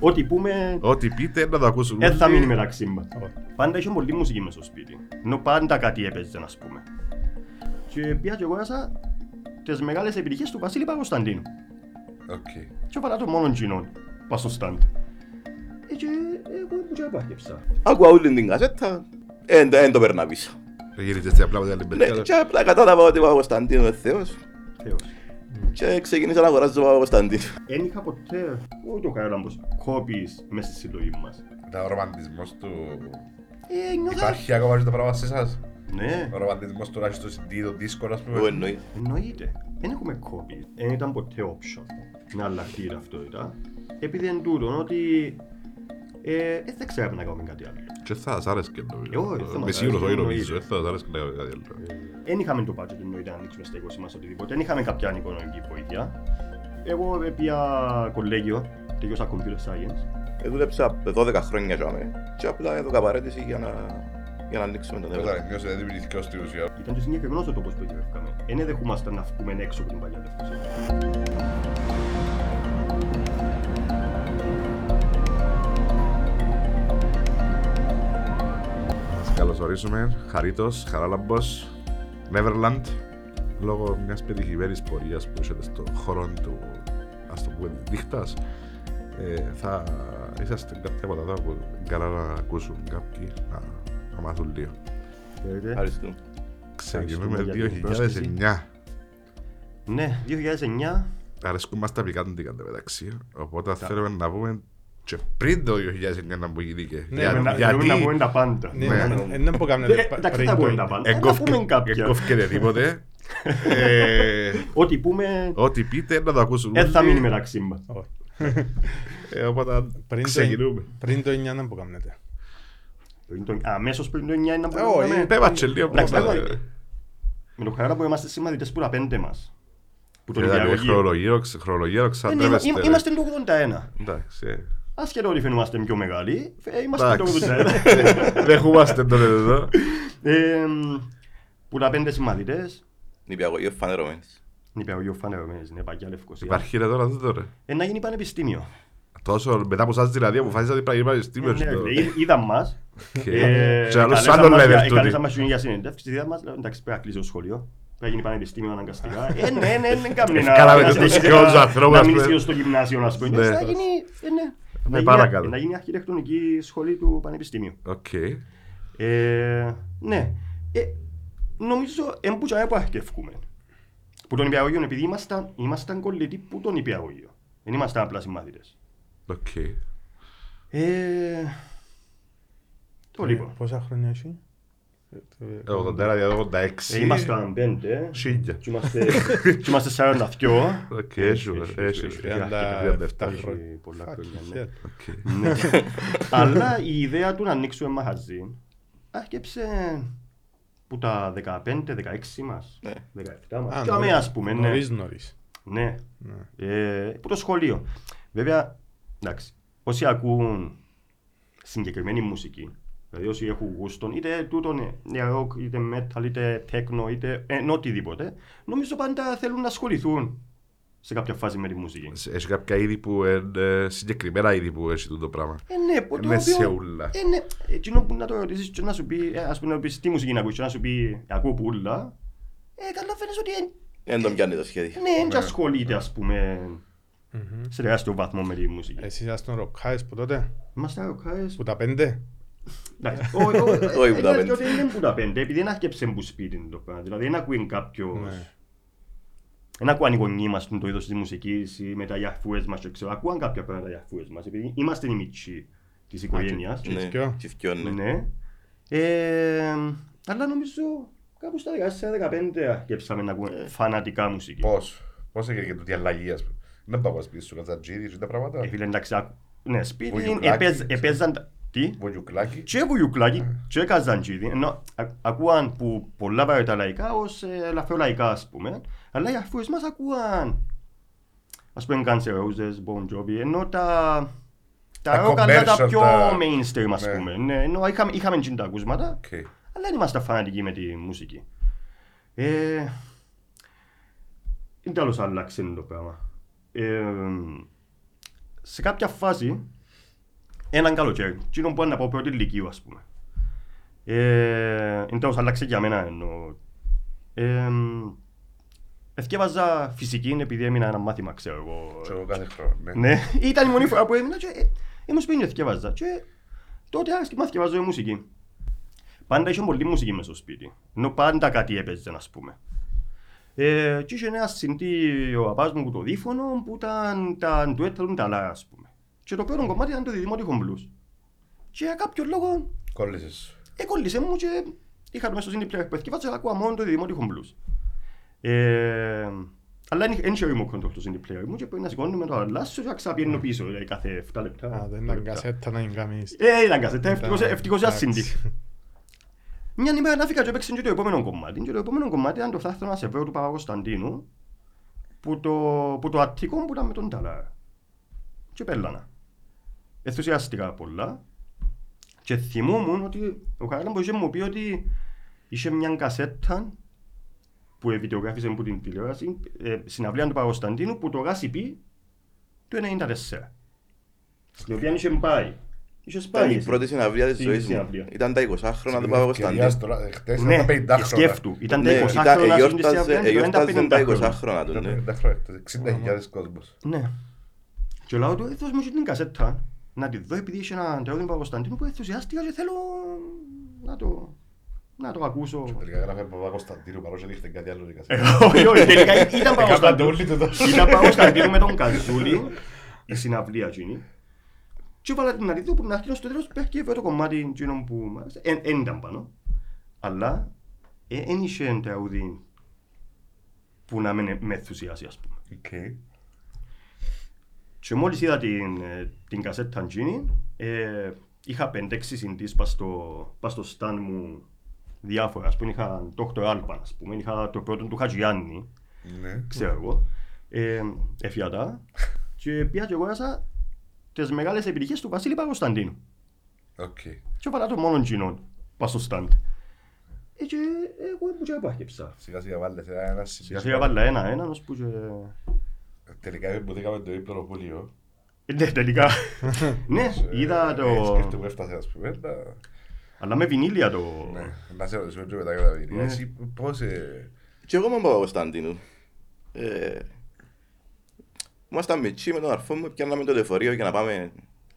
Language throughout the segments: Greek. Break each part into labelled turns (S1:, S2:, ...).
S1: Ό,τι πούμε,
S2: Ό,τι πείτε να το ακούσουν.
S1: δεν Ε, θα
S2: όλοι.
S1: μείνει μεταξύ μας. Πάντα είχε πολλή μουσική μέσα στο σπίτι. Ενώ πάντα κάτι έπαιζε, ας πούμε. Και πήγα και αγόρασα τις μεγάλες επιτυχίες του Βασίλη Παπακοσταντίνου.
S2: Οκ.
S1: Και έβαλα το μόνο κοινό, πας στο στάντ. Ε, και εγώ ήμουν και απάκεψα.
S3: Άκουα όλη την κασέτα, εν, εν το περνά πίσω.
S2: Γυρίζεστε απλά με την άλλη
S3: Ναι,
S2: μπερκάλα.
S3: και απλά κατάλαβα ότι ο Κωνσταντίνο είναι θεός
S1: Θεός.
S3: και ξεκίνησα να αγοράζω τον Κωνσταντίνο.
S1: Εν είχα ποτέ ούτε ο Καραλάμπος κόπης μέσα στη συλλογή μας.
S2: Τα- Ο ρομαντισμός του...
S1: Ε, νιώθα...
S2: Υπάρχει ακόμα το πράγμα σε εσάς.
S1: Ναι,
S2: Ο ρομαντισμός του να έχεις το CD, το disco, ας
S3: Εγώ
S2: πούμε.
S3: εννοεί.
S1: εννοείται. Δεν έχουμε κόπη. Δεν ήταν ποτέ option να αλλάχτεί η ταυτότητα. Επειδή εν τούτον ότι ε, ε, δεν ξέραμε να κάνουμε κάτι άλλο.
S2: Και θα σας άρεσκε
S1: Εγώ, θα
S2: νομίζω.
S1: μας
S2: Με σίγουρος
S1: άρεσε,
S2: όχι νομίζω.
S1: εννοείται.
S2: ε, Θα σας άρεσκε να κάνουμε κάτι άλλο.
S1: Δεν Ε, είχαμε το budget εννοείται να ανοίξουμε στα 20 μας οτιδήποτε. Δεν είχαμε κάποια οικονομική βοήθεια. Εγώ ε, πια κολέγιο, τελειώσα computer science.
S3: Ε, Δούλεψα 12 χρόνια για μένα και απλά έδωκα παρέτηση για να, για να ανοίξουμε τον
S2: Όταν
S3: έργο.
S2: Ναι, νιώσε δεν δημιουργήθηκε ως την ουσία.
S1: Ήταν και συγκεκριμένος ο τόπος που γεύκαμε. Δεν δεχούμασταν να βγούμε έξω από την παλιά δευτεροσύνη.
S2: Σας καλωσορίσουμε. Χαρίτος, Χαράλαμπος, Neverland. Λόγω μιας πετυχημένης πορείας που είχατε στον χώρο του, ας το πούμε, δίχτας, ε, θα είσαστε κάποια από τα δώρα που είναι καλά να ακούσουν κάποιοι, να, να μάθουν λίγο.
S1: Θεωρείτε.
S3: Ευχαριστούμε.
S2: Ξεκινούμε
S1: Ευχαριστούμε για την
S2: 2009.
S1: Ναι, 2009.
S2: Αρέσκουν μας τα πικάντικα εν τω μεταξύ, οπότε θέλουμε να πούμε και πριν το 2009 να μου γεννήκε.
S4: Ναι,
S2: Για-
S4: με
S1: Θέλουμε να- θέλουμε να πούμε τα πάντα.
S4: Ναι,
S2: Ναι.
S4: ναι, ναι, Δεν πω καμιά
S1: Ε,
S4: δε-
S1: Εντάξει,
S4: πριν
S1: θα
S4: το
S1: πούμε
S4: είναι.
S1: τα πάντα. Ε, Θα
S2: εγκόφκε-
S1: πούμε κάποια.
S2: εγκόφκεται τίποτε. Ε,
S1: Ό,τι πούμε,
S2: Ό,τι πείτε να το ακούσουν.
S1: δεν Ε, θα
S2: όλοι.
S1: μείνει μεταξύ μας.
S4: Όχι.
S2: Ε, Οπότε
S4: Πριν το-
S2: ξεκινούμε.
S4: Πριν το 9 δεν πω καμιά δε.
S1: Πριν το- Αμέσως πριν το 9 είναι να
S4: Ε,
S1: πούμε.
S4: όχι,
S1: ναι.
S2: Δεν βάτσε λίγο
S1: Εντάξει,
S2: πράγματα.
S1: εγώ- Με το χαρά που είμαστε συμμαθητές που τα πέντε μας. Που το
S2: Ήταν η
S1: Ολυμπιακό.
S2: χρονολογία, ξε- χρονολογία,
S1: Ε, ναι,
S2: οξαντρεύεστε.
S1: είμα- Είμαστε το 81.
S2: Εντάξει. ε.
S1: Ασχετά ότι φαινόμαστε πιο μεγάλοι, ε, είμαστε το
S2: Εντάξει.
S1: 81.
S2: Δεχούμαστε τον εδώ.
S1: Ε, μ, Που τα πέντε συμμαθητές,
S3: Νηπιαγωγείο φανερωμένης.
S1: νηπιαγωγείο φανερωμένης, ναι, παγιά λευκοσία.
S2: Υπάρχει ρε τώρα, δεν τώρα.
S1: Ε, να γίνει πανεπιστήμιο.
S2: Τόσο μετά από εσάς δηλαδή αποφάσισατε πρέπει να
S1: Ε,
S2: πανεπιστήμιο.
S1: ναι, ρε, εί- Είδαν μας,
S2: Και άλλος
S1: καλέσαν
S2: σαν τον
S1: Ε, μας για-
S2: level
S1: ε,
S2: τούτη.
S1: καλέσαν μας για συνέντευξη, είδα μας, λέω, εντάξει πρέπει να κλείσει το σχολείο, πρέπει να γίνει πανεπιστήμιο αναγκαστικά. Ε, ναι, ναι, ναι, κάμνη να-
S2: Ευκάλαμε
S1: να-
S2: τους
S1: να-
S2: δυσκαιούς
S1: να-
S2: ανθρώπους,
S1: Να
S2: ας
S1: μείνεις
S2: πούμε.
S1: και στο γυμνάσιο, να σου πω. Ε,
S2: Ναι.
S1: εντάξει, Θα γίνει, ε, ναι. Να γίνει-
S2: παρακαλώ.
S1: Να γίνει αρχιτεκτονική σχολή του πανεπιστήμιου.
S2: Οκ.
S1: Ε, ναι. Ε, νομίζω εμπούτσα που αρκευκούμε. Που τον υπηαγωγείο, επειδή ήμασταν, ήμασταν κολλητοί που τον υπηαγωγείο. Δεν ήμασταν απλά συμμάθητες.
S2: Οκ.
S1: Ε, το λοιπόν.
S4: Πόσα χρόνια έχει. Ε,
S2: Ε,
S4: το-
S2: 81 δηλαδή 86.
S1: Ε, Ήμασταν πέντε.
S2: Σίγια.
S1: Κι είμαστε- κι είμαστε 42.
S2: Οκ,
S1: ε,
S2: έσου, έσου.
S1: έχει,
S4: 37
S2: έχει,
S4: χρόνια.
S1: έχει πολλά
S4: Fuck
S1: χρόνια,
S4: shit.
S1: ναι. Ναι. Αλλά η ιδέα του να ανοίξουμε μαχαζί άρχισε που τα 15-16 μας,
S3: Ναι.
S1: 17
S4: Α,
S1: μας,
S4: νωρίς-
S1: και ας πούμε, ναι.
S4: Νωρίς νωρίς.
S1: Ναι.
S4: Ναι.
S1: Ε, που το σχολείο. Βέβαια, εντάξει, όσοι ακούν συγκεκριμένη μουσική, δηλαδή όσοι έχουν γούστον, είτε τούτον νεαρόκ, είτε metal, είτε τέκνο, είτε εν, οτιδήποτε, νομίζω πάντα θέλουν να ασχοληθούν σε κάποια φάση με τη μουσική.
S2: Έχει κάποια είδη που είναι συγκεκριμένα είδη που έχει τούτο πράγμα.
S1: Ε, ναι, που το
S2: Είναι
S1: οποίο-
S2: σε ούλα.
S1: Ε, ναι, εκείνο που να το ρωτήσεις και να σου πει, ε, ας πούμε να πεις τι μουσική να ακούς και να σου πει ε, ακούω πουλά, ε, καταλαβαίνεις ότι ε,
S3: Δεν τον πιάνει το σχέδιο.
S1: ναι, δεν και ασχολείται ας πούμε σε τεράστιο βαθμό με τη μουσική.
S4: Εσείς ήσασταν ροκχάες που τότε,
S1: Είμαστε αρκάες.
S4: Ε, που τα πέντε.
S1: Εντάξει, όχι, όχι,
S3: Όχι που τα
S1: ε,
S3: πέντε.
S1: διότι είναι που τα πέντε, επειδή δεν άρχεψε που σπίτι το πράγμα. Δηλαδή, δεν ακούει κάποιος...
S4: Ναι.
S1: Δεν ακούαν οι γονείς μας το είδος της μουσικής ή με τα γιαχφούες μας, και ξέρω. Ακούαν κάποια πράγματα τα γιαχφούες μας, επειδή είμαστε οι μικροί της οικογένειας.
S4: και- Τσιφκιό.
S3: τσιφκιό, ναι.
S1: Ναι. Ε, αλλά νομίζω κάπου στα 14-15 αρχέψαμε να ακούμε φανατικά μουσική.
S2: Πώς, πώς έγινε και τούτη αλλαγή ας πούμε. Δεν πάω να σπίτι σου κατά τζίρι, ζητά πράγματα.
S1: Ε, Φίλε, εντάξει, άκου- ναι, σπίτι,
S2: Βουγιουκλάκι,
S1: επέζ-
S2: ξέρω.
S1: επέζαν... τα- Τι?
S2: Βογιουκλάκι.
S1: και βουγιουκλάκι και καζαντζίδι, ενώ α- ακούαν που πολλά βαρετά λαϊκά ως ε, λαφρολαϊκά ας πούμε, αλλά οι αφούς μας ακούαν ας πούμε Guns N' Roses, Bon Jovi, ενώ τα τα
S2: Τα
S1: rock αλλά τα
S2: commercial,
S1: πιο
S2: τα-
S1: mainstream ας
S2: Ναι.
S1: πούμε, ναι, ενώ είχαμε, είχαμε και τα ακούσματα,
S2: Οκ.
S1: αλλά δεν ήμασταν φανατικοί με τη μουσική. Ε, είναι τέλος άλλαξε το πράγμα. Ε, σε κάποια φάση έναν καλοκαίρι. Τι που μπορεί να πω πρώτη ηλικίου, ας πούμε. Ε, εν τέλος άλλαξε για μένα εννοώ. Ε, Εθιέβαζα φυσική επειδή έμεινα ένα μάθημα, ξέρω εγώ.
S5: Ξέρω κάθε χρόνο. Ναι.
S1: Ναι, ήταν η μόνη φορά που έμεινα και ε, ήμουν σπίτι και θκιάβαζα. Και τότε άρχισα να θκιαβάζω μουσική. Πάντα είχε πολλή μουσική μέσα στο σπίτι. Ενώ πάντα κάτι έπαιζε, ας πούμε. Ε, και είχε ένα συντή ο παπάς μου που το δίφωνο που ήταν τα ντουέτα του Νταλά, ας πούμε. Και το πρώτο κομμάτι ήταν το δημότυχο μπλούς. Και για κάποιο λόγο
S5: Κόλλησες.
S1: εκόλλησε Ε, μου και είχα το μέσα στην πλέον εκπαιδευτική και ακούω μόνο το δημότυχο blues. Ε, αλλά δεν είχε remote control το στην player μου και πρέπει να σηκώνουμε το αλλάσσο και να ξαπιένω πίσω δηλαδή, κάθε 7 λεπτά.
S4: Α, δεν
S1: λεπτά.
S4: ήταν κασέτα να είναι καμίς.
S1: Ε, ήταν κασέτα, ευτυχώς-
S4: Ήταν-
S1: ευτυχώς
S4: εντάξει.
S1: άσυντη. Μια ημέρα ανάφηκα και έπαιξε και το επόμενο κομμάτι και το επόμενο κομμάτι ήταν το «Θα να σε βρω» του Παπακοσταντίνου που το, που το Αττικό που ήταν με τον Ταλά. Και πέλανα. Ενθουσιάστηκα πολλά και θυμούμουν ότι ο Καράλαμπος είχε μου πει ότι είχε μια κασέτα που βιντεογράφησε από την τηλεόραση ε, συναυλία του Παπακοσταντίνου που το γάσιπι του 1994. Στην οποία είχε πάει. Είχε
S3: Ήταν
S1: πάει.
S3: η πρώτη συναυλία της
S1: Τι
S3: ζωής μου.
S1: συναυλία?
S3: Ήταν τα 20 χρόνια του
S5: Συγγνώμη,
S3: Παπακοσταντίνου.
S5: κυρίας, τώρα, ε, Χτες
S1: Ναι,
S5: ήταν τα 50 χρόνια.
S1: σκέφτου. Ήταν τα
S3: Ναι,
S1: 20
S3: ήταν-
S1: χρόνια στην
S3: εγιόρταζε-
S1: Τεσσαβία και τώρα
S3: εγιόρταζε
S1: είναι
S3: τα
S1: τα
S3: 20
S1: 50
S3: χρόνια του.
S5: Ήταν
S3: ναι.
S5: 50 χρόνια. 60.000 κόσμος.
S1: Ναι. Και ο λαό του έδωσε μου την κασέτα να τη δω επειδή είχε έναν τραγούδι του Παπακοσταντίνου που ενθουσιάστηκα και θέλω να το, να το ακούσω.
S5: Και Τελικά γράφει Παπα Κωνσταντίνου παρόλο που δείχνει κάτι άλλο.
S1: Ε, Όχι, όχι, τελικά ήταν
S5: Έκαναν το
S1: Παπακοσταντίνου.
S5: όλοι του το.
S1: Ήταν Παπακοσταντίνου με τον Καζούλη, η συναυλία εκείνη. Και έβαλα την αλήθεια που να αρχίσω στο τέλος πέφτει το κομμάτι εκείνο που μ' άρεσε. Εν- εν ήταν πάνω. Αλλά δεν είχε τραγούδι που να με με ενθουσιάσει ας πούμε.
S5: Οκ.
S1: Και μόλις είδα την, ε, την κασέτα Gini, ε, είχα 5-6 συντής πας στο, πας στο στάν μου διάφορα. Ας πούμε είχα Dr. Alban, ας πούμε, είχα το πρώτο του Χατζιάννη,
S5: Ναι.
S1: ξέρω εγώ, ε, εφιατά. Και πήγα και αγόρασα τις μεγάλες επιτυχίες του Βασίλη Παγκοσταντίνου.
S5: Οκ.
S1: Και έβαλα το μόνο Gini πας στο στάν. Ε, και εγώ μου και απάρχεψα.
S5: Σιγά σιγά βάλετε ένα- ένα
S1: Σιγά
S5: συνδυασμό.
S1: σιγά βάλα ένα-ένα, ως που και...
S5: Τελικά μπουδήκαμε το υπεροπούλιο.
S1: Ε, Ναι, τελικά. ναι, είδα
S5: Ε,
S1: το...
S5: Σκέφτομαι που έφτασε ας πούμε. να-
S1: Αλλά με βινίλια το...
S5: Ναι. Να σε ρωτήσουμε και μετά για τα βιβλία.
S1: Ναι.
S5: Εσύ πώς... ε,
S3: Και εγώ είμαι από Παπακοσταντίνου. Ε, Ήμασταν μητσί με τον αρφό μου, πιάναμε το λεωφορείο για να πάμε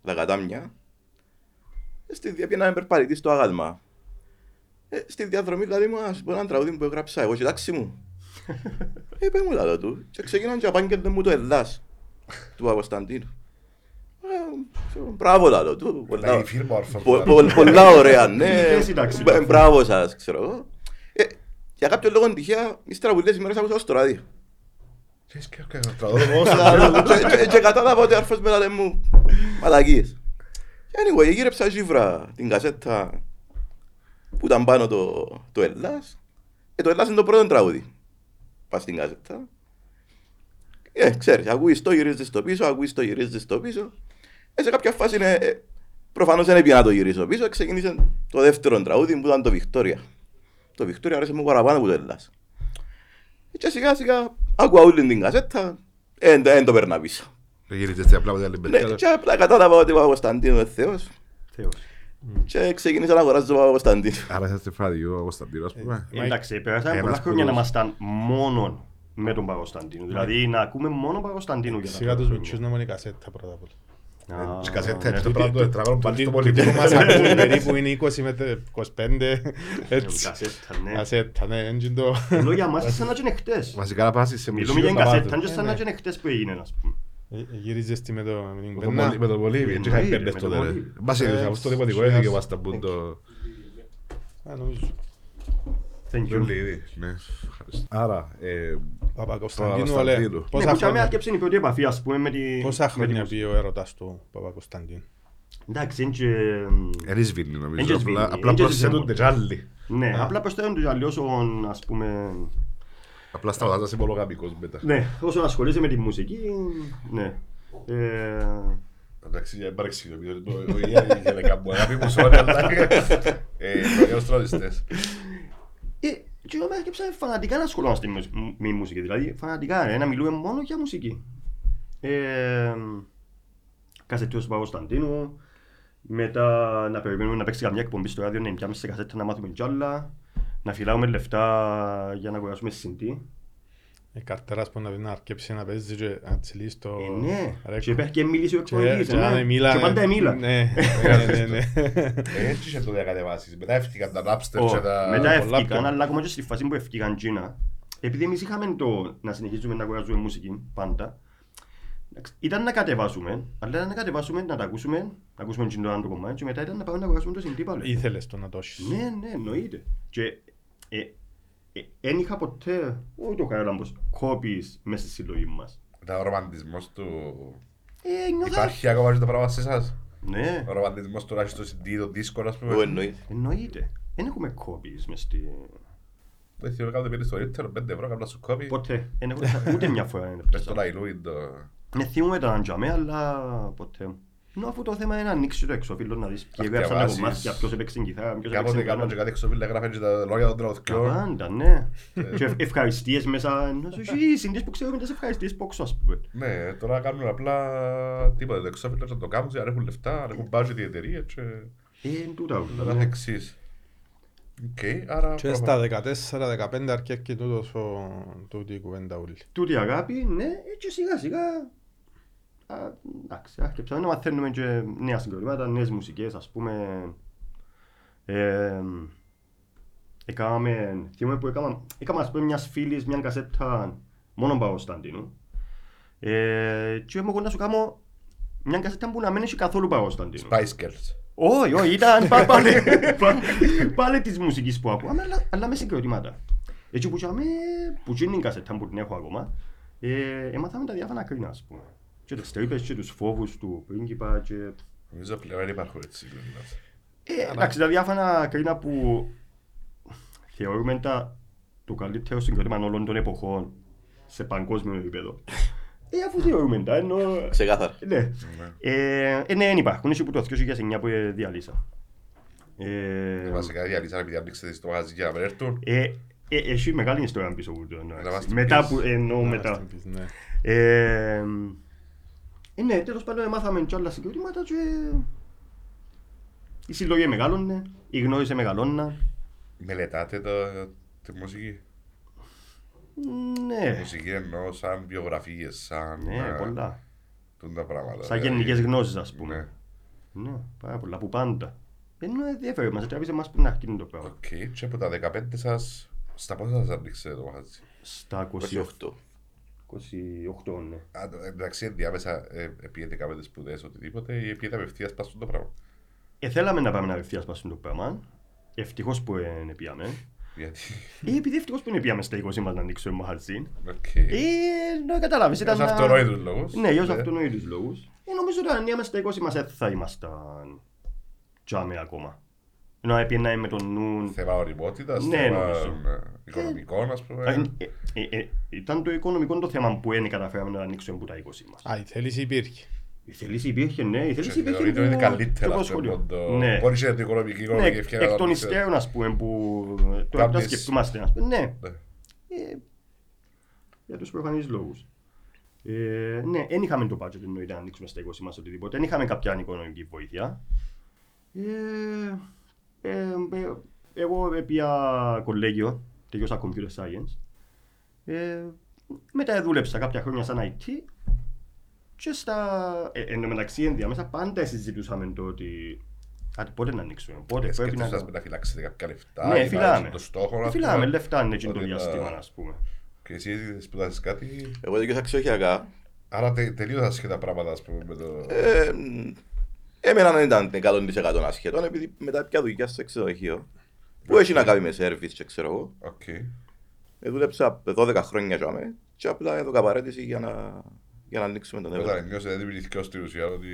S3: λαγατάμια. Ε, Στη δια πιάναμε περπατητή στο άγαλμα. Ε, στη διαδρομή δηλαδή μου ας πω έναν τραγούδι που έγραψα εγώ και η τάξη μου. Είπε μου λαλό του και ξεκίναν και απάγγελτε μου το Ελλάς του Παπακοσταντίνου. Ε, ξέρω, Μπράβο λαλό του.
S1: Ε,
S3: πολλά-
S5: η φίρμα ορθό.
S3: Πο- πο- Πολλά ωραία,
S1: Η
S3: ναι.
S1: θέση, εντάξει.
S3: Μπ- Μπράβο σας, ξέρω εγώ. Ε, Για κάποιο λόγο τυχαία, ύστερα που λες ημέρες άκουσα στο ράδιο.
S5: Τι σκέφτομαι, το τραγούδι, όσο-
S3: Και- και- Και κατάλαβα ότι άρφος μετά λέει μου μαλακίες. Anyway, γύρεψα γύβρα την κασέτα που ήταν πάνω το, το Ελλάς. Ε, το Ελλάς είναι το πρώτο τραγούδι. Πας στην κασέτα. Ε, ξέρεις, ακούεις το, γυρίζεις το πίσω, ακούεις το, γυρίζεις το πίσω. Ε, σε κάποια φάση είναι, ε, προφανώς δεν έπια να το γυρίσω πίσω, ξεκίνησε το δεύτερο τραγούδι που ήταν το Βικτόρια. Το Βικτόρια άρεσε μου παραπάνω από το Ελλάς. Και σιγά σιγά άκουγα όλη την κασέτα, Ε, εν, εν το περνά πίσω.
S5: Γυρίζεστε απλά με τα λιμπερτικά,
S3: Ναι,
S5: αλλά-
S3: και απλά κατάλαβα ότι ο Παπακοσταντίνου είναι Θεός
S1: Θεός.
S3: και ξεκίνησα να αγοράζω τον Παπακοσταντίνου.
S5: Άρα είσαστε φραδιού, ο Κωνσταντίνος, ας πούμε.
S4: Ε,
S1: Εντάξει, περάσαμε
S5: ένας
S1: πολλά χρόνια να
S5: κουλός.
S1: ήμασταν μόνο με τον Παγκοσταντίνο.
S5: Ναι.
S1: Δηλαδή να ακούμε μόνο Παγκοσταντίνο για τα
S4: Σιγά τους
S1: πρώτα
S4: μητσούς να πάνε κασέτα πρώτα απ' όλα.
S1: χρόνια. Α,
S5: Τις ναι. κασέτες, το
S1: ναι, τούτη-
S5: πράγμα το τετράγωνο πάλι
S4: Τούτοι
S5: στο
S4: τούτοι που
S5: πολιτικό μας
S4: μας ακούν περίπου είναι 20 με τε- 25,
S1: η
S4: έτσι.
S1: κασέτα, Ε, ναι.
S4: Κασέτα, ναι, έτσι το...
S1: Ενώ για μας είναι σαν να είναι χτες.
S5: Βασικά να πας σε μουσείο
S1: Μιλούμε για
S5: να πας
S1: κασέτα,
S5: το-
S1: είναι σαν να
S4: ναι.
S1: είναι χτες που έγινε, ας πούμε.
S4: Ε, Γυρίζεσαι με το... με την
S5: με
S1: ναι.
S5: το
S4: πενά.
S5: Πολύ- Με το Βολίβι, και είχα
S1: Εννοείται,
S5: μπέρδες
S1: με
S5: τότε,
S1: το
S5: ρε.
S1: Βολίβι.
S5: Μας είδες, από στο
S4: Ε,
S5: δημοτικό
S4: σιγά-
S5: έφυγε ο Βασταμπούν το
S4: Α, νομίζω.
S1: Thank you. Ναι,
S5: Βολίβι. Ναι, ευχαριστώ. Άρα, ε,
S4: Παπακοσταντίνου,
S5: Παπα-
S4: λέ.
S5: Κωνσταντίνου.
S4: Πόσα
S1: που Ναι, και αμέ
S4: χρόνια-
S1: άρχιψε η πρώτη επαφή, ας πούμε, με τη... με
S4: Πόσα
S1: τη
S4: χρόνια
S1: μουσική.
S4: πήγε ο έρωτας του Παπακοσταντίνου.
S1: Εντάξει, είναι και...
S4: Ε,
S5: εν σβήνει, νομίζω,
S1: Εν και
S5: απλά-
S1: σβήνει,
S5: απλά
S1: εν και
S5: προσθέτουν
S1: σβήνει.
S5: τις άλλοι.
S1: Ναι,
S4: Α.
S1: απλά προσθέτουν τους αλλιώς όσον, ας πούμε...
S5: Απλά σταματάς, είσαι μονογαμικός μετά.
S1: Ναι, όσον ασχολείσαι με τη μουσική, ναι. Ε,
S5: Εντάξει, για παρεξηγώ, επειδή το- ο Ιάρη είχε δέκα μου, αγάπη μου, sorry, αλλά, ε, είναι ως τραγουδιστές.
S1: Ε, και εγώ άρχισα φανατικά να ασχολούμαστε με, μουσ- με μουσική. Δηλαδή, φανατικά ρε, να μιλούμε μόνο για μουσική. Ε, Κασετιό του Παπαγκοσταντίνου, Μετά να περιμένουμε να παίξει καμιά εκπομπή στο ράδιο, να πιάμε σε κασέτα να μάθουμε κιόλα. Να φυλάουμε λεφτά για να αγοράσουμε συντή.
S4: Ε, καρτεράς που να πει να αρκέψει να παίζει και να τσιλείς στο
S1: Ε, ναι,
S4: ρεκόρ.
S1: και υπέρ και μίλησε ο
S4: Και-
S1: εκπονητής.
S4: και
S1: ε,
S4: αν
S1: ναι.
S4: εμίλα-
S1: Και πάντα εμίλα.
S4: Ναι, ναι, ναι, ναι.
S2: Έτσι είχε τότε να κατεβάσεις. Μετά έφτιαξαν τα Napster
S1: Ω,
S2: και τα...
S1: Μετά
S4: πολλά πιο.
S1: ευκήκαν, αλλά ακόμα και στη φάση που ευκήκαν Τζίνα, επειδή εμείς είχαμε το να συνεχίζουμε να αγοράζουμε μουσική πάντα, εντάξει, ήταν να κατεβάσουμε, αλλά ήταν να κατεβάσουμε, να τα ακούσουμε, να ακούσουμε Τζίνα το άλλο κομμάτι και μετά ήταν να πάμε να αγοράσουμε το συντή πάλι.
S4: Ήθελες το να το έχεις.
S1: Ναι, ναι, εννοείται. Και ε, ε, εν είχα ποτέ, ούτε ο Καράλαμπος, κόπης μέσα στη συλλογή μας.
S2: Ήταν ο ρομαντισμός του...
S1: Ε, νιώθα...
S2: Υπάρχει ακόμα και το πράγμα σε εσάς.
S1: Ναι,
S2: Ο ρομαντισμός του να έχεις το CD, το disco, ας
S3: Που
S2: πούμε.
S3: εννοείται.
S1: εννοείται. Δεν έχουμε κόπης μέσα στη...
S2: Δεν θέλω κάποτε πήρες στο ίντερ, πέντε ευρώ, κάπου να σου κόπη.
S1: Ποτέ. Εν έχω- Ούτε μια φορά δεν
S2: Πες
S1: έπαιξα.
S2: το λαϊλούιν το...
S1: Ναι, θυμούμε τα αντζαμέ, αλλά ποτέ. Ενώ αφού το θέμα είναι να ανοίξεις το εξώφυλλο, να δεις ποιοι
S2: Να
S1: έγραψαν τα
S2: διαβάσεις.
S1: κομμάτια, ποιος έπαιξε την κιθάρα, ποιος έπαιξε
S2: Κάποτε
S1: την
S2: κάνω και
S1: κανόνα.
S2: κάτι εξωφύλλα γράφαν και τα λόγια των τραγουδιών.
S1: Καβάντα, ναι. Και ευ- ευχαριστίες μέσα, να σου πει, συνδύσεις που ξέρουμε τις ευχαριστίες που έξω, ας πούμε.
S2: Ναι, τώρα κάνουν απλά τίποτα. Το εξώφυλλο και το κάνουν, αν έχουν λεφτά, αν έχουν budget οι εταιρείες και
S1: Ε, εν τούτα
S2: τα
S1: όλα, ναι.
S2: καθεξής. Οκ, άρα...
S4: Και στα 14-15 αρκεύει τούτος ο- τούτη η κουβέντα όλη.
S1: Τούτη αγάπη, ναι, ε, και σιγά σιγά. α, Εντάξει, άρχισα να μαθαίνουμε και νέα συγκροτήματα, νέες μουσικές, ας πούμε. Ε, Έκαναμε, θυμούμαι που έκανα, έκανα ας πούμε μιας φίλης μια κασέτα μόνο Παγοσταντίνου. Ε, και μου να σου κάνω μια κασέτα που να μην έχει καθόλου Παγοσταντίνου.
S2: Spice Girls.
S1: Όχι, όχι, ήταν πα- πάλι, πα- πάλι της μουσικής που ακούω, αλλά, αλλά με συγκροτήματα. Έτσι που είχαμε, που γίνει η κασέτα που την έχω ακόμα, ε, έμαθαμε τα διάφορα κρίνα, ας πούμε. Και τις τρύπες και τους φόβους του πρίγκιπα και...
S2: Νομίζω πλέον δεν υπάρχουν έτσι συγκροτήματα.
S1: Ε, εντάξει, τα διάφορα κρίνα που θεωρούμε τα, το καλύτερο συγκρότημα όλων των εποχών σε παγκόσμιο επίπεδο. Ε, αφού θεωρούμε τα, ενώ...
S3: Ξεκάθαρα.
S1: Ναι.
S2: Ναι.
S1: Ε, ε, ναι, δεν υπάρχουν. Είσαι που το 2009 που ε, διαλύσα. Ε,
S2: Βασικά διαλύσαν επειδή ανοίξετε στο μαγαζί για να μην έρθουν.
S1: ε, ε, έχει μεγάλη ιστορία πίσω από το
S2: Να μας την
S1: Μετά
S2: πεις.
S1: που εννοώ
S4: Να
S1: μετά.
S4: μας την πεις, ναι.
S1: Ε, ε, ναι, τέλος πάντων μάθαμε και άλλα συγκροτήματα και η συλλογή μεγάλωνε, η γνώρισε μεγαλώνα.
S2: Μελετάτε το, τη μουσική.
S1: Ναι,
S2: Μουσική εννοώ σαν βιογραφίες, σαν
S1: ναι,
S2: α,
S1: πολλά.
S2: τούν τα πράγματα.
S1: Σαν
S2: Δηλαδή,
S1: γενικές γνώσεις ας
S2: Ναι,
S1: πούμε. Ναι, πάρα πολλά, από πάντα. Ενώ ενδιαφέρει μας, τραβήσε μας που να αρχίσει το πράγμα.
S2: οκ. Και από τα 15 σας, στα πόσα σας ανοίξετε το μαγαζί.
S1: Στα 28,
S3: 28.
S1: 28 ναι.
S2: Α, το- Εντάξει, ενδιάμεσα ε, πήγαινε κάποιες σπουδές, οτιδήποτε, ή πήγαινε απευθείας πας στον το πράγμα.
S1: Ε, θέλαμε να πάμε να απευθείας μας το πράγμα. Ευτυχώς που δεν πήγαμε.
S2: Γιατί,
S1: Ε, επειδή ευτυχώς που δεν πήγαμε στα 20 μας να ανοίξουμε μαχαζίν.
S2: οκ.
S1: Ε, να καταλάβεις, ήταν...
S2: Ήταν
S1: να-
S2: αυτονόητους λόγους.
S1: Ναι, για τους αυτονοήτους λόγους. Ε, νομίζω ότι αν είμαστε 20 μας δεν θα ήμασταν τζάμε ακόμα. Ενώ έπαιρνα με τον νου...
S2: Θέμα οριμότητας,
S1: Ναι,
S2: θέμα
S1: νομίζω.
S2: ε, οικονομικών, ας πούμε.
S1: Ε, ε, ε, ε, ήταν το οικονομικό το θέμα που δεν καταφέραμε να ανοίξουμε που τα 20 μας.
S4: Α, η θέληση υπήρχε.
S1: Η θέληση υπήρχε, ναι, η θέληση υπήρχε.
S2: Θεωρείται ότι
S1: που-
S2: καλύτερα
S1: και
S2: από
S1: από
S2: δηλαδή,
S1: το
S2: το
S1: σχολείο.
S2: πόντο.
S1: Ναι.
S2: Μπορεί να είναι οικονομική
S1: Ναι,
S2: οικονομική ευκαιρία.
S1: εκ
S2: να
S1: των
S2: το ξέρεις.
S1: υστέρων, ας πούμε, που ε, τώρα που τα
S2: Κάποιες-
S1: σκεφτούμαστε, ας πούμε, ναι.
S2: Ναι.
S1: Ε, για τους προφανείς λόγους. Ε, ναι, δεν είχαμε το budget εννοείται να ανοίξουμε στα 20 μας οτιδήποτε. Δεν είχαμε κάποια οικονομική βοήθεια. Ε, ε, ε, εγώ έπια κολέγιο, τελειώσα computer science. Ε, μετά δούλεψα κάποια χρόνια σαν IT και στα... Ε, εν τω μεταξύ ενδιάμεσα πάντα συζητούσαμε το ότι «Α, πότε να ανοίξουμε, πότε
S2: Ε,
S1: πρέπει να...
S2: σκέφτεσαι, ας πούμε, να φυλάξετε κάποια λεφτά.
S1: Ναι,
S2: υπάρχει
S1: φυλάμε.
S2: Το στόχο,
S1: Ε,
S2: ας
S1: Φυλάμε
S2: πούμε.
S1: λεφτά είναι εκείνο το
S2: Ότι τα-
S1: διάστημα, ας πούμε.
S2: Και εσύ σπουδάζεις κάτι.
S3: Εγώ τελειώσα ξεχιακά.
S2: Άρα τε, τελείως ασχετά πράγματα, ας πούμε, με το...
S3: Ε, μ, Εμένα δεν ήταν 100% ασχετών επειδή μετά πια δουλειά στο ξενοδοχείο. Που έχει να κάνει με σερβις και ξέρω εγώ.
S2: Οκ.
S3: Ε, Δούλεψα 12 χρόνια για μένα και απλά έδωκα παρέτηση για να, για να ανοίξουμε τον
S2: Όταν
S3: Εύρωνα.
S2: νιώσε δεν δημιουργήθηκε ως την ουσία ότι...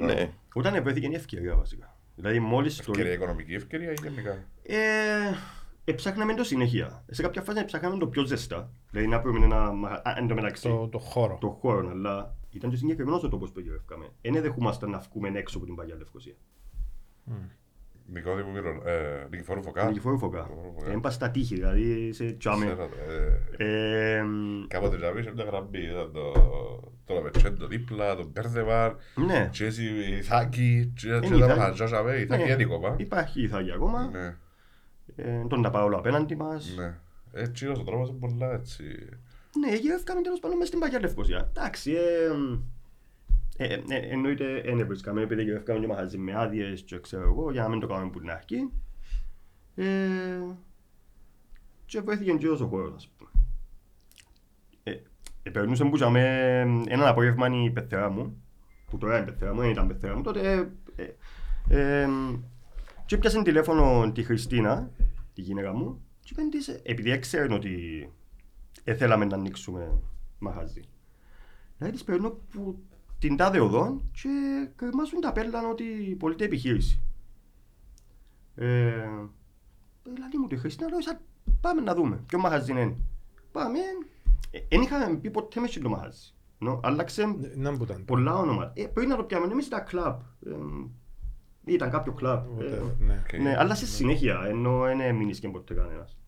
S3: Ε, Ναι.
S1: Όταν βρέθηκε μια ευκαιρία βασικά. Δηλαδή μόλις το...
S2: Ευκαιρία, οικονομική ευκαιρία ή γενικά.
S1: Ε, Εψάχναμε το συνέχεια. Σε κάποια φάση ψάχναμε το πιο ζεστά. Δηλαδή να πούμε ένα μαγα- α, εν τω μεταξύ
S4: Το, το χώρο.
S1: το χώρο, αλλά ήταν και συγκεκριμένος ο τόπος που γεωργεύκαμε. Εν εδεχούμασταν να βγούμε έξω από την παλιά Λευκοσία.
S2: Νικόδημο Μυρο- ε, Νικηφόρου Φωκά.
S1: Νικηφόρου Φωκά.
S2: Νικηφόρου Φωκά.
S1: Έμπα στα τείχη, δηλαδή σε τσάμε.
S2: Ξέρω το, ε,
S1: Ε,
S2: Κάποτε να βρεις μια γραμμή, ήταν το, το Λαπετσέντο δίπλα, τον Μπέρδεβαρ,
S1: Ναι,
S2: και έτσι η Ιθάκη, και
S1: η
S2: έτσι τα
S1: Ιθάκη.
S2: χαζάσαμε, η Ιθάκη
S1: Ναι.
S2: είναι κομμά.
S1: υπάρχει η Ιθάκη ακόμα.
S2: Ναι,
S1: ε, Τον Ταπαόλο απέναντι μας.
S2: ναι. Έτσι είναι ο τρόπος είναι πολλά έτσι.
S1: Ναι, γεύκαμε τέλος πάντων μες στην Παγιά Λευκοσία. Εντάξει, ε, ε, ε, ε, εννοείται δεν έβρισκαμε, επειδή γεύκαμε και μαχαζί με άδειες και ξέρω εγώ, για να μην το κάνουμε που είναι αρχή. Ε, και βρέθηκε και ο χώρος, ας πούμε. Ε, ε, περνούσε που είχαμε ε, έναν απόγευμα η πεθερά μου, που τώρα είναι πεθερά μου, δεν ήταν πεθερά μου, τότε ε, ε, ε, και πιάσε τηλέφωνο τη Χριστίνα, τη γυναίκα μου, και είπε της, επειδή έξερε ότι Έθελαμε να ανοίξουμε μαγαζί. Δηλαδή τις παίρνω που την τάδε οδόν και κρεμάζουν τα πέλανα ότι πολιτεία επιχείρηση. Ε, δηλαδή μου τη Χριστίνα λέω, «Σα- πάμε να δούμε ποιο μαγαζί είναι. Πάμε, δεν είχαμε πει ποτέ μέσα το μαγαζί. Νο, άλλαξε
S4: Να που ήταν.
S1: πολλά όνομα. Ε, πριν να το πιάμε εμείς ήταν κλαμπ. Ε, ήταν κάποιο κλαμπ. Ε,
S4: Whatever, ναι.
S2: και-
S1: ναι, αλλά σε συνέχεια, ενώ δεν έμεινες και ποτέ κανένας.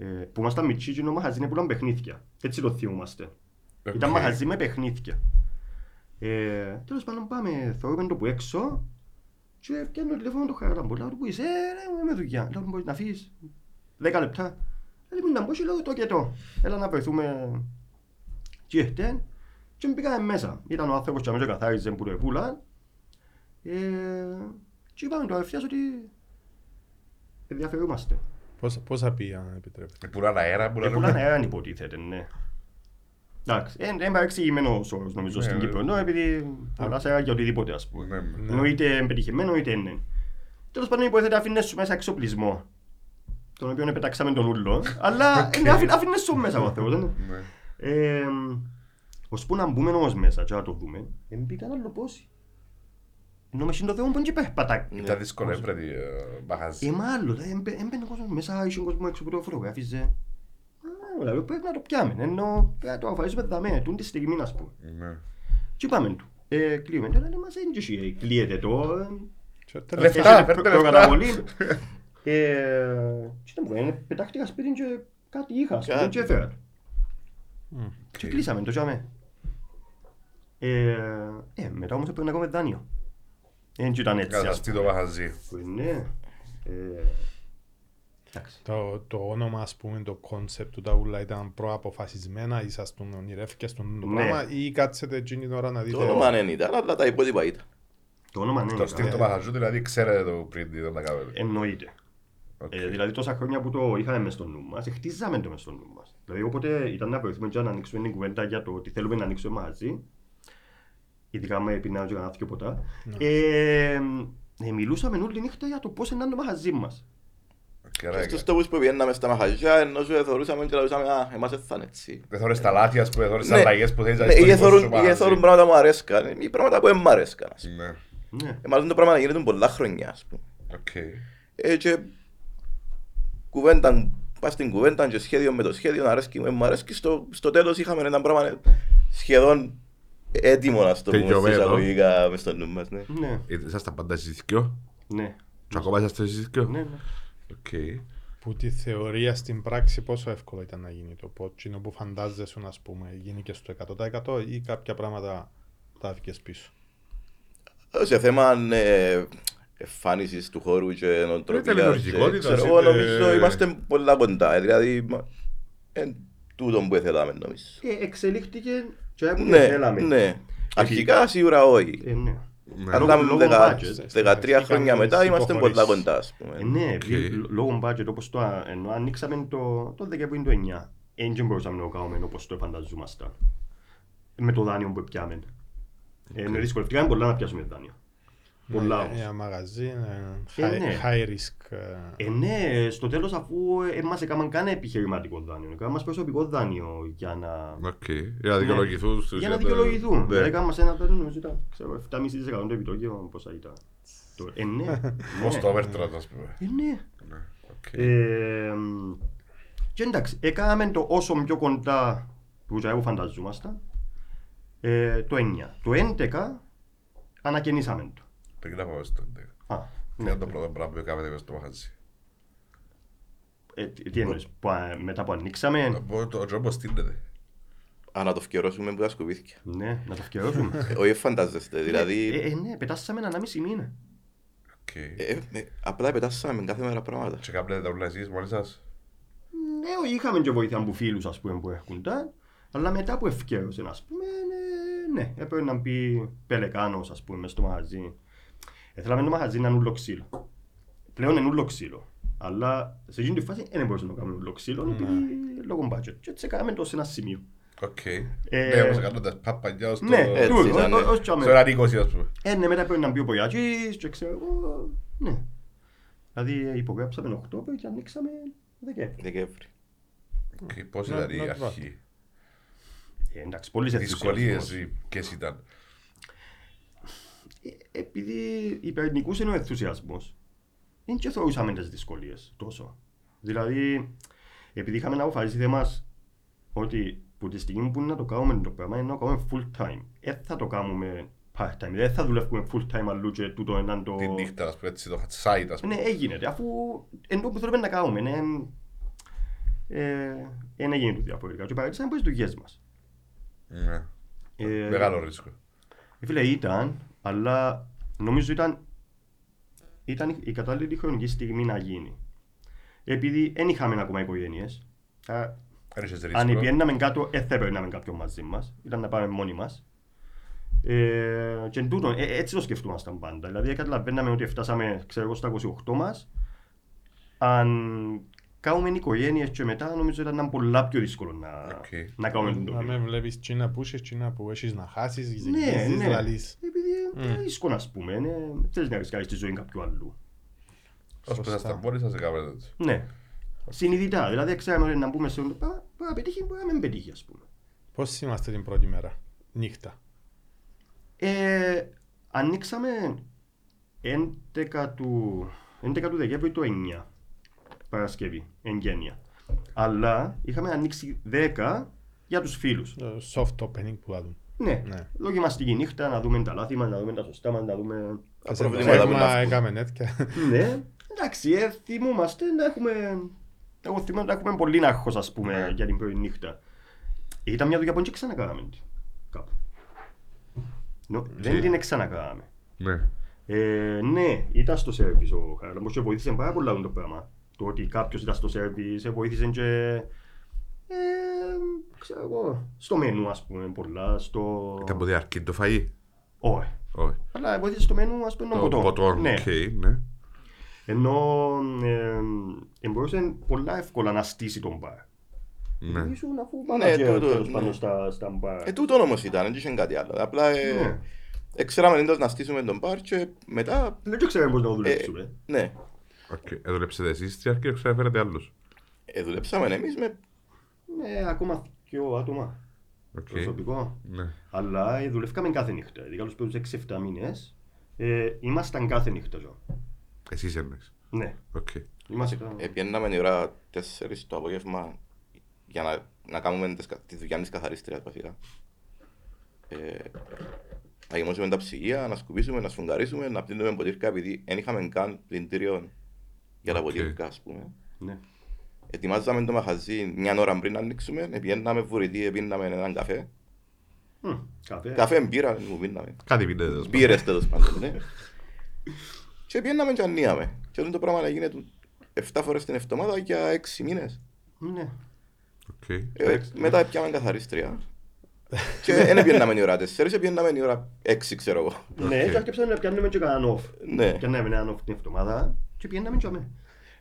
S1: Ε, που ήμασταν μικροί και νόμαχαζι είναι που ήταν παιχνίδια. Έτσι το θυμούμαστε. Ήταν
S2: Οκ.
S1: μαχαζί με παιχνίδια. Ε, τέλος πάντων πάμε, θεωρούμε το που έξω και πιάνω τηλέφωνο το χαράμπο. Λέω του που είσαι, ε, ρε, είμαι δουλειά. Λέω του μπορείς να φύγεις. Δέκα λεπτά. Λέει μου να μπω και λέω το και το. Έλα να βρεθούμε. Και έρθεν. Και μπήκαμε μέσα. Ήταν ο άνθρωπος και αμέσως καθάριζε που το επούλα. Ε, και είπαμε το ευθείας ότι ενδιαφερόμαστε.
S4: Πόσα- Πόσα πει, αν επιτρέπετε.
S2: Ε, Πουλάν αέρα, πουλάν
S1: Πολλά αέραν υποτίθεται, ναι. Εντάξει, εν- εν παρεξηγημένο όρο νομίζω
S2: Ναι,
S1: στην
S2: ναι.
S1: Κύπρο, ενώ επειδή πολλά αέρα για οτιδήποτε ας πούμε.
S2: Ναι, ναι.
S4: Ναι.
S1: Ενώ είτε πετυχημένο είτε είναι. Τέλος πάντων υποθέτει αφήνες σου μέσα εξοπλισμό, τον οποίο πετάξαμε τον ούλο, αλλά ε, αφή- αφήνες σου μέσα ο Θεός. δεν-
S2: Ναι.
S1: ε, ώσπου να μπούμε όμως μέσα και να το δούμε, δεν πήγαν άλλο πόσοι. Ενώ με σύντο Θεό μπορεί και περπατά.
S2: Ήταν δύσκολο, έπρεπε ε,
S1: Ε,
S2: μαχαζί.
S1: μάλλον, δηλαδή, έμπαι- έμπαινε κόσμος μέσα, είχε κόσμος έξω που το φωτογράφιζε. Α, δηλαδή, πρέπει να το πιάμε, ενώ πρέπει να το αφαρίσουμε δαμέ, τούν τη στιγμή, ας πούμε.
S2: Ναι.
S1: Και πάμε του. Ε, κλείουμε, τώρα λέει, μας δεν και εσύ, ε, κλείεται το, ε,
S4: Και τέλος
S2: Λεφτά,
S4: πάντων,
S1: έχετε
S2: φέρτε
S1: προ-
S2: λεφτά.
S1: προκαταβολή. Ε, τι να μου κάνει, πετάχτηκα σπίτι και κάτι είχα, ας πούμε,
S3: Κάτι.
S1: και έφερα το.
S4: Μμμ.
S1: Και κλείσαμε το τζάμε. Ε, ε, μετά όμως έπρεπε να κάνουμε δάνειο. Δεν ήταν έτσι, ας
S2: Καταστεί το μαχαζί.
S1: πούμε, ναι. Ε, Εντάξει.
S4: Το, το όνομα, ας πούμε, το κόνσεπτ του ταούλα ήταν προαποφασισμένα, ήσασταν ονειρεύκες στον το
S1: Ναι.
S4: πράγμα ή κάτσετε εκείνη την ώρα να δείτε.
S3: Το όνομα δεν ήταν, αλλά τα υπόλοιπα ήταν.
S1: Το όνομα ναι,
S2: Το στυλ
S1: ναι.
S2: του μαχαζιού, δηλαδή ξέρετε το πριν τι ήταν να κάνετε.
S1: εννοείται.
S2: Οκ.
S1: Ε, δηλαδή τόσα χρόνια που το είχαμε μες στο νου μας, ε, χτίζαμε το μες στο νου μας. Δηλαδή οπότε ήταν να βοηθούμε και να ανοίξουμε την κουβέντα για το τι θέλουμε να ανοίξουμε μαζί. Ειδικά με πεινάω και κανένα δυο ποτά. Ε, ε, μιλούσαμε όλη τη νύχτα για το πώς είναι το μαγαζί μας.
S2: Και
S3: Και
S2: ρέγγα.
S3: στους τόπους που πηγαίναμε στα μαχαζιά, ενώ σου εθωρούσαμε και λαούσαμε, α, εμάς δεν θα είναι έτσι.
S2: Δεν θωρείς τα λάθη, ας πούμε, δεν θωρείς
S3: Ναι.
S2: αλλαγές που θέλεις να
S3: Ναι,
S2: έχεις
S3: ή
S2: Ε, στο δικό σου
S3: εθωρούν- ή
S2: μαχαζί.
S3: εθωρούν πράγματα που μου αρέσκαν, ή πράγματα που δεν μου αρέσκαν. ας πούμε.
S2: Ναι,
S1: Ναι.
S3: Ε, Μάλλον το πράγμα να γίνεται πολλά χρόνια, ας πούμε.
S2: οκ.
S3: Ε, και κουβέντα, πας στην κουβέντα και σχέδιο με το σχέδιο, να αρέσκει, ε, μου, μου αρέσκει, στο, στο τέλος είχαμε ένα πράγμα ε, σχεδόν έτοιμο να στο πούμε στις
S5: Τελειωμένο.
S3: εισαγωγικά μες στο νου μας, ναι.
S1: Ναι.
S5: Είσαστε πάντα εσείς δυο.
S1: Ναι.
S5: Και ακόμα είσαστε εσείς δυο.
S1: Ναι, ναι.
S5: Οκ.
S4: Που τη θεωρία στην πράξη πόσο εύκολο ήταν να γίνει το πότσο, είναι που φαντάζεσαι, ας πούμε, γίνει και στο 100% ή κάποια πράγματα τα έφυγες πίσω.
S3: Σε θέμα ε, εμφάνισης του χώρου και νοοτροπίας, και,
S5: λειτουργικότητας,
S3: ξέρω εγώ,
S5: είτε-
S3: νομίζω είμαστε πολλά κοντά, ε, δηλαδή μα- εν τούτον που εθελάμε νομίζω.
S1: Ε, εξελίχθηκε και έπρεπε
S3: Ναι,
S1: θέλαμε.
S3: ναι. Αρχικά σίγουρα όχι.
S1: Ε, ναι.
S5: Ναι.
S3: Αλλά
S1: Λόγω- λόγω
S3: δεκα-
S1: budget,
S4: στην
S3: 13
S4: αρχή
S3: χρόνια
S4: κάνουμε
S3: μετά
S4: τις
S3: είμαστε πολλά
S4: υποχωρήσεις.
S3: κοντά, ας
S1: Ε,
S3: πούμε.
S5: Οκ.
S1: Ναι, επειδή λ- λόγω budget όπως το α- ενώ ανοίξαμε το, το Δεκέμβριο του 9. Εν και μπορούσαμε να το κάνουμε όπως το φανταζόμασταν. Με το δάνειο που πιάμε. Ε, ναι, δυσκολευτήκαμε πολλά να πιάσουμε δάνειο. Πολλά
S5: ε,
S4: Ναι, Ένα
S1: όμως.
S4: μαγαζί, ε,
S1: Ε,
S4: high,
S1: ναι.
S4: high risk. ε,
S1: Ε, ναι, στο τέλος αφού ε, μας έκαναν κανένα επιχειρηματικό δάνειο, έκαναν μας προσωπικό δάνειο για να...
S5: Ναι, Οκ. Για να δικαιολογηθούν. στην
S1: Ναι. Για να
S5: ουσία, τα-
S1: δικαιολογηθούν.
S5: Ναι.
S1: Δηλαδή, έκαναν μας ένα δάνειο, νομίζω ήταν, ξέρω, 7,5% το επιτόκιο, πόσα ήταν. Το- Ε, ναι.
S2: Ως
S1: Ναι.
S2: το Overdraft, ας πούμε.
S1: Ε, ναι.
S2: Ναι, οκ.
S1: Ε, μ, και εντάξει, έκαναμε το όσο πιο κοντά που τζάι που φανταζόμασταν ε, το 9. Το 11 ανακαινήσαμε το. Ναι.
S2: Πριν να πάμε στο 11.
S1: Α,
S2: Είναι ναι. το πρώτο πράγμα που κάνετε μες στο μαχαζί.
S1: Ε, τι τι εννοείς, που, α, μετά που ανοίξαμε,
S2: Το- Το τρόπο στείνεται.
S3: Α, να το φκερώσουμε που τα σκουπίθηκε.
S1: ναι, να το φτιάξουμε.
S3: Ε, Όχι, φαντάζεστε.
S1: Ε,
S3: Δηλαδή,
S1: ε, ναι, πετάσαμε ένα μισή μήνα.
S2: Οκ.
S3: ε, ε, απλά πετάσαμε κάθε μέρα πράγματα.
S2: Και κάνετε τα ούλα εσείς μόνοι σας.
S1: Ναι, όχι, είχαμε και βοήθεια από φίλους ας πούμε, που έχουν τα, αλλά μετά που ευκαίρωσε, ας πούμε, ε, ναι, έπρεπε να μπει πελεκάνος, ας πούμε, μες στο μαγαζί. Ε, Θέλαμε το μαγαζί να είναι ούλο ξύλο. Πλέον είναι ούλο ξύλο. Αλλά σε εκείνη τη φάση δεν μπορούσαμε να κάνουμε ούλο ξύλο,
S3: Ναι.
S1: επειδή λόγω budget. Και έτσι έκαναμε το σε ένα σημείο.
S2: Οκ.
S1: Ε,
S2: Ναι, όπως κάνοντας παπαγιά ως το...
S1: Ναι,
S3: έτσι
S1: τούτο,
S3: ήταν,
S1: ό- ό-
S3: ναι.
S1: ως και
S2: Στο
S1: αμέ-
S2: ένα νίκοσι, ας πούμε.
S1: Ε, ναι, μετά πρέπει να μπει ο Πογιάτζης και ξέρω εγώ, ναι. Δηλαδή υπογράψαμε Οκτώβριο και ανοίξαμε Δεκέμβριο.
S3: Δεκέμβρη.
S2: Οκ, Πώς
S4: Να-
S2: ήταν η
S4: να το
S2: αρχή.
S1: Ε, εντάξει, πολύ
S2: Οι
S1: σε λοιπόν.
S2: δυσκολίες ή ποιες ήταν.
S1: Ε, επειδή υπερνικούσε ο ενθουσιασμός, δεν και θεωρούσαμε τις δυσκολίες τόσο. Δηλαδή, επειδή είχαμε να αποφασίσει θέμα ότι που τη στιγμή που να το κάνουμε το πράγμα είναι να το κάνουμε full time. Δεν θα το κάνουμε part time, δεν θα δουλεύουμε full time αλλού και τούτο έναν το.
S2: Την νύχτα, ας πούμε, έτσι, το site, ας
S1: Ναι,
S2: πούμε.
S1: έγινε. Αφού εν τω που θέλουμε να κάνουμε, ναι, ε, ε, να γίνει το διαφορετικά. Και παρέτησαμε από τι δουλειές μας.
S2: Ναι. Μεγάλο ρίσκο.
S1: Ε, Φίλε, ήταν, αλλά νομίζω ήταν, ήταν η κατάλληλη χρονική στιγμή να γίνει. Επειδή δεν είχαμε ακόμα οικογένειες.
S2: Αν είχες
S1: Αν
S2: ρίσκο.
S1: πιέναμε κάτω, δεν θα έπαιρναμε κάποιον μαζί μας. Ήταν να πάμε μόνοι μας. Ε, και εν τούτον, ε, έτσι το σκεφτούμασταν πάντα. Δηλαδή, καταλαβαίναμε ότι φτάσαμε ξέρω, εγώ, στα 28 μας. Αν κάνουμε οικογένειες και μετά, νομίζω ότι ήταν πολλά πιο δύσκολο να,
S2: Οκ.
S1: να κάνουμε τον
S4: Να
S1: τόπο.
S4: με βλέπεις τσίνα που είσαι, τσίνα που έχεις να χάσεις,
S1: Ναι,
S4: ζυγίζεις,
S1: ναι.
S4: λαλείς.
S1: Επειδή είναι
S4: Μμ.
S1: δύσκολο, ας πούμε. είναι- Θέλεις να ρισκάρεις τη ζωή κάποιου αλλού.
S2: Ως που ήσασταν μόνοι σας, έκαμε έτσι.
S1: Ναι. Συνειδητά. Δηλαδή, ξέραμε ότι να μπούμε σε όλο το πράγμα. Μπορεί να πετύχει, μπορεί να μην πετύχει, ας πούμε.
S4: Πώς είμαστε την πρώτη μέρα, νύχτα.
S1: Ε, ανοίξαμε 11 του, 11 του Δεκέμβρη το 9. Παρασκευή, εν γένεια. Αλλά είχαμε ανοίξει 10 για τους φίλους.
S4: Ε, Soft opening που λάδουν.
S1: Ναι.
S4: Ναι.
S1: Δοκιμαστική νύχτα, να δούμε τα λάθη μας, να δούμε τα σωστά μας, να δούμε...
S3: Τα
S4: Σε
S3: προβλήματα που
S4: ψέμα
S3: να βγουν.
S4: έκαμε τέτοια.
S1: ναι, εντάξει, ε, θυμόμαστε να έχουμε. Εγώ θυμάμαι να έχουμε πολύ άγχος ας
S5: Ναι.
S1: πούμε, για την πρώτη νύχτα. Ήταν μια δουλειά που δεν ξανακάναμε. την, Κάπου. Νο- δεν την ξανακάναμε.
S5: Ναι.
S1: Ε, ναι, ήταν στο σερβις ο Χαραλαμπός και βοήθησε πάρα πολλά με το πράγμα. Το ότι κάποιος ήταν στο σερβις, ε, βοήθησε και... Ε, ξέρω εγώ, στο μενού ας πούμε πολλά, στο...
S5: Ήταν από διαρκή το φαΐ.
S1: Όχι.
S5: Όχι.
S1: Αλλά βοήθησε στο μενού ας πούμε των
S5: Το
S1: ποτών.
S5: ποτό,
S1: Ναι.
S5: οκ, ναι.
S1: Ενώ ε, ε, μπορούσε πολλά εύκολα να στήσει τον μπαρ.
S5: Ναι.
S1: Ήσουν αφού
S3: Ναι,
S1: μάνατζερ
S3: τούτο,
S1: τέλος
S3: ναι.
S1: πάντων στα, στα μπαρ.
S3: Ε, τούτον όμως ήταν, δεν είχε κάτι άλλο. Απλά
S1: Ναι.
S3: ε, ε, ξέραμε εντός να στήσουμε τον μπαρ και μετά...
S1: Δεν ξέρουμε πώς να το
S3: ε,
S1: δουλέψουμε.
S3: Ναι,
S5: Οκ. Ε, Δούλεψετε εσείς στη διαρκή, εξαφέρετε άλλους.
S3: ε, δουλέψαμε εμείς με...
S1: Ναι, ακόμα δυο άτομα
S5: Οκ.
S1: προσωπικό.
S5: Ναι.
S1: Αλλά ε, δουλεύκαμε κάθε νύχτα. Δηλαδή καλούς πέρους 6-7 μήνες. Ε, ήμασταν κάθε νύχτα. ζω.
S5: Εσείς εννοείς.
S1: Ναι,
S5: Οκ.
S1: ήμασταν.
S3: Ε, πιέναμε η ώρα 4 το απόγευμα για να, να κάνουμε τις κα- τη δουλειά της καθαρίστριας βασικά. Ε, να γεμώσουμε τα ψυγεία, να σκουπίσουμε, να σφουγγαρίσουμε, να πλύνουμε ποτήρκα επειδή δεν είχαμε καν πλυντήριο για τα
S5: Οκ.
S3: ποτήρκα ας πούμε.
S1: Ναι.
S3: Ετοιμάζαμε το μαχαζί μια ώρα πριν να ανοίξουμε, πιέναμε βουρητή, πίναμε έναν καφέ.
S1: Μμ, Καφέ.
S3: Καφέ μπύρα, μου πίναμε.
S5: Κάτι πείτε τέλος πάντων.
S3: Μπύρες τέλος πάντων, ναι. Και πιέναμε και ανοίαμε. Και όλο το πράγμα να γίνεται 7 φορές την εβδομάδα για 6 μήνες.
S1: Ναι.
S5: Οκ.
S3: Ε, μετά πιάμε καθαρίστρια. και δεν πιέναμε η ώρα 4, πιέναμε η ώρα 6 ξέρω εγώ.
S1: Ναι, και άρχιψαμε να πιάνουμε και κανέναν off.
S3: Ναι.
S1: Πιάναμε έναν off την εβδομάδα και πηγαίναμε και αμέ.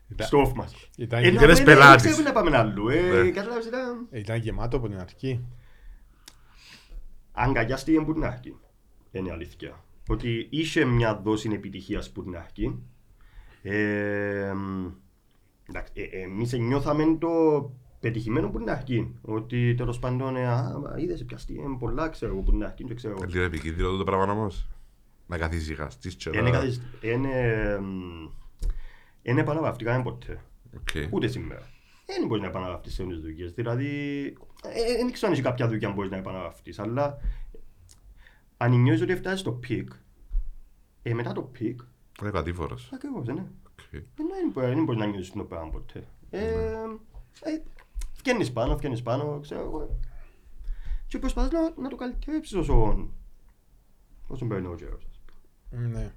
S4: Ήταν-
S1: Στο off μας.
S4: Ήταν,
S1: Ε,
S4: γε-
S1: να
S5: Ήτανες
S1: πάμε-
S5: πελάτης.
S1: Δεν ξέρουμε να πάμε αλλού. ε,
S5: Ναι.
S1: Κατάλαβες, ήταν...
S4: ήταν γεμάτο από την αρχή.
S1: αγκαλιάστηκε από την αρχή. Είναι αλήθεια. Ότι είχε μια δόση επιτυχίας από την αρχή. Ε, Εμείς ε, νιώθαμε το πετυχημένο από την αρχή. Ότι τέλος πάντων, ε, α, είδε πιαστή, ε, πολλά ξέρω εγώ από την αρχή. Δεν ξέρω. εγώ.
S5: Είναι επικίνδυνο το πράγμα όμως. Να καθίσεις γαστής και
S2: ε,
S1: Είναι
S5: να...
S1: καθυσ- Είναι. ε, ναι, μ, ε, ναι, Είναι επαναπαυτικά ποτέ.
S5: Οκ.
S1: Ούτε σήμερα. Δεν μπορείς να επαναλάβει σε όλες τις δουλειές. Δηλαδή, ε, δεν ξέρω αν είσαι κάποια δουλειά που μπορείς να επαναλάβει, αλλά αν νιώθεις ότι φτάσεις στο πικ, ε, μετά το πικ
S5: Είναι κατήφορος.
S1: Ακριβώς, ναι.
S5: Οκ.
S1: Δεν μπορεί- Δεν μπορείς να νιώσεις το πράγμα ποτέ. Φκένεις πάνω, φκένεις πάνω, ξέρω εγώ. Και προσπαθείς να, να το καλυτεύσεις όσο, όσο περνάει ο καιρός. ας πούμε.
S4: Ναι.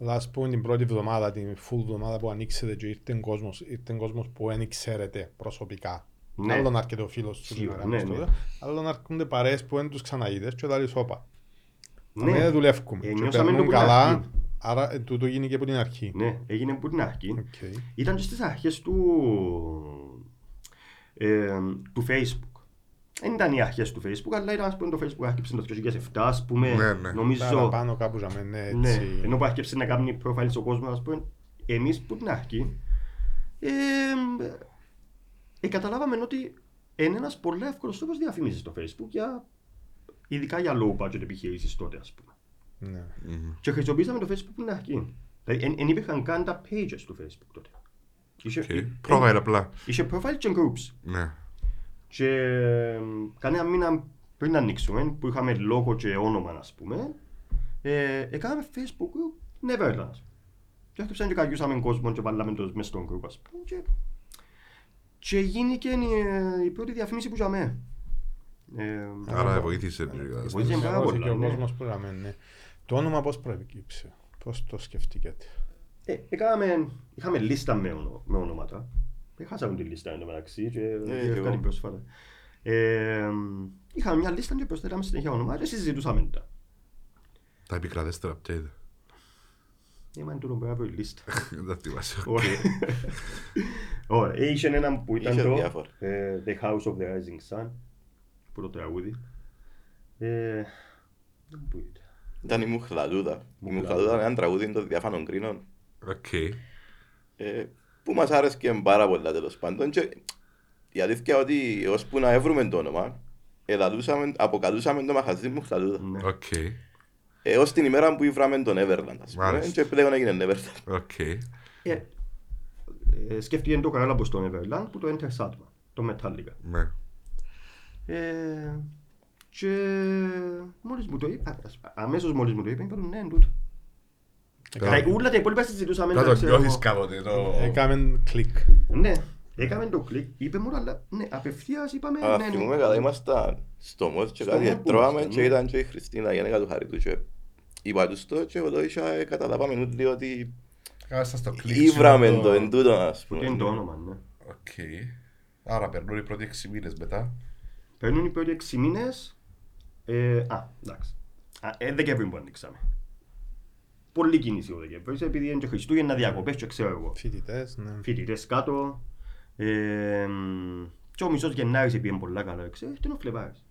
S4: Αλλά ας πούμε την πρώτη εβδομάδα, την full εβδομάδα που ανοίξετε και ήρθε κόσμος, ήρθε κόσμος που δεν ξέρετε προσωπικά.
S1: Ναι.
S4: Άλλον έρχεται ο φίλος σου
S1: Σίγουρα,
S4: να κάνεις
S1: ναι, ναι.
S4: τότε, άλλον έρχονται παρέες που δεν τους ξαναείδες και λαλείς όπα. Ναι.
S1: Ναι.
S4: Δεν
S1: Ε,
S4: δουλεύουμε. και
S1: νιώσαμε
S4: περνούν
S1: το που είναι
S4: καλά,
S1: αρχή.
S4: άρα ε, τούτο γίνει και από την αρχή.
S1: Ναι, έγινε από την αρχή.
S4: Οκ.
S1: Ήταν και στις αρχές του, ε, του Facebook. Δεν ήταν οι αρχές του Facebook, αλλά ήταν ας πούμε, το Facebook άρχισε το 2007, ας πούμε,
S5: Ναι, ναι.
S1: νομίζω.
S4: Παραπάνω κάπου για μένα
S1: Ναι,
S4: έτσι.
S1: ενώ που άρχισε να κάνει profile στον κόσμο, ας πούμε, εμείς που την αρχή, ε, ε, καταλάβαμε ότι είναι ένας πολύ εύκολος τρόπος διαφήμισης στο Facebook, για, ειδικά για low budget επιχειρήσεις τότε, ας πούμε.
S4: Ναι.
S1: Και χρησιμοποιήσαμε το Facebook την αρχή. Δηλαδή, δεν υπήρχαν καν τα pages του Facebook τότε. Είχε,
S5: Οκ.
S1: ε-
S5: Profile απλά.
S1: είχε profile και groups.
S5: Ναι.
S1: Και εμ, κανένα μήνα πριν να ανοίξουμε, που είχαμε λόγο και όνομα, α πούμε, ε, έκαναμε Facebook group Neverland. ας πούμε. Και έρχεσαν και καγιούσαμε κόσμο και βάλαμε το μέσα στον group, ας πούμε. Και, και γίνηκε ε, η, η πρώτη διαφήμιση που είχαμε. Ε,
S5: Άρα βοήθησε τελικά.
S1: Βοήθησε.
S4: Στην
S1: πάρα
S4: Ευρώπη
S1: πολλά,
S4: και ο
S1: ναι.
S4: κόσμος που γραμμένει, ναι. Το όνομα πώς προέκυψε, πώς το σκεφτήκατε.
S1: Ε, έκαναμε, είχαμε λίστα με, ονο, με ονόματα. Ε, Χάσαμε τη λίστα εν τω μεταξύ και
S3: και
S1: έφτανε
S3: εγώ.
S1: πρόσφατα. Ε, είχαμε μια λίστα και προσθέταμε συνέχεια ονόματα και συζητούσαμε τα.
S5: Τα επικρατέστερα update.
S1: Ε, μα είναι τούτο που έπρεπε η λίστα.
S5: Δεν τα θυμάσαι.
S1: Ωραία. Ωραία. Είχε έναν που ήταν
S3: Είχε
S1: το
S3: διάφορα.
S1: ε, The House of the Rising Sun που το τραγούδι. Ε, δεν μου ήταν.
S3: Ήταν η Μουχλαλούδα. Η
S1: Μουχλαλούδα.
S3: Μουχλαλούδα είναι ένα τραγούδι των διάφανων κρίνων
S5: Οκ.
S3: ε, που μας άρεσε και πάρα πολλά τέλος πάντων. Και η αλήθεια ότι ώσπου να έβρουμε το όνομα, ελαλούσαμε, αποκαλούσαμε το μαχαζί Μουχλαλούδα.
S1: Ναι.
S5: Οκ.
S3: Έως την ημέρα που ήβραμε τον Neverland, ας πούμε,
S5: Μάλιστα.
S3: και πλέον έγινε Neverland.
S5: Οκ.
S1: Ε, ε, Σκέφτηκε το καλά από στο Neverland που το Enter Sandman, το Metallica.
S5: Ναι.
S1: Ε, και μόλις μου το είπα, αμέσως μόλις μου το είπα, είπα του, ναι, εν τούτο. Τα ούλα τα υπόλοιπα συζητούσαμε.
S2: Να
S1: τα
S2: το
S1: ξέρω
S2: νιώθεις
S1: εγώ. Ε,
S2: κάποτε. το-
S4: Έκαμε κλικ.
S1: Ναι, έκαμε το κλικ, είπε μου, αλλά ναι, απευθείας είπαμε,
S3: Αλλά
S1: ναι,
S3: θυμούμε
S1: ναι.
S3: καλά, ήμασταν στο Μόζ και
S1: Στο
S3: κάτι
S1: Μόζ που
S3: τρώγαμε
S1: ήμασταν,
S3: και
S1: ναι.
S3: ήταν και η Χριστίνα, η γυναίκα του Χαριτού και είπα τους το και εδώ είχα ε, καταλάβαμε όλοι ότι
S2: Κάσα στο κλικ. σου,
S3: ήβραμε το εν τούτο, ας
S1: Και είναι το
S3: πούμε.
S1: όνομα, ναι.
S2: Οκ. Άρα περνούν οι πρώτοι 6 μήνες μετά.
S1: Παίρνουν οι πρώτοι έξι μήνες, ε, α, εντάξει. Α, ε, Δεκέμβρη που ανοίξαμε. Πολύ κίνηση ο Δεκέμβρης, επειδή είναι και Χριστούγεννα διακοπές και ξέρω εγώ.
S4: Φοιτητές, ναι.
S1: φοιτητές κάτω. Ε, μ, και ο μισός Γενάρης πήγε πολλά καλά, ξέρεις, ήταν ο Φλεβάρης.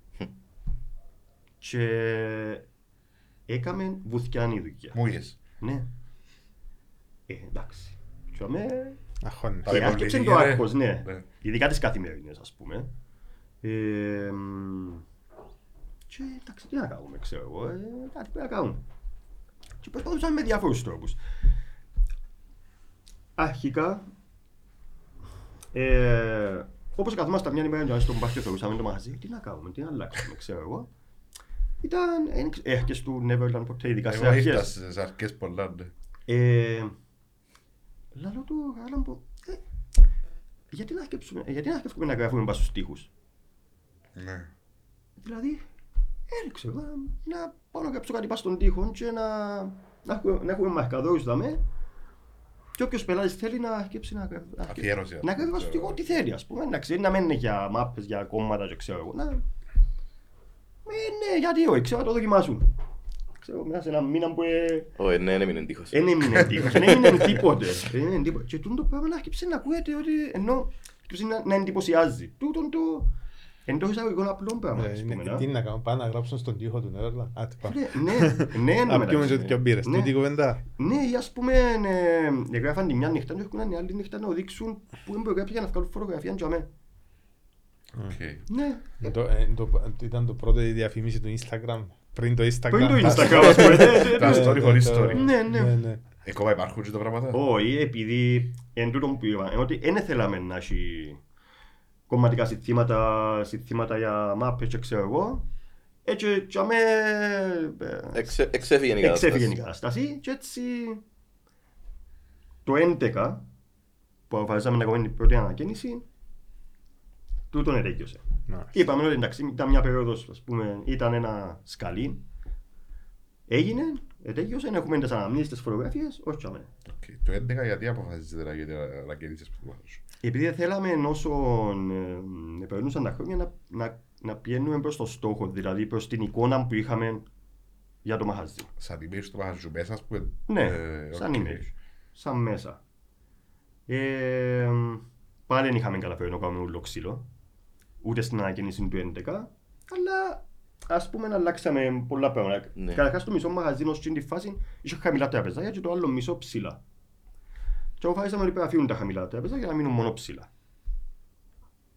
S1: και έκαμε βουθιάνη δουλειά.
S2: Μούγες.
S1: ναι. Ε, εντάξει. Και αμέ,
S4: Αχώνεις.
S2: Παρε-
S1: Άσκεψε το
S2: Παρεμβολή,
S1: άγχος, ναι.
S2: ναι.
S1: Ειδικά τις καθημερινές, ας πούμε. Ε, μ, και εντάξει, τι να κάνουμε, ξέρω εγώ. Ε, κάτι πρέπει να κάνουμε. Και προσπαθούσαμε με διάφορους τρόπους. Αρχικά, ε, όπως καθόμασταν μια ημέρα στον μπάσκετ, θεωρούσαμε το μαγαζί, τι να κάνουμε, τι να αλλάξουμε, ξέρω εγώ. Ήταν, ε, εν- έρχεσαι του Neverland ποτέ, ειδικά σε
S2: Εγώ ήρθα
S1: αρχές.
S2: στις αρχές πολλά. ναι.
S1: Ε, λαλό του Γάλαμπο, ε, γιατί να σκέψουμε, γιατί να σκεφτούμε να γράφουμε μπας στους τοίχους.
S2: Ναι.
S1: Δηλαδή, ε, δεν ξέρω, να, να πάω να γράψω κάτι μπας στον τοίχο και να, να, έχουμε, να έχουμε μαρκαδόρους δαμέ και όποιος πελάτης θέλει να σκέψει να γράφει. να σκέψει-
S2: Αφιέρωση,
S1: Να γράφει
S2: ξέρω.
S1: μπας στον τοίχο τι θέλει, ας πούμε, να ξέρει, να μένει για μάπες, για κόμματα και ξέρω εγώ, να... Ε, ναι, γιατί όχι, ξέρω, να το δοκιμάσουμε. Ξέρω, μέσα σε ένα μήνα που ε,
S3: Όχι, ναι, ναι, μην εντύχος.
S1: δεν έμεινε τίποτε. Δεν έμεινε τίποτε. Δεν έμεινε τίποτε. Και τούτο το πράγμα να άρχισε να ακούεται ότι ενώ άρχισε να, να εντυπωσιάζει. Τούτον το εντό εισαγωγικών απλό πράγμα.
S4: Ε,
S1: ας
S4: είναι-
S1: πούμε, να.
S4: Τι να κάνω, πάω να γράψω στον τοίχο του Νέρλα. Άντε πάμε.
S1: Ναι, ναι, ναι, εν τω
S4: Να πιούμε
S1: μεταξύ.
S4: και δυο μπύρες.
S1: Ναι.
S4: Τούτη η κουβέντα.
S1: Ναι, ή ας πούμε, ε, έγραφαν τη μια νύχτα και έρχονταν η άλλη νύχτα να οδείξουν που είναι προγράφη για να βγάλουν φωτογραφία για μέ.
S2: Οκ.
S1: Ναι,
S4: Το- ε, το- Ήταν το πρώτο η διαφήμιση του Instagram. Πριν το Instagram.
S1: πριν το
S4: Τα-
S1: Instagram, ας πούμε. ναι, ναι,
S2: Τα
S1: ναι.
S2: story χωρίς
S4: τα-
S2: story.
S1: Ναι, ναι.
S2: Ε, Ακόμα υπάρχουν και τα πράγματα.
S1: Όχι, επειδή εν τούτον που είπα, ότι δεν θέλαμε να έχει κομματικά συνθήματα, συνθήματα για μάπες και ξέρω εγώ. Έτσι, και αμέ, ε,
S3: Εξε- Εξέφυγε η κατάσταση.
S1: εξέφυγε η κατάσταση και έτσι Το 11 που αποφασίσαμε να κάνουμε την πρώτη ανακαίνιση, τούτον ερέγγιωσε.
S4: Να.
S1: Είπαμε ότι εντάξει, ήταν μια περίοδος, ας πούμε, ήταν ένα σκαλί. Έγινε, ερέγγιωσε, έχουμε τις αναμνήσεις, τις φωτογραφίες, όχι τσάμε.
S2: Οκ. Το 11 γιατί αποφασίζετε να γίνετε ανακαινήσεις που μάθω σου.
S1: Επειδή δεν θέλαμε όσο ε, περνούσαν τα χρόνια να, να, να πηγαίνουμε προς το στόχο, δηλαδή προς την εικόνα που είχαμε για το μαχαζί.
S2: Σαν τη μέση του μάθω μέσα, ας πούμε.
S1: Ναι,
S2: ε,
S1: σαν
S2: οκ.
S1: image, σαν μέσα. Ε, πάλι δεν είχαμε καταφέρει να κάνουμε ούλο ξύλο, ούτε στην ανακαινήση του 11, αλλά ας πούμε να αλλάξαμε πολλά πράγματα.
S3: Ναι.
S1: Καταρχάς το μισό μαγαζί ως την φάση είχε χαμηλά τραπεζάκια και το άλλο μισό ψηλά. Και αποφάσισαμε ότι πρέπει να φύγουν τα χαμηλά τραπεζάκια για να μείνουν μόνο ψηλά.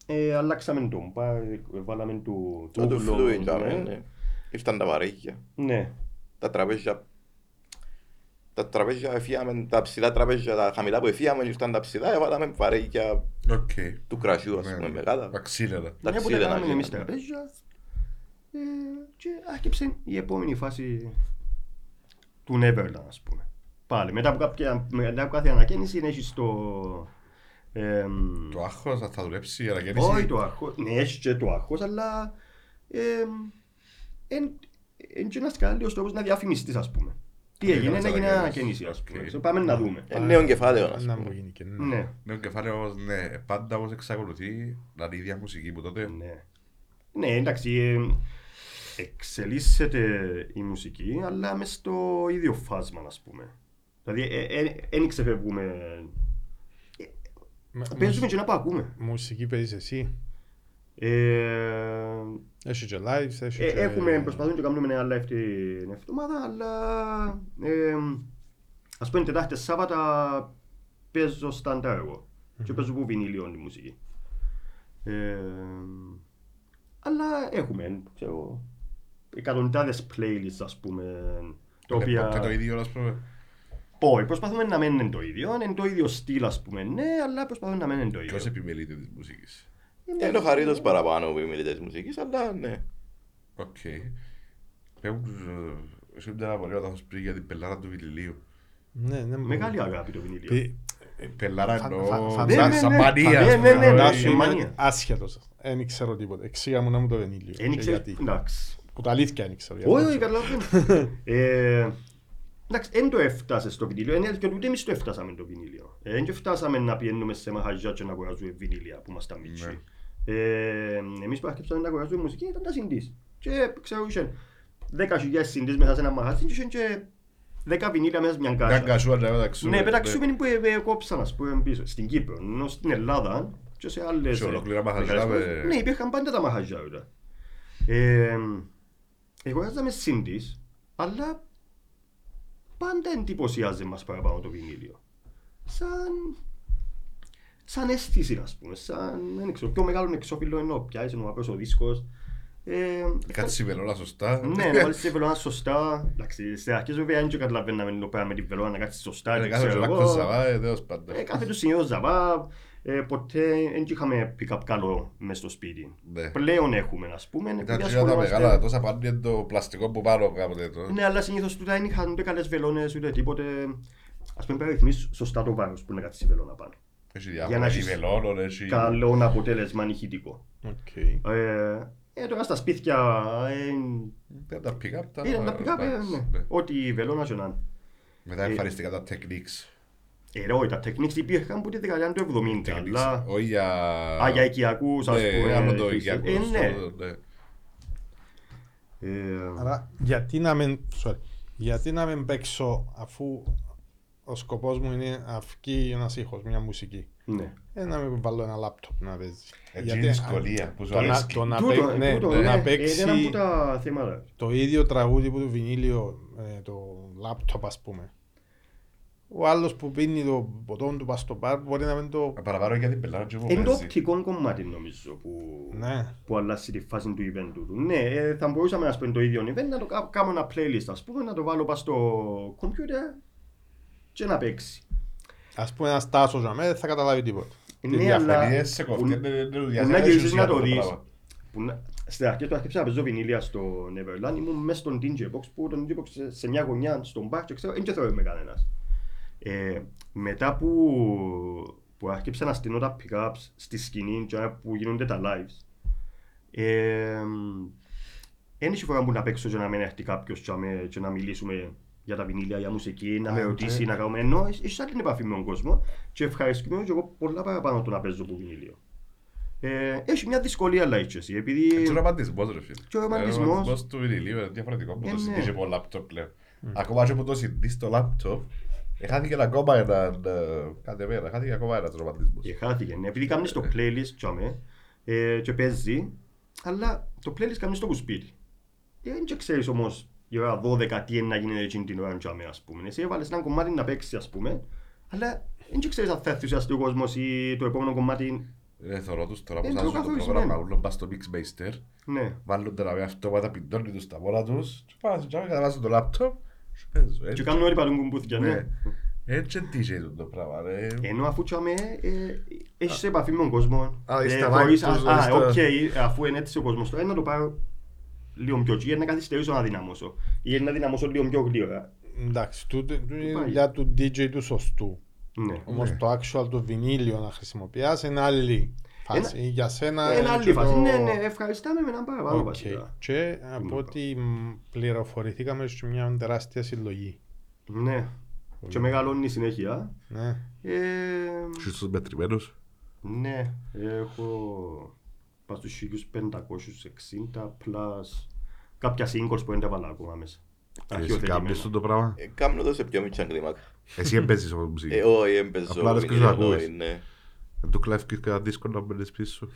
S1: Ε, αλλάξαμε τον, πα- βάλαμε του
S3: Το του
S1: τούβλο,
S3: φλούιν,
S1: ναι.
S3: ναι. Ήρθαν τα βαρέκια.
S1: Ναι,
S3: τα τραπέζια τα τραπέζια εφύαμε, τα ψηλά τραπέζια, τα χαμηλά που εφύαμε ήρθαν τα ψηλά, έβαλαμε βαρέκια
S2: Οκ.
S3: του κρασιού, ας
S2: Ναι,
S3: πούμε,
S2: ναι.
S3: μεγάλα.
S2: Αξίλερα.
S3: Τα
S1: Ναι, που τα
S3: ξύλινα
S1: κάναμε εμείς
S3: γίνανε.
S1: τραπέζια ε, και άρχιψε η επόμενη φάση του Neverland, ας πούμε. Πάλι, μετά από, κάποια, μετά από κάθε ανακαίνιση έχεις το... εμ,
S2: Το άγχος θα- θα δουλέψει η ανακαίνιση.
S1: όχι το άχος, ναι έχεις και το άχος, αλλά εμ, εν, εν και ένας καλύτερος τρόπος να διαφημιστείς, ας πούμε. Τι έγινε,
S2: κάνεις
S1: έγινε
S2: ανακαίνιση,
S1: ανακαίνιση, ας
S2: οκ.
S1: πούμε. So, Πάμε να δούμε.
S3: Ε, νέο κεφάλαιο, ας
S4: Να μου
S3: πούμε.
S4: γίνει και ναι.
S1: Ναι.
S2: Ναι, ο κεφάλαιος, ναι, πάντα όμως εξακολουθεί να είναι η ίδια μουσική που τότε.
S1: Ναι. Ναι, εντάξει, ε, εξελίσσεται η μουσική, αλλά μες στο ίδιο φάσμα, ας πούμε. Δηλαδή, δεν ξεφεύγουμε.
S4: Με-
S1: Παίζουμε
S4: μουσ-
S1: και να πακούμε.
S4: Μουσική παίζεις εσύ.
S1: Ε,
S4: Έχεις και lives, έχεις
S1: ε,
S4: και...
S1: έχουμε προσπαθούμε και κάνουμε ένα live την εβδομάδα, αλλά ε, ας πούμε Τετάρτες Σάββατα παίζω στάνταρ εγώ και παίζω που βινίλιο τη μουσική. Ε, αλλά έχουμε, ξέρω, εκατοντάδες playlists ας πούμε, τα
S2: Είναι
S1: οποία...
S2: ποτέ το ίδιο, ας πούμε.
S1: Όχι, προσπαθούμε να μην είναι το ίδιο, είναι το ίδιο στυλ ας πούμε, ναι, αλλά προσπαθούμε να μην είναι το ίδιο.
S2: Ποιος επιμελείται της μουσικής.
S3: Ε, Είναι ο Χαρίτος παραπάνω που μιλεί της μουσικής, αλλά ναι.
S2: Οκ. Έχουν εσύ μια αναπολία όταν είχες πριν για την πελάρα του Βιλιλίου.
S4: Ναι, ναι.
S1: Μεγάλη αγάπη το βινίλιο.
S4: Πι-
S2: Ε, Πελάρα
S4: Φαν-
S2: εννοώ,
S4: φαν- φαν-
S2: σαν-
S4: Ναι, ναι,
S2: σαν
S1: ναι.
S2: μανίας,
S1: Ναι,
S2: ας πούμε,
S1: ναι, ναι,
S2: να
S4: Να
S1: ναι.
S2: λέει.
S4: σου
S1: η
S4: είμαι
S1: μανία.
S4: άσχετος. Δεν ξέρω τίποτα. Εξήγα μου να μου το βενίλιο.
S1: Δεν
S4: Και
S1: ξέρω,
S4: γιατί.
S1: εντάξει.
S4: Που τα αλήθεια δεν ξέρω.
S1: Όχι, όχι, καταλαβαίνω. Ε, Εντάξει, δεν το έφτασες στο βινίλιο, εν- και ούτε εμείς το έφτασαμε το βινίλιο. Δεν το φτάσαμε να πηγαίνουμε σε μαχαζιά και να αγοράζουμε βινίλια που ήμασταν μίτσι.
S4: Ναι.
S1: Ε, εμείς που αρχίσαμε να αγοράζουμε μουσική ήταν τα συντής. Και ξέρω, είχαν 10.000 συντής μέσα σε ένα μαγαζί και είχαν και 10 βινίλια μέσα σε μια
S2: Μια
S1: κάσια.
S2: κασούα να πεταξούμε.
S1: Ναι, πεταξούμενοι που ε, ε, κόψαν, ας πούμε, πίσω. Στην Κύπρο, ενώ στην Ελλάδα και σε άλλες...
S2: Σε
S1: ε,
S2: ολόκληρα μαχαζιά,
S1: μηχανισμούς.
S2: ε.
S1: Ναι, υπήρχαν πάντα τα μαχαζιά, βέβαια. Ε, εγώ έζαμε σύντης, αλλά πάντα εντυπωσιάζει μας παραπάνω το βινίλιο. Σαν... Σαν αίσθηση, ας πούμε, σαν, δεν ξέρω, πιο μεγάλο εξώφυλλο ενώ πιάσεις να πέσει ο δίσκος. Ε,
S2: Κάτι σημερινό, σωστά.
S1: ναι, να βάλεις τη βελόνα σωστά. Εντάξει, σε αρχές βέβαια δεν και καταλαβαίναμε το πράγμα με τη βελόνα να κάτσεις σωστά.
S2: Ε,
S1: δεν
S2: Κάθε
S1: ξέρω
S2: λάκκο
S1: εγώ.
S2: ζαβά, ε, δέος πάντα.
S1: Ε, κάθε του συνήθως ζαβά, ε, ποτέ δεν είχαμε pick-up καλό μες στο σπίτι.
S2: Ναι.
S1: Πλέον έχουμε, ας πούμε.
S2: Ήταν
S1: επειδή
S2: τρία τα
S1: ασχολούμαστε-
S2: μεγάλα, τόσα πάνε το πλαστικό που πάνω κάποτε. το.
S1: Ναι, αλλά συνήθως τούτα δεν είχαν ούτε καλές βελόνες ούτε τίποτε. Ας πούμε πρέπει να ρυθμίσεις σωστά το βάρος που να κάτσεις η βελόνα πάνω.
S2: Έχει
S1: Για να
S2: διάφορα, έχει
S1: έχεις
S2: βελόνων, έχει...
S1: Καλό αποτέλεσμα ηχητικό.
S4: Οκ.
S1: Ε, ε, τώρα στα σπίτια ε,
S2: Ήταν τα pick-up, τα-
S1: είναι τα pick-up, ε,
S2: εντάξει,
S1: ναι.
S2: ναι.
S1: Ό,τι η βελόνα και να είναι.
S2: Μετά
S1: Ε,
S2: εμφανίστηκαν τα techniques.
S1: Ε, ρε, όχι, τα techniques υπήρχαν που τη δεκαετία του 70, αλλά...
S2: Techniques, Όχι για...
S1: Α, για οικιακούς, ας
S2: Ναι,
S1: πούμε.
S2: άλλο το
S1: χρήστες.
S2: οικιακό,
S1: Ε, ναι.
S2: στο- ναι.
S1: Ε,
S4: Άρα, γιατί να μην, sorry, γιατί να μην παίξω αφού ο σκοπός μου είναι να βγει ένας ήχος, μια μουσική.
S1: ναι.
S4: Ε, να μην βάλω ένα λάπτοπ να παίζει.
S1: Ε,
S2: Έτσι είναι η δυσκολία που σου
S4: το, να,
S2: αρέσκει.
S4: το, να,
S1: Τούτο,
S4: παί- ναι,
S1: τούτο,
S4: το να
S1: ναι.
S4: παίξει
S1: Ε, Ένα από τα θέματα.
S4: το ίδιο τραγούδι που του βινίλιο, ε, το λάπτοπ ας πούμε. Ο άλλος που πίνει το ποτό του πας στο μπαρ μπορεί να μην το...
S2: Να παραπάνω για την πελάτη μου
S1: Είναι το
S2: παίζει.
S1: οπτικό κομμάτι νομίζω που,
S4: Ναι.
S1: που αλλάζει τη φάση του event του. Ναι, ε, θα μπορούσαμε να πούμε το ίδιο event, να το κα- κάνω ένα playlist ας πούμε, να το βάλω πάνω στο computer και να παίξει.
S4: Ας πούμε ένας τάσος για μένα δεν θα καταλάβει τίποτα.
S2: Οι
S1: Ναι, αλλά
S2: διαφωνίες σε κοφτεί,
S1: που-
S2: δεν- δεν- δεν-
S1: που
S2: δεν-
S1: να
S2: δεν-
S1: γυρίσεις
S2: δεν-
S1: να το
S2: δεν-
S1: δεις.
S2: πράγμα.
S1: Που να- Στην αρχή του άρχισα να παίζω βινίλια στο Neverland, ήμουν μέσα στον DJ box που τον DJ box σε- σε μια γωνιά στον μπαρ και ξέρω, δεν και θεωρούμε κανένας. Ε, μετά που, που άρχισα να στείλω τα pick-ups στη σκηνή και όλα που γίνονται τα lives, ε, δεν είχε φορά που να παίξω και να μην έρθει κάποιος και να, με- και να μιλήσουμε για τα βινίλια, για μουσική, να με
S4: Α,
S1: ρωτήσει,
S4: ναι.
S1: να κάνουμε ενώ είσαι άλλη επαφή με τον κόσμο και ευχαριστημένο και εγώ πολλά παραπάνω το να παίζω που βινίλιο. Ε, έχει μια δυσκολία αλλά έτσι εσύ, επειδή...
S2: Έτσι ο ρομαντισμός ρε φίλε.
S1: Και ο ρομαντισμός.
S2: Ο ρομαντισμός του βινιλίου είναι διαφορετικό από
S1: Ε,
S2: το
S1: ναι.
S2: CD και από το λάπτοπ πλέον. Ακόμα και από το CD στο λάπτοπ, χάθηκε ακόμα έναν, ε, κάθε μέρα, χάθηκε ακόμα ένας ρομαντισμός.
S1: Και χάθηκε, ναι. Επειδή κάνεις το playlist τσάμε, ε, και παίζει, αλλά το playlist κάνεις στο κουσπίτι. Ε, Δεν και ξέρεις όμως η ώρα 12 τι είναι να γίνεται εκείνη την ώρα τσάμε, ας πούμε. Εσύ έβαλες ένα κομμάτι να παίξει, ας πούμε, αλλά δεν και ξέρεις αν θα ενθουσιαστεί ο κόσμος ή το επόμενο κομμάτι,
S5: Ε,
S2: Ρε Ε, θωρώ τους τώρα
S1: Είναι
S2: πως άζουν το
S1: καθορισμένο.
S2: πρόγραμμα ούλο πας στο Mixmaster,
S1: ναι.
S2: βάλουν τα με αυτόματα, πιντώνουν τους τα μόνα τους και πάνε στην τσάμι, κατεβάζουν το λάπτοπ και παίζω. Ε,
S1: Και
S2: Έτσι-
S1: κάνουν όλοι παρούν κουμπούθηκια, ναι.
S2: Ναι. Έτσι DJ τούτο το πράγμα ρε.
S1: Ενώ αφού τσάμε, ε, έχεις επαφή με τον κόσμο.
S5: Α,
S1: ε,
S5: είσαι τα
S1: θεωρείς,
S5: vibes τους,
S1: α,
S5: είσαι
S1: Α,
S5: τα-
S1: οκ, αφού είναι έτσι ο κόσμος, τώρα είναι να το πάρω λίγο πιο τσί, είναι να καθυστερήσω να δυναμώσω. Ή να δυναμώσω λίγο πιο γλύωρα.
S4: Εντάξει, τούτη τούτη είναι η
S1: πάει.
S4: δουλειά του DJ του σωστού.
S1: Ναι.
S4: Όμως το actual του βινίλιο να χρησιμοποιάς είναι άλλη φάση. Για σένα
S5: Ε,
S1: Ένα άλλη
S4: και
S1: φάση.
S4: το-
S1: Ναι, ναι, ευχαριστάμε με έναν παραπάνω
S4: Οκ.
S1: βασικά.
S4: Και από ό,τι μ, πληροφορηθήκαμε σε μια τεράστια συλλογή.
S1: Ναι. Και μεγαλώνει συνέχεια.
S4: Ναι.
S1: Ε,
S5: Είσαι στους μετρημένους.
S1: ναι, έχω πας στους 1560 plus κάποια singles που δεν τα βάλα ακόμα μέσα.
S5: Εσύ κάνεις
S1: Αρχιοθετημένα.
S5: το πράγμα.
S3: Ε, Κάμνω το σε πιο μικρή κλίμακα.
S5: Εσύ εμπέζεις όμως
S3: Ε,
S5: μουσική.
S3: όχι, δεν παίζω
S5: Απλά λες και
S3: βινίλιο,
S5: τους ακούεις.
S3: όχι, ναι.
S5: Αν το κλάφει και κανένα δίσκο να μπαίνεις πίσω.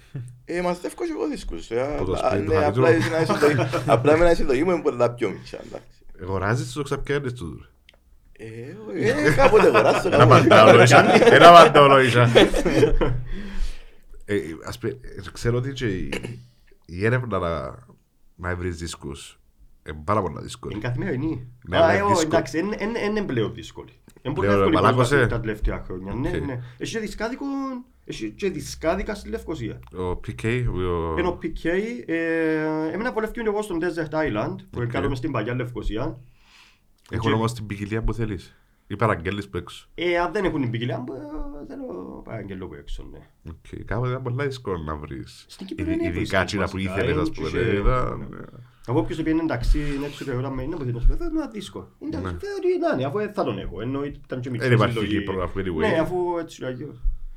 S3: Ε, μαζεύω και εγώ δίσκους. ε,
S5: το
S3: απλά-
S5: σπίτι του
S3: ναι,
S5: Χαρίτου.
S3: απλά είναι ένα συλλογή- Απλά είναι ένα συλλογή μου είναι πολλά πιο μικρά. εντάξει.
S5: Εγωράζεις τους ξαπιάνεις τους.
S3: Ε, όχι, ε, Κάποτε αγοράσω.
S5: Ένα
S3: κάποτε-
S5: παντάολο ίσα. Ένα παντάολο ίσα. Ε, ας πει, ε, Ξέρω ότι και η- η έρευνα να- να βρεις δίσκους είναι πάρα πολλά δύσκολη.
S1: Είναι καθημερινή.
S5: Ναι,
S1: Α,
S5: αλλά
S1: ε, ο,
S5: δύσκολο.
S1: εντάξει, εν- εν- εν- είναι πλέον δύσκολη. Είναι πολύ
S5: Πλέον
S1: εύκολη η
S5: μαλάκωσε.
S1: πρόσβαση τα τελευταία χρόνια. Ναι,
S5: Οκ.
S1: ναι. Έχει και δισκάδικο, έχει και δισκάδικα στη Λευκοσία.
S5: Ο PK, ο-
S1: Ενώ PK, ε, έμενα βολευτούν εγώ στον Desert Island, που
S5: Οκ.
S1: εγκαλούμε στην παλιά Λευκοσία.
S5: έχουν όμως την ποικιλία που θέλεις. Ή παραγγέλνεις που έξω.
S1: Ε, αν δεν έχουν την ποικιλία, μπο- ε, θέλω παραγγελό που έξω, ναι.
S5: Οκ, Κάποτε ήταν πολλά δύσκολο να βρεις.
S1: Στην Κύπρο
S5: Ειδι-
S1: είναι
S5: Ειδικά
S1: δύσκολο,
S5: εκείνα που
S1: βασικά,
S5: ήθελες,
S1: είναι
S5: ας πούμε.
S1: και-
S5: ήταν-
S1: Από όποιος επειδή είναι ταξί, είναι έτσι το με είναι, μπορεί να σου πει, «Θέλω ένα δίσκο. Είναι ταξί, «Θέλω ότι να είναι, αφού ε, θα τον έχω. Ενώ ήταν και μικρή
S5: Ναι. Ε, Δεν υπάρχει
S1: συλλογή.
S5: Κύπρο, αφού anyway.
S1: Ναι, αφού έτσι λέγει.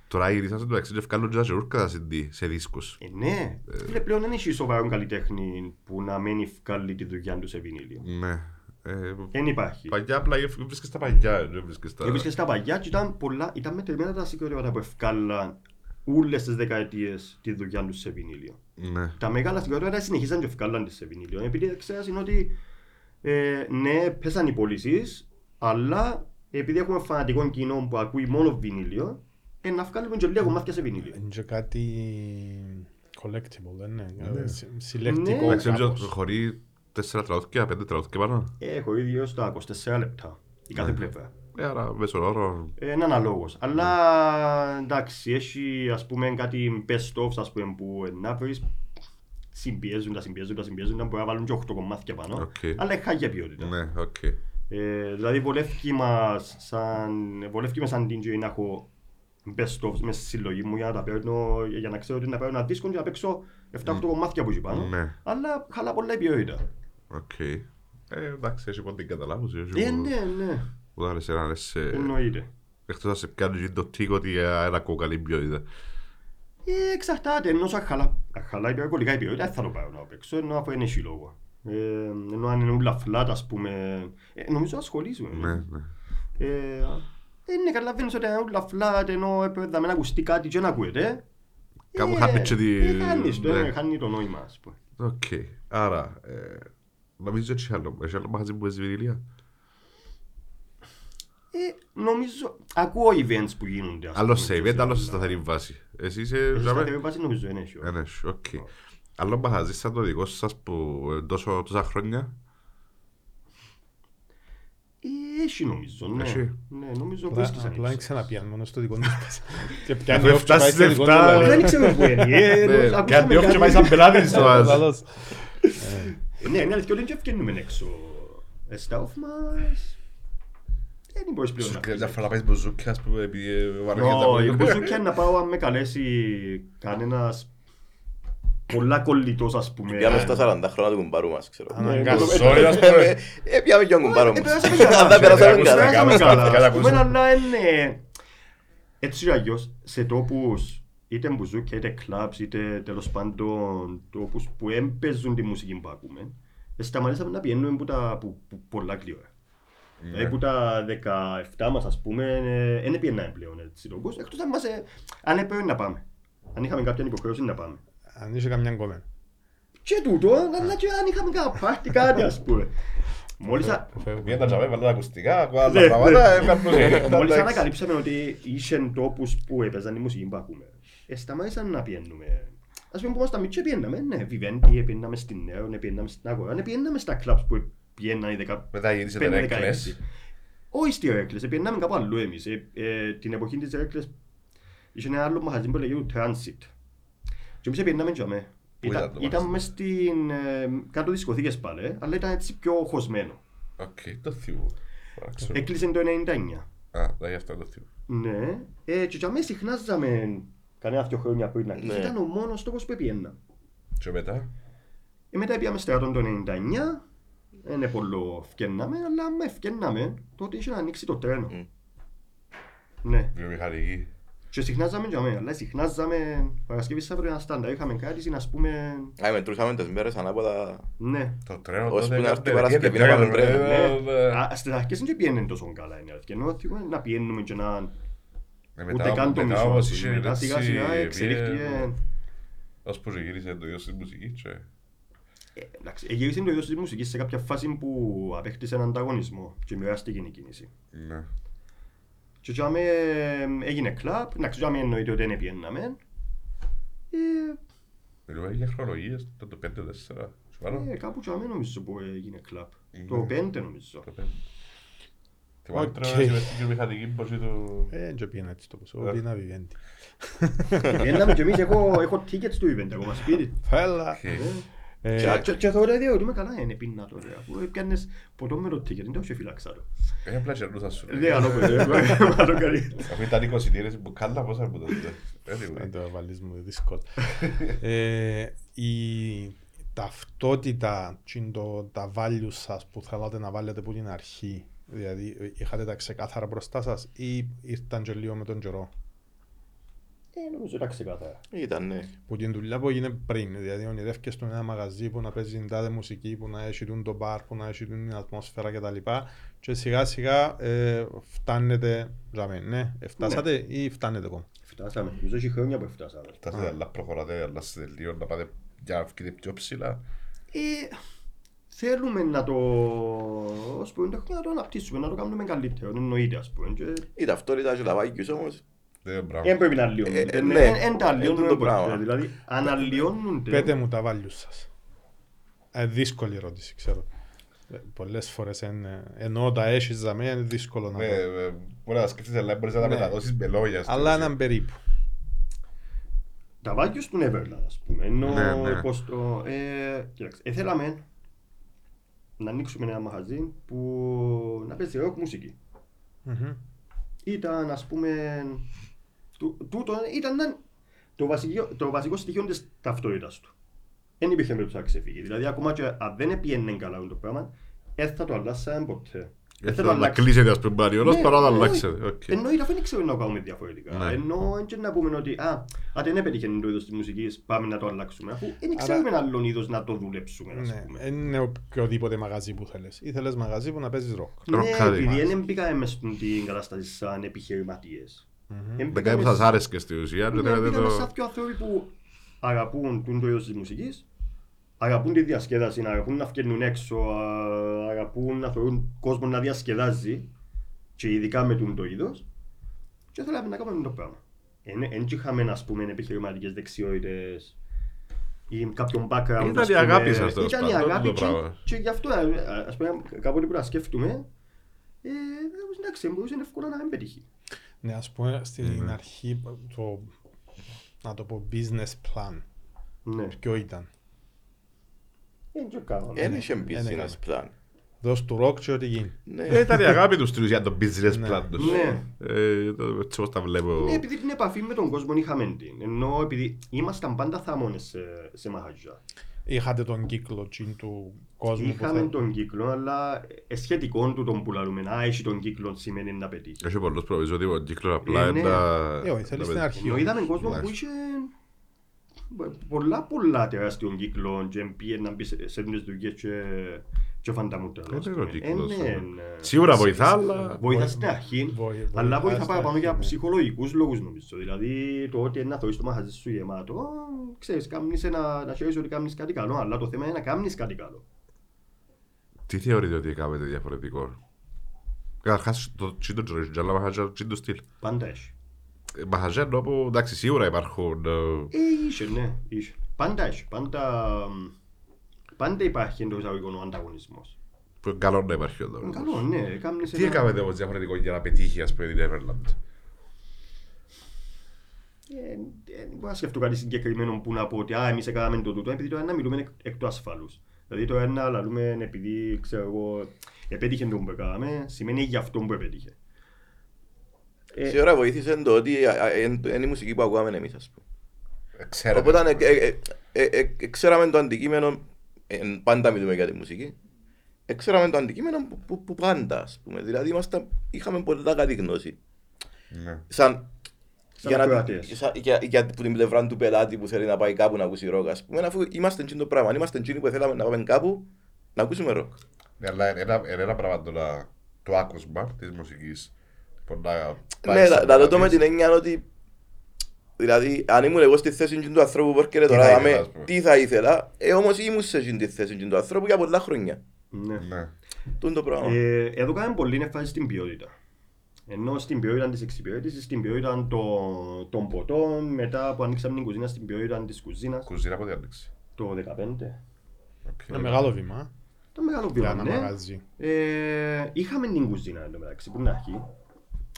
S5: Τώρα γυρίσαν στο ταξίδι και βγάλουν και τα σιρούρκα σε δι- σε δίσκους.
S1: Ε, ναι. Φίλε, πλέον δεν έχει σοβαρό καλλιτέχνη που να μένει βγάλει τη δουλειά του σε βινίλιο.
S5: Ναι. Ε,
S1: Δεν υπάρχει.
S5: Παλιά απλά ε, βρίσκεσαι στα παλιά, δεν βρίσκεσαι στα...
S1: Εγώ και στα παλιά και ήταν, πολλά, ήταν μετρημένα τα συγκροτήματα που ευκάλαν όλες τις δεκαετίες τη δουλειά τους σε βινίλιο.
S5: Ναι.
S1: Τα μεγάλα συγκροτήματα συνεχίζαν και ευκάλαν τις σε βινίλιο. Ε, Επειδή δεν ξέρεις είναι ότι ε, ναι, πέσαν οι πωλήσεις, αλλά επειδή έχουμε φανατικό κοινό που ακούει μόνο βινίλιο, ε, να βγάλουμε και λίγο μάτια σε βινίλιο.
S4: Είναι και κάτι collectible, δεν είναι.
S5: Ναι.
S4: Ε, συ- Συλλεκτικό.
S1: Ναι.
S5: Εντάξει, νομίζω
S4: κάπως.
S5: ότι χωρεί τέσσερα τραγούδια, πέντε τραγούδια πάνω.
S1: Έχω ήδη έως τα 24 λεπτά η κάθε πλευρά.
S5: Ε, άρα μέσω όρο...
S1: Ε, Είναι αναλόγως.
S5: Ναι.
S1: Αλλά εντάξει, έχει ας πούμε κάτι best of ας πούμε, που να βρεις συμπιέζουν, τα συμπιέζουν, τα συμπιέζουν, να μπορεί να βάλουν και 8 κομμάτια πάνω.
S5: Οκ.
S1: Αλλά έχει χάγια ποιότητα.
S5: Ναι, οκ.
S1: Ε, δηλαδή, βολεύκει μας σαν, βολεύκει με σαν DJ να έχω best of μέσα στη συλλογή μου για να, τα παίρνω, για να ξέρω ότι να παίρνω ένα δίσκο και να παίξω 7-8 κομμάτια που έχει πάνω.
S5: Ναι.
S1: Αλλά χαλά πολλά η ποιότητα.
S5: Οκ. Ε, εντάξει, έχει πότε την καταλάβωση. έχει
S1: Ε,
S5: που-
S1: ναι, ναι,
S5: Που άρεσε να αρέσει...
S1: εννοείται.
S5: ε, Εκτός να σε πιάνει και το τίκο ότι ε, ένα κοκαλή ποιότητα.
S1: Ε, εξαρτάται, ενώ σαν χαλά, αν χαλάει η ποιότητα, η ποιότητα δεν θα το πάρω να παίξω, ενώ αφού είναι σύλλογο. Ε, ενώ αν είναι ούλα φλάτα, ας πούμε, ε, νομίζω ασχολείσουμε.
S5: Ναι, ναι.
S1: Ε, δεν είναι καταλαβαίνεις ότι είναι ούλα φλάτα, ενώ έπρεπε να ακουστεί κάτι και να ακούεται.
S5: Κάπου χάνει και τη-
S1: Ε, χάνεις το,
S5: ναι.
S1: ε, χάνει το νόημα, ας πούμε.
S5: Οκ. Άρα, ε, νομίζω ότι έχει άλλο. Έχει άλλο μαχαζί που παίζει βινιλία.
S1: Ε, νομίζω, ακούω events που γίνονται, ας
S5: Άλλο
S1: πούμε,
S5: σε
S1: και
S5: event, άλλο σε Ε.
S1: όλα.
S5: σταθερή βάση. Εσύ
S1: Ε,
S5: είσαι...
S1: σε
S5: ζάμε-
S1: σταθερή βάση νομίζω δεν έχει, όχι.
S5: Ένα, οκ. Άλλο μαχαζί σαν το δικό σας που ε, τόσο τόσα χρόνια.
S1: Ε, Έχει νομίζω, ναι.
S5: Έχει.
S1: Ναι, νομίζω
S4: Απλά-
S1: βρίσκεις
S4: Απλά δεν
S1: ανοίξεις.
S4: ξαναπιάνει μόνο στο δικό τους. Και πιάνει
S5: Αφού
S4: off και πάει
S5: φτάσεις
S4: στο δικό του
S5: εφτά,
S4: λαό.
S1: Δεν ήξερα που είναι. ε,
S5: δηλαδή. Ναι,
S1: ακούσαμε
S5: Κάτι όχι και πάει
S1: κάτι.
S5: σαν πελάτης
S4: Το
S5: το ας.
S4: λαός.
S1: Ναι, είναι αλήθεια ότι δεν και βγαίνουμε έξω. Ε, Στα off μας... Ε, Δεν μπορείς πλέον να πεις.
S2: Μια φορά να πάει μπουζούκια, ας πούμε, επειδή ε,
S1: Όχι,
S2: βαριέται.
S1: μπουζούκια να πάω αν με καλέσει κανένας πολλά κολλητός ας πούμε.
S3: Πιάμε στα 40 χρόνια του κουμπάρου μας, ξέρω.
S4: Αναγκάζω.
S2: Sorry, ας πούμε.
S3: Ε, Πιάμε και τον κουμπάρο
S1: Ε,
S3: μας.
S1: περάσαμε καλά,
S3: Αν τα
S1: ξέρω,
S3: περάσαμε
S1: ε,
S3: καλά.
S1: περάσαμε
S2: Καλά,
S1: καλά.
S2: καλά,
S1: Ας πούμε,
S2: καλά.
S1: αλλά είναι... Έτσι ή αλλιώς, σε τόπους είτε μπουζούκια, είτε κλαμπς, είτε τέλος πάντων τόπους που δεν παίζουν τη μουσική που ακούμε, ε, σταματήσαμε να πηγαίνουμε που τα, που, που, πολλά κλειόρα.
S2: Ναι.
S1: Δηλαδή που τα 17 μας ας πούμε, δεν πήγαιναμε πλέον ε, έτσι τόπους, εκτός αν μας, ε, αν έπρεπε να πάμε. Αν είχαμε κάποια υποχρέωση να πάμε.
S4: Αν είσαι καμιά κομμένα.
S1: Και τούτο, αλλά και αν είχαμε κάποια πάρτι κάτι ας πούμε. Μόλις, α-
S2: Βγαίνει τα τζαμέ, βάλε τα ακουστικά, ακούγα
S1: Ναι,
S2: άλλα πράγματα, ε, έβγαλε πλούσια.
S1: Ε, Μόλις
S2: Εντάξει.
S1: ανακαλύψαμε ότι είχε τόπους που έπαιζαν η μουσική που ακούμε, ε, σταμάτησαν να πιένουμε. Ας πούμε που ήμασταν μητσί πιέναμε, ναι, Vivendi, πιέναμε στην Νέον, πιέναμε στην Αγορά, ναι, πιέναμε στα κλαμπς που πιέναν οι δεκα-
S2: Μετά γύρισε τα
S1: πέντε,
S2: Ρέκλες.
S1: δεκαέξι. Όχι στη Ρέκλες, πιέναμε κάπου αλλού εμείς. Ε, ε, την εποχή της Ρέκλες είχε ένα άλλο μαχαζί που λέγεται Transit. Και εμείς πιέναμε και αμέ.
S2: Πού ήταν το
S1: Ήταν
S2: μαχαζί?
S1: μες στην, ε, κάτω δισκοθήκες πάλι, ε, αλλά ήταν έτσι πιο χωσμένο.
S2: Οκ, το θυμώ. Α, ξέρω.
S1: Έκλεισε το 99.
S2: Α, δηλαδή αυτό το θυμώ.
S1: Ναι, ε, και τζαμί συχνά ζαμε κανένα δύο χρόνια πριν να κλείσει.
S3: Ναι.
S1: Ήταν ο μόνος τόπος που πήγαινα.
S2: Και μετά,
S1: Ε, μετά πήγαμε στρατών το 99, δεν είναι ναι, πολλό φκέναμε, αλλά με φκέναμε, τότε είχε να ανοίξει το τρένο.
S3: Μμ.
S1: Ναι,
S2: βιομηχανική.
S1: και συχνά ζαμε τζαμί, αλλά συχνά ζαμε Παρασκευής Σάββατο ένα στάντα. Είχαμε κάτι να πούμε.
S3: Α, μετρούσαμε τις μέρες ανάποδα.
S1: Ναι.
S2: Το τρένο
S3: Ως
S2: τότε
S3: που να έρθει η
S2: έκανε-
S3: Παρασκευή να
S2: έκανε
S3: πάμε τρένο,
S2: τρένο,
S1: ναι.
S2: ε,
S1: Α, Στις αρχές δεν πιένουν τόσο καλά είναι αλήθεια, ενώ θυμούμε να πιένουμε και να...
S2: ε,
S1: Ούτε
S2: μετά-
S1: καν το
S2: μετά
S1: μισό.
S2: όμως
S1: ας πούμε.
S2: είχε
S1: Μετά
S2: έτσι,
S1: σιγά σιγά
S2: ε,
S1: εξελίχθηκε...
S2: Ως που γύρισε το ίδιο στη μουσική και...
S1: Ε, Εντάξει, γύρισε το είδος της μουσικής σε κάποια φάση που απέκτησε έναν ανταγωνισμό και μοιράστηκε η κίνηση.
S2: Ναι.
S1: Και τζάμε έγινε κλαπ, εντάξει τζάμε εννοείται ότι δεν πιέναμε. Ε,
S2: Μιλούμε για χρονολογίες, το το 5-4. Σου πάνω,
S1: ε, κάπου τζάμε νομίζω που έγινε κλαπ.
S2: Ναι.
S1: Ε, Το πέντε νομίζω.
S2: το 5. Θυμάμαι
S4: Οκ.
S2: τρένο και μες στην βιομηχανική μπροστή του...
S4: Ε, δεν πήγαινα έτσι το ποσό.
S2: Ε.
S4: Πήγαινα βιβέντη.
S1: Πιέναμε και εμείς, έχω, έχω tickets του event ακόμα σπίτι.
S4: Φέλα.
S2: Οκ.
S4: Ε,
S1: Και- και- Και θεωρώ ότι είμαι καλά, είναι πίνα τώρα. Αφού έπιανες ποτό με το ticket, δεν το έχω φυλαξάρω.
S2: Ε, απλά χαιρνούσα σου.
S1: Δεν ε, κάνω παιδί, μάλλον καλύτερα.
S2: Αφού ήταν 20 λίρες που κάλα, πόσα που ήταν.
S4: Να
S2: Anyway.
S4: το βάλεις μου δύσκολο. ε, η ταυτότητα και το, τα values σας που θέλατε να βάλετε από την αρχή, δηλαδή είχατε τα ξεκάθαρα μπροστά σας ή ήρθαν και λίγο με τον καιρό.
S1: Ε, νομίζω τα ξεκάθαρα.
S3: Ήταν, ναι.
S4: Που την δουλειά που έγινε πριν, δηλαδή ονειρεύκες στο ένα μαγαζί που να παίζει την τάδε μουσική, που να έχει τον το μπαρ, που να έχει την ατμόσφαιρα κτλ. Και σιγά σιγά ε, φτάνετε, δηλαδή, ναι, φτάσατε ή φτάνετε ακόμα.
S1: Φτάσαμε, νομίζω έχει χρόνια που φτάσαμε.
S2: Τα σε αλλά προχωράτε, αλλά σε λίγο να πάτε για να βγείτε πιο ψηλά.
S1: Ε, θέλουμε να το, ας πούμε, να το αναπτύσσουμε, να το κάνουμε καλύτερο, εννοείται ας πούμε. Και...
S3: Η ταυτότητα και τα βάγκιους όμως.
S2: Ναι,
S1: Εν
S2: μπράβο.
S1: πρέπει να λιώνουν.
S3: Ε,
S1: Ε,
S3: ναι.
S1: εν- εν τα
S3: Ε,
S1: λιώνουν
S3: τούτο
S1: ποτέ.
S3: πράγμα.
S1: Δηλαδή, αναλιώνουν.
S4: Πέτε μου τα values σας. Ε, δύσκολη ερώτηση, ξέρω. Ε, πολλές φορές εν, ε, ενώ τα έχεις δαμέ, είναι δύσκολο να
S2: Ναι,
S4: το...
S2: ε, μπορεί να σκεφτείς, αλλά μπορείς να τα
S4: Ναι.
S2: μεταδώσεις με λόγια. στην
S4: Αλλά
S2: ουσία.
S4: έναν περίπου.
S1: Τα βάκιος του Neverland, ας πούμε. Ενώ,
S5: Ναι, ναι.
S1: πώς το... Ε, κοίταξε, ε, θέλαμε να ανοίξουμε ένα μαγαζί που να παίζει rock μουσική.
S4: Μμμ.
S1: Ήταν, ας πούμε, του- τούτο ήταν να- το βασικό, το βασικό στοιχείο της ταυτότητας του. Δεν υπήρχε με να ξεφύγει. Δηλαδή, ακόμα και αν δεν πήγαινε καλά το πράγμα, δεν θα το αλλάσαμε ποτέ.
S5: Ε,
S1: Δεν θα
S5: θέλω
S1: το
S5: να
S1: αλλάξουμε.
S5: κλείσετε ας πούμε παριόλος
S1: Ναι,
S5: παρά να
S1: ναι.
S5: αλλάξετε. Οκ.
S1: Εννοείται αφού δεν ξέρουμε να το κάνουμε διαφορετικά.
S5: Ναι.
S1: Ενώ δεν να πούμε ότι α, αν δεν έπετυχε το είδος της μουσικής, πάμε να το αλλάξουμε. Αφού δεν
S4: Άρα-
S1: ξέρουμε ένα άλλον είδος να το δουλέψουμε, ας
S4: Ναι,
S1: πούμε.
S4: δεν είναι οποιοδήποτε μαγαζί που θέλεις. Ήθελες μαγαζί που να παίζεις ροκ.
S1: Ναι,
S5: Ροκάδι.
S1: επειδή δεν μπήκαμε στην κατάσταση σαν επιχειρηματίες.
S5: Δεν κάτι που σας άρεσκε στη ουσία. και
S1: Ναι,
S5: θέλετε
S1: μπήκαμε
S5: το-
S1: σαν πιο άνθρωποι που αγαπούν τον το είδος της μουσικής, αγαπούν τη διασκέδαση, αγαπούν να φκαινούν έξω, α, αγαπούν να θεωρούν κόσμο να διασκεδάζει και ειδικά με τον το είδος και θέλαμε να κάνουμε το πράγμα. Εν και είχαμε, ας πούμε, επιχειρηματικές δεξιότητες ή κάποιον background,
S5: Ήταν
S1: ας
S5: η
S1: πούμε.
S5: αγάπη σας, τέλος
S1: Ήταν η
S5: πάντων, το
S1: αγάπη και,
S5: πράγμα.
S1: και γι' αυτό, α, ας πούμε, κάποτε που να σκέφτομαι, ε, εντάξει, μπορούσε εύκολα να μην πετύχει.
S4: Ναι, ας πούμε στην αρχή το, να το πω business plan.
S1: Ναι,
S4: Ποιο ήταν.
S1: δεν το κάναμε.
S3: Εν είχε
S4: δεν
S3: business
S4: έκαμε.
S3: plan.
S4: Δώσ' του ροκ και ό,τι γίνει.
S3: Ναι.
S5: Ε, Ήταν η αγάπη τους τρεις για το business
S4: Ναι.
S5: plan τους.
S1: Ναι.
S5: Ε, το- Έτσι όπως τα βλέπω.
S1: Ναι, επειδή την επαφή με τον κόσμο είχαμε την. Ενώ επειδή ήμασταν πάντα θαμώνες σε, σε μαχαζιά.
S4: Είχατε τον κύκλο τσιν του κόσμου που
S1: Είχαμε
S4: θα...
S1: τον κύκλο, αλλά ε, σχετικό του τον που λαλούμε. Α, έχει τον κύκλο σημαίνει να πετύχει.
S5: Έχει πολλούς προβλήσεις ότι ο κύκλος
S1: Ε,
S5: απλά
S1: ναι.
S5: είναι τα...
S4: Ε, όχι, θέλεις
S5: τα-
S4: στην αρχή.
S1: Ενώ είδαμε κόσμο που
S5: Εντάξει.
S1: είχε πολλά πολλά τεράστιων κύκλων και πήγε να μπει σε σε τέτοιες δουλειές και, και φανταμούτρα.
S5: Δεν είναι ο κύκλος.
S1: Ε, ναι, ναι.
S5: Σίγουρα βοηθά, αλλά...
S1: Βοηθά στην αρχή,
S4: βοη-
S1: αλλά βοηθά
S4: βοηθά
S1: παραπάνω
S4: στην
S1: για
S4: αρχή, ναι.
S1: ψυχολογικούς λόγους νομίζω. Δηλαδή το ότι να θωρείς το μαχαζί σου γεμάτο, ξέρεις, κάνεις ένα, να χαίρεσαι ότι κάνεις κάτι καλό, αλλά το θέμα είναι να κάνεις κάτι καλό.
S5: Τι θεωρείτε ότι έκαμε διαφορετικό. Καταρχάς, το τσίντο τζορίζουν, αλλά μαχαζιά τσίντο στυλ.
S1: Πάντα έχει.
S5: Ε, Μαχαζιά όπου, εντάξει, σίγουρα υπάρχουν... ε,
S1: Ε, είσαι, ναι, είσαι. Πάντα έχει, πάντα... Πάντα υπάρχει εντός εισαγωγικών ο ανταγωνισμός.
S5: που είναι Καλό να υπάρχει εδώ.
S1: Ε, Καλό, ναι, κάνεις
S5: Τι
S1: ένα...
S5: έκαμε όμως διαφορετικό για να πετύχει, ας πούμε, την Everland.
S1: Ε, Δεν μπορώ να σκεφτώ κάτι συγκεκριμένο που να πω ότι α, εμείς έκαναμε το τούτο, επειδή τώρα να μιλούμε εκ- εκ του ασφαλούς. Δηλαδή τώρα να λαλούμε επειδή, ξέρω εγώ, επέτυχε το που έκαναμε, σημαίνει για αυτό που επέτυχε. Ε,
S3: Σίγουρα βοήθησε το ότι α, α, εν- είναι η μουσική που ακούγαμε εμείς, ας πούμε.
S2: Ξέρω.
S3: Οπότε ε, ε, ε, ε, ε, ξέραμε το αντικείμενο, ε, πάντα μιλούμε για τη μουσική, ε, ξέραμε το αντικείμενο που, που, που πάντα, ας πούμε. Δηλαδή ήμασταν, είχαμε πολλά καλή γνώση.
S2: Ναι.
S3: Σαν,
S1: Σαν
S3: για, να,
S1: ακροατές.
S3: σαν- για, για που την πλευρά του πελάτη που θέλει να πάει κάπου να ακούσει ροκ, ας πούμε, αφού είμαστε τσιν το πράγμα, είμαστε τσιν που θέλαμε να πάμε κάπου να ακούσουμε ροκ.
S2: Ναι, Αλλά είναι ένα, είναι ένα πράγμα το, να- το άκουσμα της μουσικής.
S5: λοιπόν,
S2: που να πάει
S3: Ναι,
S2: στο
S3: να το δω με
S2: πελάτη.
S3: την έννοια ότι. Δηλαδή, αν ήμουν εγώ στη θέση του ανθρώπου που έρχεται
S2: Τι
S3: τώρα,
S2: θα
S3: δάμε,
S2: ήθελα, ας πούμε.
S3: τι θα ήθελα. Ε, όμως ήμουν σε εκείνη τη θέση του ανθρώπου για πολλά χρόνια.
S1: ναι.
S2: Ναι.
S3: Τούν το πράγμα.
S1: Ε, εδώ κάνουμε πολύ έμφαση στην ποιότητα. Ενώ στην ποιότητα της εξυπηρέτησης, στην ποιότητα των, των ποτών, μετά που ανοίξαμε την κουζίνα, στην ποιότητα της κουζίνας
S2: Κουζίνα πότε άνοιξε.
S1: το 2015.
S4: Ένα μεγάλο βήμα
S1: Το μεγάλο
S4: για
S1: βήμα,
S4: ένα
S1: ναι.
S4: μαγαζί.
S1: Ε, είχαμε την κουζίνα εν τω μεταξύ, που είναι αρχή.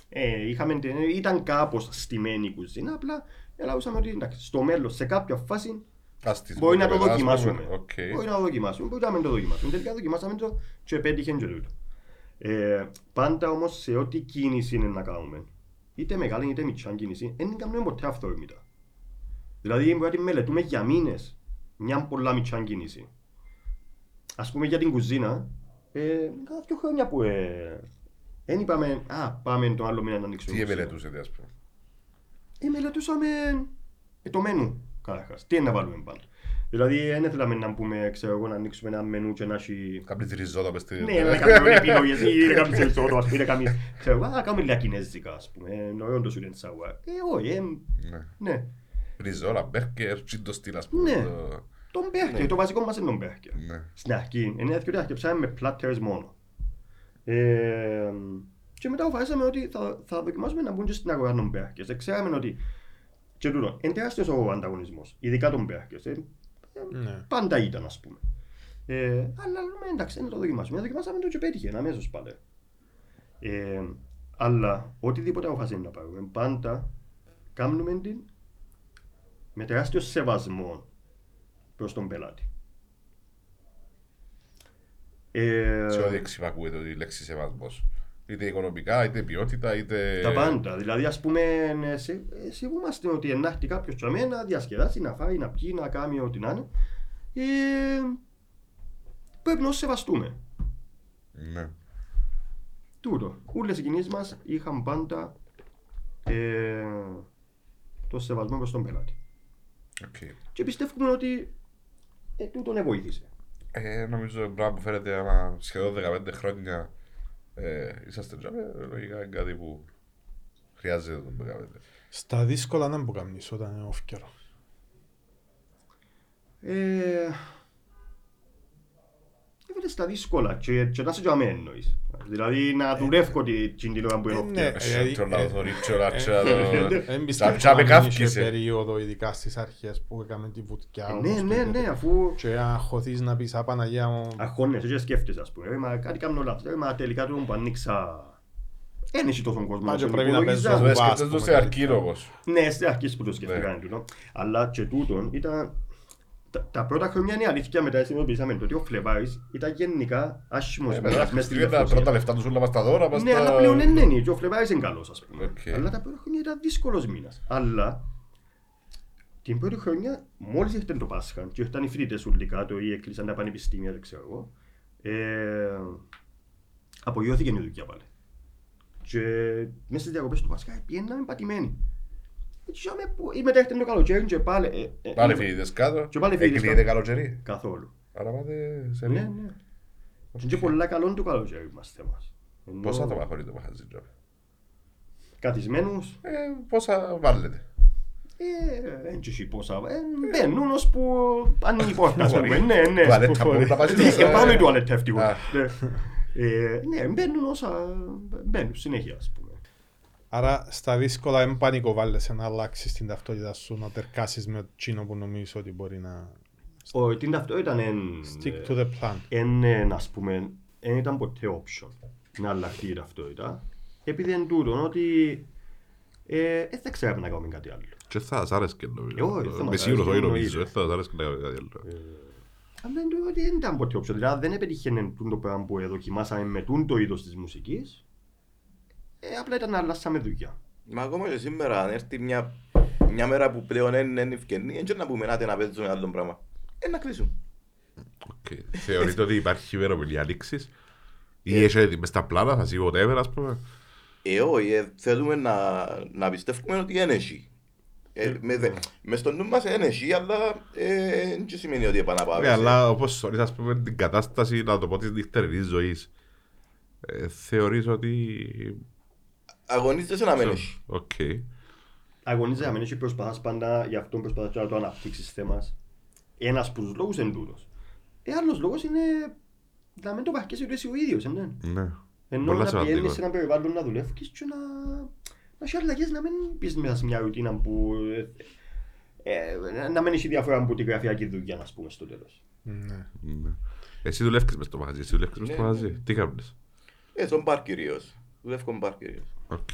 S1: Ε, είχαμε, την- ήταν κάπως στημένη η κουζίνα, απλά ελάουσαμε ότι εντάξει, στο μέλλον, σε κάποια φάση,
S2: Ας τις
S1: μπορεί να
S2: πούμε,
S1: το
S2: ας πούμε,
S1: δοκιμάσουμε.
S2: Οκ.
S1: Μπορεί να το δοκιμάσουμε, μπορεί να μην το δοκιμάσουμε. Τελικά δοκιμάσαμε το και πέτυχε και τούτο. Ε, πάντα όμως σε ό,τι κίνηση είναι να κάνουμε, είτε μεγάλη είτε μικρή κίνηση, δεν κάνουμε ποτέ αυθόρμητα. Δηλαδή μπορεί να τη μελετούμε για μήνες μια πολλά μικρή κίνηση. Ας πούμε για την κουζίνα, ε, κάθε δύο χρόνια που. Ε, δεν είπαμε, α, πάμε το άλλο μήνα να ανοίξουμε.
S2: Τι
S1: κουζίνα».
S2: εμελετούσετε, ας πούμε.
S1: Ε, μελετούσαμε ε, το μενού καταρχάς. Τι είναι να βάλουμε πάνω. Δηλαδή, δεν θέλαμε να πούμε, ξέρω εγώ, να ανοίξουμε ένα μενού και να έχει.
S2: Κάποιες ριζότα μες στη...
S1: Ναι, να κάνουμε επιλογές ή να κάνουμε σελσόδο, ας πούμε, να κάνουμε... Ξέρω εγώ, να κάνουμε λίγα κινέζικα, ας πούμε, ενώ όντως είναι σαουά. Ε, όχι, ε,
S2: Ναι.
S1: ναι.
S2: Ριζόλα, μπέρκερ, τσίντο στυλ, ας πούμε.
S1: Ναι.
S2: το-
S1: Τον Μπέρκερ, το βασικό μας είναι τον Μπέρκερ.
S2: Ναι.
S1: Στην αρχή, είναι έτσι ότι αρκεψάμε με πλάτερες μόνο. Ε, και μετά αποφασίσαμε ότι θα, θα δοκιμάσουμε να μπουν και στην αγορά των Μπέρκερ. Ξέραμε ότι και τούτο, είναι τεράστιος ο ανταγωνισμός, ειδικά των Μπέρκερ. Ε,
S4: Ναι.
S1: πάντα ήταν, ας πούμε. Ε, αλλά λέμε εντάξει, να το δοκιμάσουμε. Δοκιμάσαμε το και πέτυχε αμέσω πάντα. Ε, αλλά οτιδήποτε αποφασίσαμε να πάρουμε, πάντα κάνουμε την με τεράστιο σεβασμό προς τον πελάτη. Ε,
S2: Σε ό,τι εξυπακούεται ότι η λέξη σεβασμός. Είτε οικονομικά, είτε ποιότητα, είτε...
S1: τα πάντα. Δηλαδή, ας πούμε, ε, σε- ε, σεβούμαστε ότι να έρθει κάποιο τσαμέ να διασκεδάσει, να φάει, να πιει, να κάνει ό,τι να είναι. Ε, πρέπει να σεβαστούμε.
S2: Ναι.
S1: Τούτο. Όλε οι κινήσεις μας είχαν πάντα ε, το σεβασμό προς τον πελάτη.
S2: Οκ.
S1: Και πιστεύουμε ότι ε, τούτον βοήθησε.
S2: Ε, νομίζω το πράγμα που φέρετε άμα σχεδόν 15 χρόνια ε, είσαστε τζάμε, λογικά είναι κάτι που χρειάζεται το 15.
S4: Στα δύσκολα να μπουκαμνείς όταν είναι off καιρό.
S1: Ε, Έβαλε στα δύσκολα και, και να σε τζαμέ εννοείς. Δηλαδή να δουλεύω την την ώρα που
S4: ε,
S1: έχω
S4: ναι.
S2: Εσύ
S4: ε,
S2: το να
S4: ε,
S2: δω ρίτσο, να
S4: ε,
S2: τσά το...
S4: Δεν
S2: να
S4: πιστεύω
S2: τσάμε
S4: να μην είχε
S2: κάφκησε.
S4: περίοδο, ειδικά στις αρχές που έκαμε τη βουτιά.
S1: Ναι,
S4: όπως
S1: ναι,
S4: το-
S1: ναι, αφού
S4: Και αν χωθείς να πεις «Α, Παναγία μου,
S1: αγχώνεσαι και σκέφτεσαι ας πούμε. «Ε, Μα κάτι κάνω λάθος. Ε, Μα τελικά το που ανοίξα... Εν έχει τόσο κόσμο.
S4: Μα και
S1: τον
S4: πρέπει να
S1: υπολογίζα.
S4: παίζω.
S2: Το
S4: βάζω,
S2: έσκεπτες το
S4: πούμε,
S2: σε αρκή
S4: καλύτερα.
S2: όμως.
S1: Ναι, στην αρχή που το
S2: Ναι.
S1: σκέφτηκα είναι τούτο. Αλλά και τούτον ήταν τα- τα πρώτα χρόνια είναι αλήθεια μετά συνειδητοποιήσαμε το ότι ο Φλεβάρης ήταν γενικά άσχημος
S2: Ε,
S1: μέρας
S2: μετά
S1: μες στη
S2: τα
S1: Λευκοσία.
S2: πρώτα λεφτά τους όλα μας τα δώρα, μας
S1: Ναι,
S2: τα-
S1: αλλά πλέον δεν είναι. Και ο Φλεβάρης είναι καλός, ας πούμε.
S2: Οκ.
S1: Αλλά τα πρώτα χρόνια ήταν δύσκολος μήνας. Αλλά την πρώτη χρονιά, μόλις ήρθε το Πάσχα και ήρθαν οι φοιτητές ούλοι κάτω ή έκλεισαν τα πανεπιστήμια, δεν ξέρω εγώ, ε, απογειώθηκε η δουλειά πάλι. Και μέσα στις διακοπές του Πάσχα πήγαιναμε πατημένοι. Έτσι, άμε που- ή μετά ήρθε το καλοκαίρι και πάλι... ε, ε,
S2: Πάλι
S1: ε,
S2: φοιτητές κάτω.
S1: Και πάλι φοιτητές
S2: Εκλείεται
S1: κάτω.
S2: καλοκαιρί.
S1: Καθόλου.
S2: Άρα πάτε σε
S1: Ναι,
S2: λίγο.
S1: ναι. Και Είναι και πολλά καλό του καλοκαίρι μας θέμας. Ενώ
S2: Πόσα άτομα χωρείτε το μαχαζί, τζάμπε?
S1: Καθισμένους,
S2: Ε, Πόσα βάλετε.
S1: ε, δεν ξέρω πόσα, ε, μπαίνουν ως που ανοίγει η πόρτα, ας πούμε, ναι, ναι.
S2: Τουαλέτα
S1: που-
S2: μπορεί να πας
S1: Ναι,
S2: μέσα.
S1: και πάνω η τουαλέτα ευτυχώς.
S2: ε. Α.
S1: Ναι. Ε, Ναι, μπαίνουν όσα, μπαίνουν συνέχεια, ας πούμε.
S4: Άρα στα δύσκολα εν πανικοβάλλεσαι να αλλάξεις την ταυτότητα σου, να τερκάσεις με εκείνο που νομίζεις ότι μπορεί
S1: Ναι.
S4: να...
S1: Ο- Την ταυτότητα ήταν
S4: Stick to the plan.
S1: εν, εν, ας πούμε, εν ήταν ποτέ option να αλλάχθεί η ταυτότητα, επειδή εν τούτον ότι ε, δεν θα ξέραμε να κάνουμε κάτι άλλο.
S5: Και θα σ' άρεσκε νομίζω.
S1: Εγώ, ήρθα να
S5: Είμαι
S1: σ'
S5: σίγουρος, όχι
S1: άρεσκε, Ε.
S5: νομίζω. Ε,
S1: εννοείται.
S5: Θα σ' άρεσκε να κάνω κάτι άλλο.
S1: Αλλά δεν το- ότι δεν ήταν ποτέ όψιο. Δηλαδή δεν επετύχαινε το πράγμα που δοκιμάσαμε με τούν το είδος της μουσικής. Ε, απλά ήταν να αλλάσαμε δουλειά.
S3: Μα ακόμα και σήμερα, αν έρθει μια, μια μέρα που πλέον δεν είναι ευκαινή, δεν να πούμε «Άντε να παίζουμε άλλο πράγμα. Ε, να κλείσουμε.
S5: Οκ. Θεωρείτε ότι υπάρχει ημερομηνία λήξης
S1: Ε.
S5: ή έχετε μες στα πλάνα, θα σίγω whatever ας πούμε.
S3: Ε, όχι, ε, θέλουμε να, να πιστεύουμε ότι είναι εσύ. Ε, με, δε, μες στο νου μας είναι εσύ, αλλά ε, δεν και σημαίνει ότι επαναπάβεσαι.
S5: Ναι, αλλά όπως ορίζει ας πούμε την κατάσταση, να το πω της νυχτερινής ζωής, ε, θεωρείς ότι...
S3: Αγωνίζεσαι να μένεις. εσύ.
S5: Οκ.
S1: Αγωνίζεσαι να μην έχει προσπαθάς πάντα για αυτόν προσπαθάς να το αναπτύξεις θέμα. Ένα από τους λόγους είναι τούτος. Ε, άλλος λόγος είναι να μην το παχκέσει εσύ ο ίδιος. Ναι.
S5: Ναι.
S1: Ενώ
S5: Πολλά
S1: να
S5: σημαντικό.
S1: πηγαίνει σε ένα περιβάλλον να δουλεύεις και να. να έχει αλλαγές, να μην πεις μέσα σε μια ρουτίνα που. ε, ε, να μην έχει διαφορά από τη γραφειακή δουλειά, ας πούμε, στο τέλος.
S4: Ναι.
S5: Ναι. Εσύ δουλεύκες μες στο μαγαζί, εσύ δουλεύκες μες στο
S3: Ναι,
S5: μαγαζί. Τι κάνεις.
S3: Ε, στον μπαρ κυρίως. Δουλεύω μπαρ κυρίως.
S5: Οκ.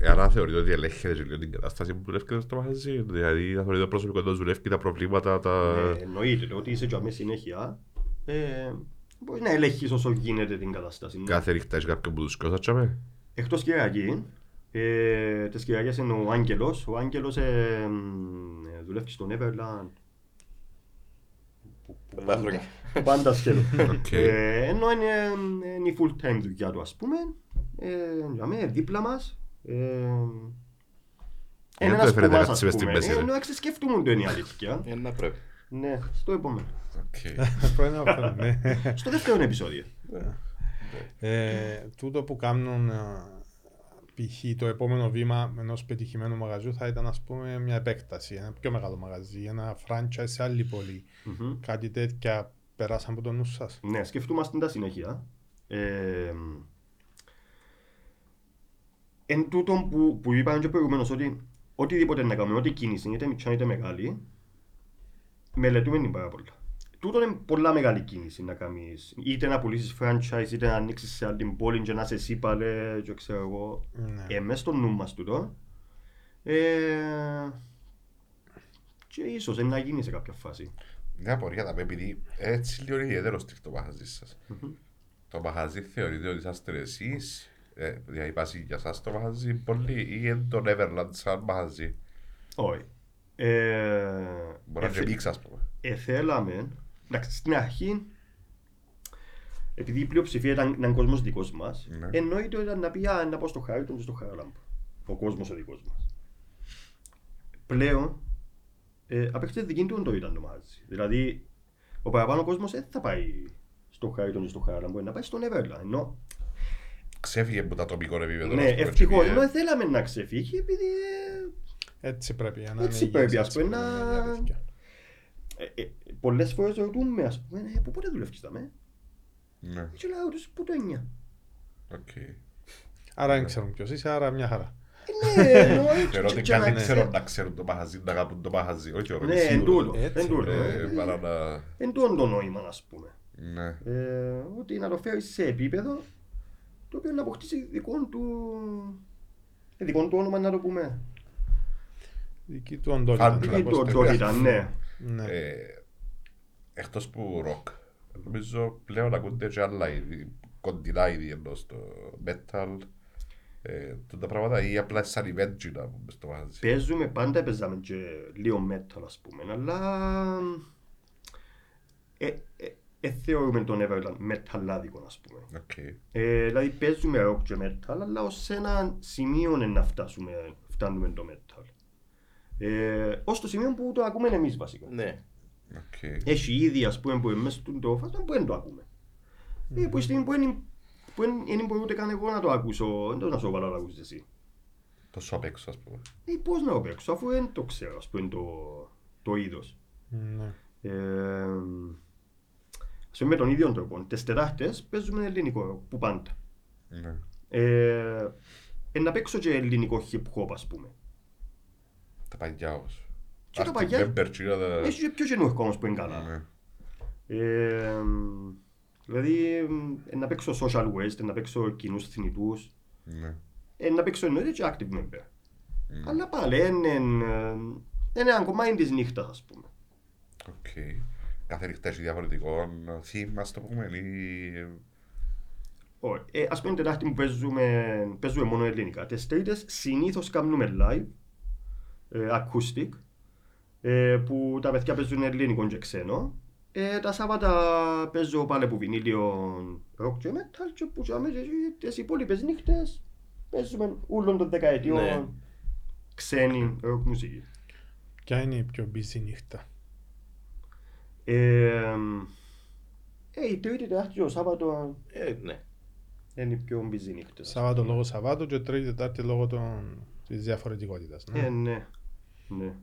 S5: Ε, Άρα θεωρείτε ότι ελέγχετε και λίγο την κατάσταση που δουλεύκετε μες στο μαγαζί. Δηλαδή θα θεωρείτε το προσωπικό το δουλεύκει, τα προβλήματα, τα...
S2: Ναι.
S1: Ε, εννοείται το ότι είσαι και αμέσως συνέχεια. Ε, μπορείς να ελέγχεις όσο γίνεται την κατάσταση. ναι.
S5: Κάθε νύχτα έχεις κάποιον που τους σκιώσα, τσάμε.
S1: Εκτός Κυριακή, ε, τις Κυριακέ είναι ο Άγγελος. Ο Άγγελος ε, μ, ε, δουλεύει στον Everland.
S3: Πολλά χρόνια.
S1: Πάντα σχεδόν.
S5: Οκ.
S1: ε, ενώ είναι, ε, είναι η full time δουλειά του, ας πούμε. Ε, για μένα, δίπλα μας. Ε,
S5: το
S1: ένας
S5: έφερε
S1: κουβάς,
S5: τα
S1: ας
S5: κάτσιμες στην
S1: πούμε.
S5: μέση, ρε.
S1: Ε, Ενώ εξεσκεφτούμουν το είναι η αλήθεια.
S3: Ε, να πρέπει.
S1: ναι, στο επόμενο.
S2: Οκ.
S4: Πρέπει να φέρω, ναι.
S1: Στο δεύτερο επεισόδιο.
S4: Ε, τούτο που κάνουν ε, π.χ. το επόμενο βήμα ενός πετυχημένου μαγαζιού θα ήταν ας πούμε μια επέκταση, ένα πιο μεγάλο μαγαζί, ένα franchise σε άλλη πόλη.
S1: Μμμ.
S4: Κάτι τέτοια περάσαν από το νου σας.
S1: Ναι, σκεφτούμαστε τα συνέχεια. Ε, εν τούτο που, που είπαμε και προηγουμένως ότι οτιδήποτε να κάνουμε, ό,τι κίνηση, είτε μικρή είτε μεγάλη, μελετούμε την πάρα πολλά. Τούτο είναι πολλά μεγάλη κίνηση να κάνεις, είτε να πουλήσεις franchise, είτε να ανοίξεις σε άλλη πόλη και να σε σύμπαλε και ξέρω εγώ.
S4: Ναι.
S1: Ε, μες στο νου μας τούτο. Ε, και ίσως ε, να γίνει σε κάποια φάση.
S2: Μια απορία θα πει, επειδή έτσι λίγο είναι ιδιαίτερο στυλ το μαχαζί σα. Το μαχαζί θεωρείτε ότι είσαστε εσείς, ε, δηλαδή πάση για εσά το μαχαζί, πολύ, ή είναι το Neverland σαν μαχαζί.
S1: Όχι. Ε,
S2: Μπορεί να
S1: ε,
S2: είναι μίξ, ας πούμε.
S1: εθέλαμε, εντάξει, στην αρχή, επειδή η πλειοψηφία ήταν, ήταν κόσμος δικός μας,
S2: Ναι.
S1: εννοείται ήταν να πει «Α, να πάω στο Χάριτον και στο Χάραλαμπ. Ο κόσμος ο δικός μας. Πλέον, ε, απέκτησε δική του το ήταν το μάζι. Δηλαδή, ο παραπάνω κόσμος δεν θα πάει στο Χάριτον και στο Χάραλαμπ, μπορεί να πάει στον Εβέρλα. Ενώ,
S2: Ξέφυγε από το ατομικό επίπεδο.
S1: ναι,
S2: ας πούμε,
S1: ευτυχώ,
S2: και, ε,
S1: ενώ θέλαμε να ξεφύγει, επειδή ε,
S4: Έτσι πρέπει. να είναι
S1: Έτσι
S4: υγιής,
S1: πρέπει, ας
S4: έτσι
S1: πούμε,
S4: πρέπει
S1: να-
S4: είναι τέτοια.
S1: ε, ε, πολλές φορές ρωτούμε, ας πούμε, «Ε, «Πού πότε δουλεύεις τα με.
S2: Ναι,
S1: Και λέω τους, πού το εννιά.
S2: οκ.
S4: Άρα δεν ξέρουν ποιος είσαι, άρα μια χαρά.
S1: Ναι, εννοείται,
S2: Θεωρώ ότι
S1: και να
S2: καν δεν
S1: ξέ-
S2: ξέρω να ξέρουν το μαχαζί, να αγαπούν το μαχαζί. Όχι, εγώ
S1: Ναι,
S2: είμαι
S1: εν
S2: σίγουρος.
S1: τούτο.
S4: Έτσι,
S1: Εν τούτο.
S2: Ε,
S1: ε,
S2: Παρά να.
S1: Εν τούτο το νόημα, ας πούμε.
S2: Ναι.
S1: Ε, Ότι να το φέρει σε επίπεδο το οποίο να αποκτήσει δικό του. ε, δικό του όνομα να το πούμε. Ε,
S4: Δική του οντότητα.
S2: Αντί
S4: να
S1: Δική
S4: πω
S1: του
S4: στο-
S2: οντότητα.
S1: οντότητα, ναι.
S4: Ναι.
S2: Ε, εκτός που ροκ. Νομίζω πλέον ακούνται και άλλα είδη, κοντινά είδη ενώ στο metal. Ε, τούτα πράγματα ή απλά σαν event να πούμε στο μαγαζί.
S1: Παίζουμε πάντα, παίζαμε και λίγο metal ας πούμε, αλλά ε, ε, ε, θεωρούμε τον Everland μεταλλάδικο ας πούμε.
S2: Οκ.
S1: Ε, δηλαδή παίζουμε rock και metal, αλλά ως ένα σημείο είναι να φτάσουμε, φτάνουμε το metal. Ε, ως το σημείο που το ακούμε εμείς βασικά.
S3: Ναι.
S2: Οκ.
S1: Έχει ήδη ας πούμε που είναι μέσα στον το φάσμα που δεν το ακούμε. Ε, που η στιγμή που δεν- που δεν- δεν μπορώ ούτε καν εγώ να το ακούσω, δεν το να σου βάλω να ακούσεις εσύ.
S2: Τόσο απ' έξω ας πούμε.
S1: Ε, πώς να το παίξω, αφού δεν το ξέρω, ας πούμε, το, το είδος.
S4: ναι.
S1: Ε, ας πούμε, με τον ίδιο τρόπο, τις τετάρτες παίζουμε ελληνικό, που πάντα.
S2: Ναι.
S1: Ε, ε, να παίξω και ελληνικό hip hop, ας πούμε.
S2: Τα παγιά όμως.
S1: Και τα
S2: Active
S1: παγιά.
S2: member, τσίρα τα-
S1: Έχει και πιο καινούργιος όμως που είναι καλά.
S2: Ε. Ναι.
S1: Ε, δηλαδή, ε, να παίξω social waste, να παίξω κοινούς θνητούς,
S2: Ναι.
S1: ε, να παίξω εννοείται και active member. Αλλά πάλι, είναι, ε, είναι ένα κομμάτι της νύχτας, ας πούμε.
S2: Οκ. Κάθε νύχτα έχει διαφορετικό θύμα, ας το πούμε,
S1: Ε,
S2: ή
S1: Ωραία. Ε, ας πούμε την Τετάρτη που παίζουμε, παίζουμε μόνο ελληνικά. Τις τρίτες συνήθως κάνουμε live, ε, acoustic, ε, που τα παιδιά παίζουν ελληνικό και ξένο. Ε, τα Σάββατα παίζω πάλι που βινίλιο rock και metal και που τσάμε και τις υπόλοιπες νύχτες παίζουμε όλων των δεκαετιών
S3: Ναι.
S1: ξένη rock μουσική.
S4: Ποια είναι η πιο busy νύχτα.
S1: Ε, ε, η Τρίτη, Τετάρτη και το Σάββατο
S3: Ε, ναι.
S1: είναι οι πιο busy νύχτες.
S4: Σάββατο λόγω Σαββάτου και Τρίτη Τετάρτη λόγω των... της διαφορετικότητας.
S1: Ε, ναι. ναι.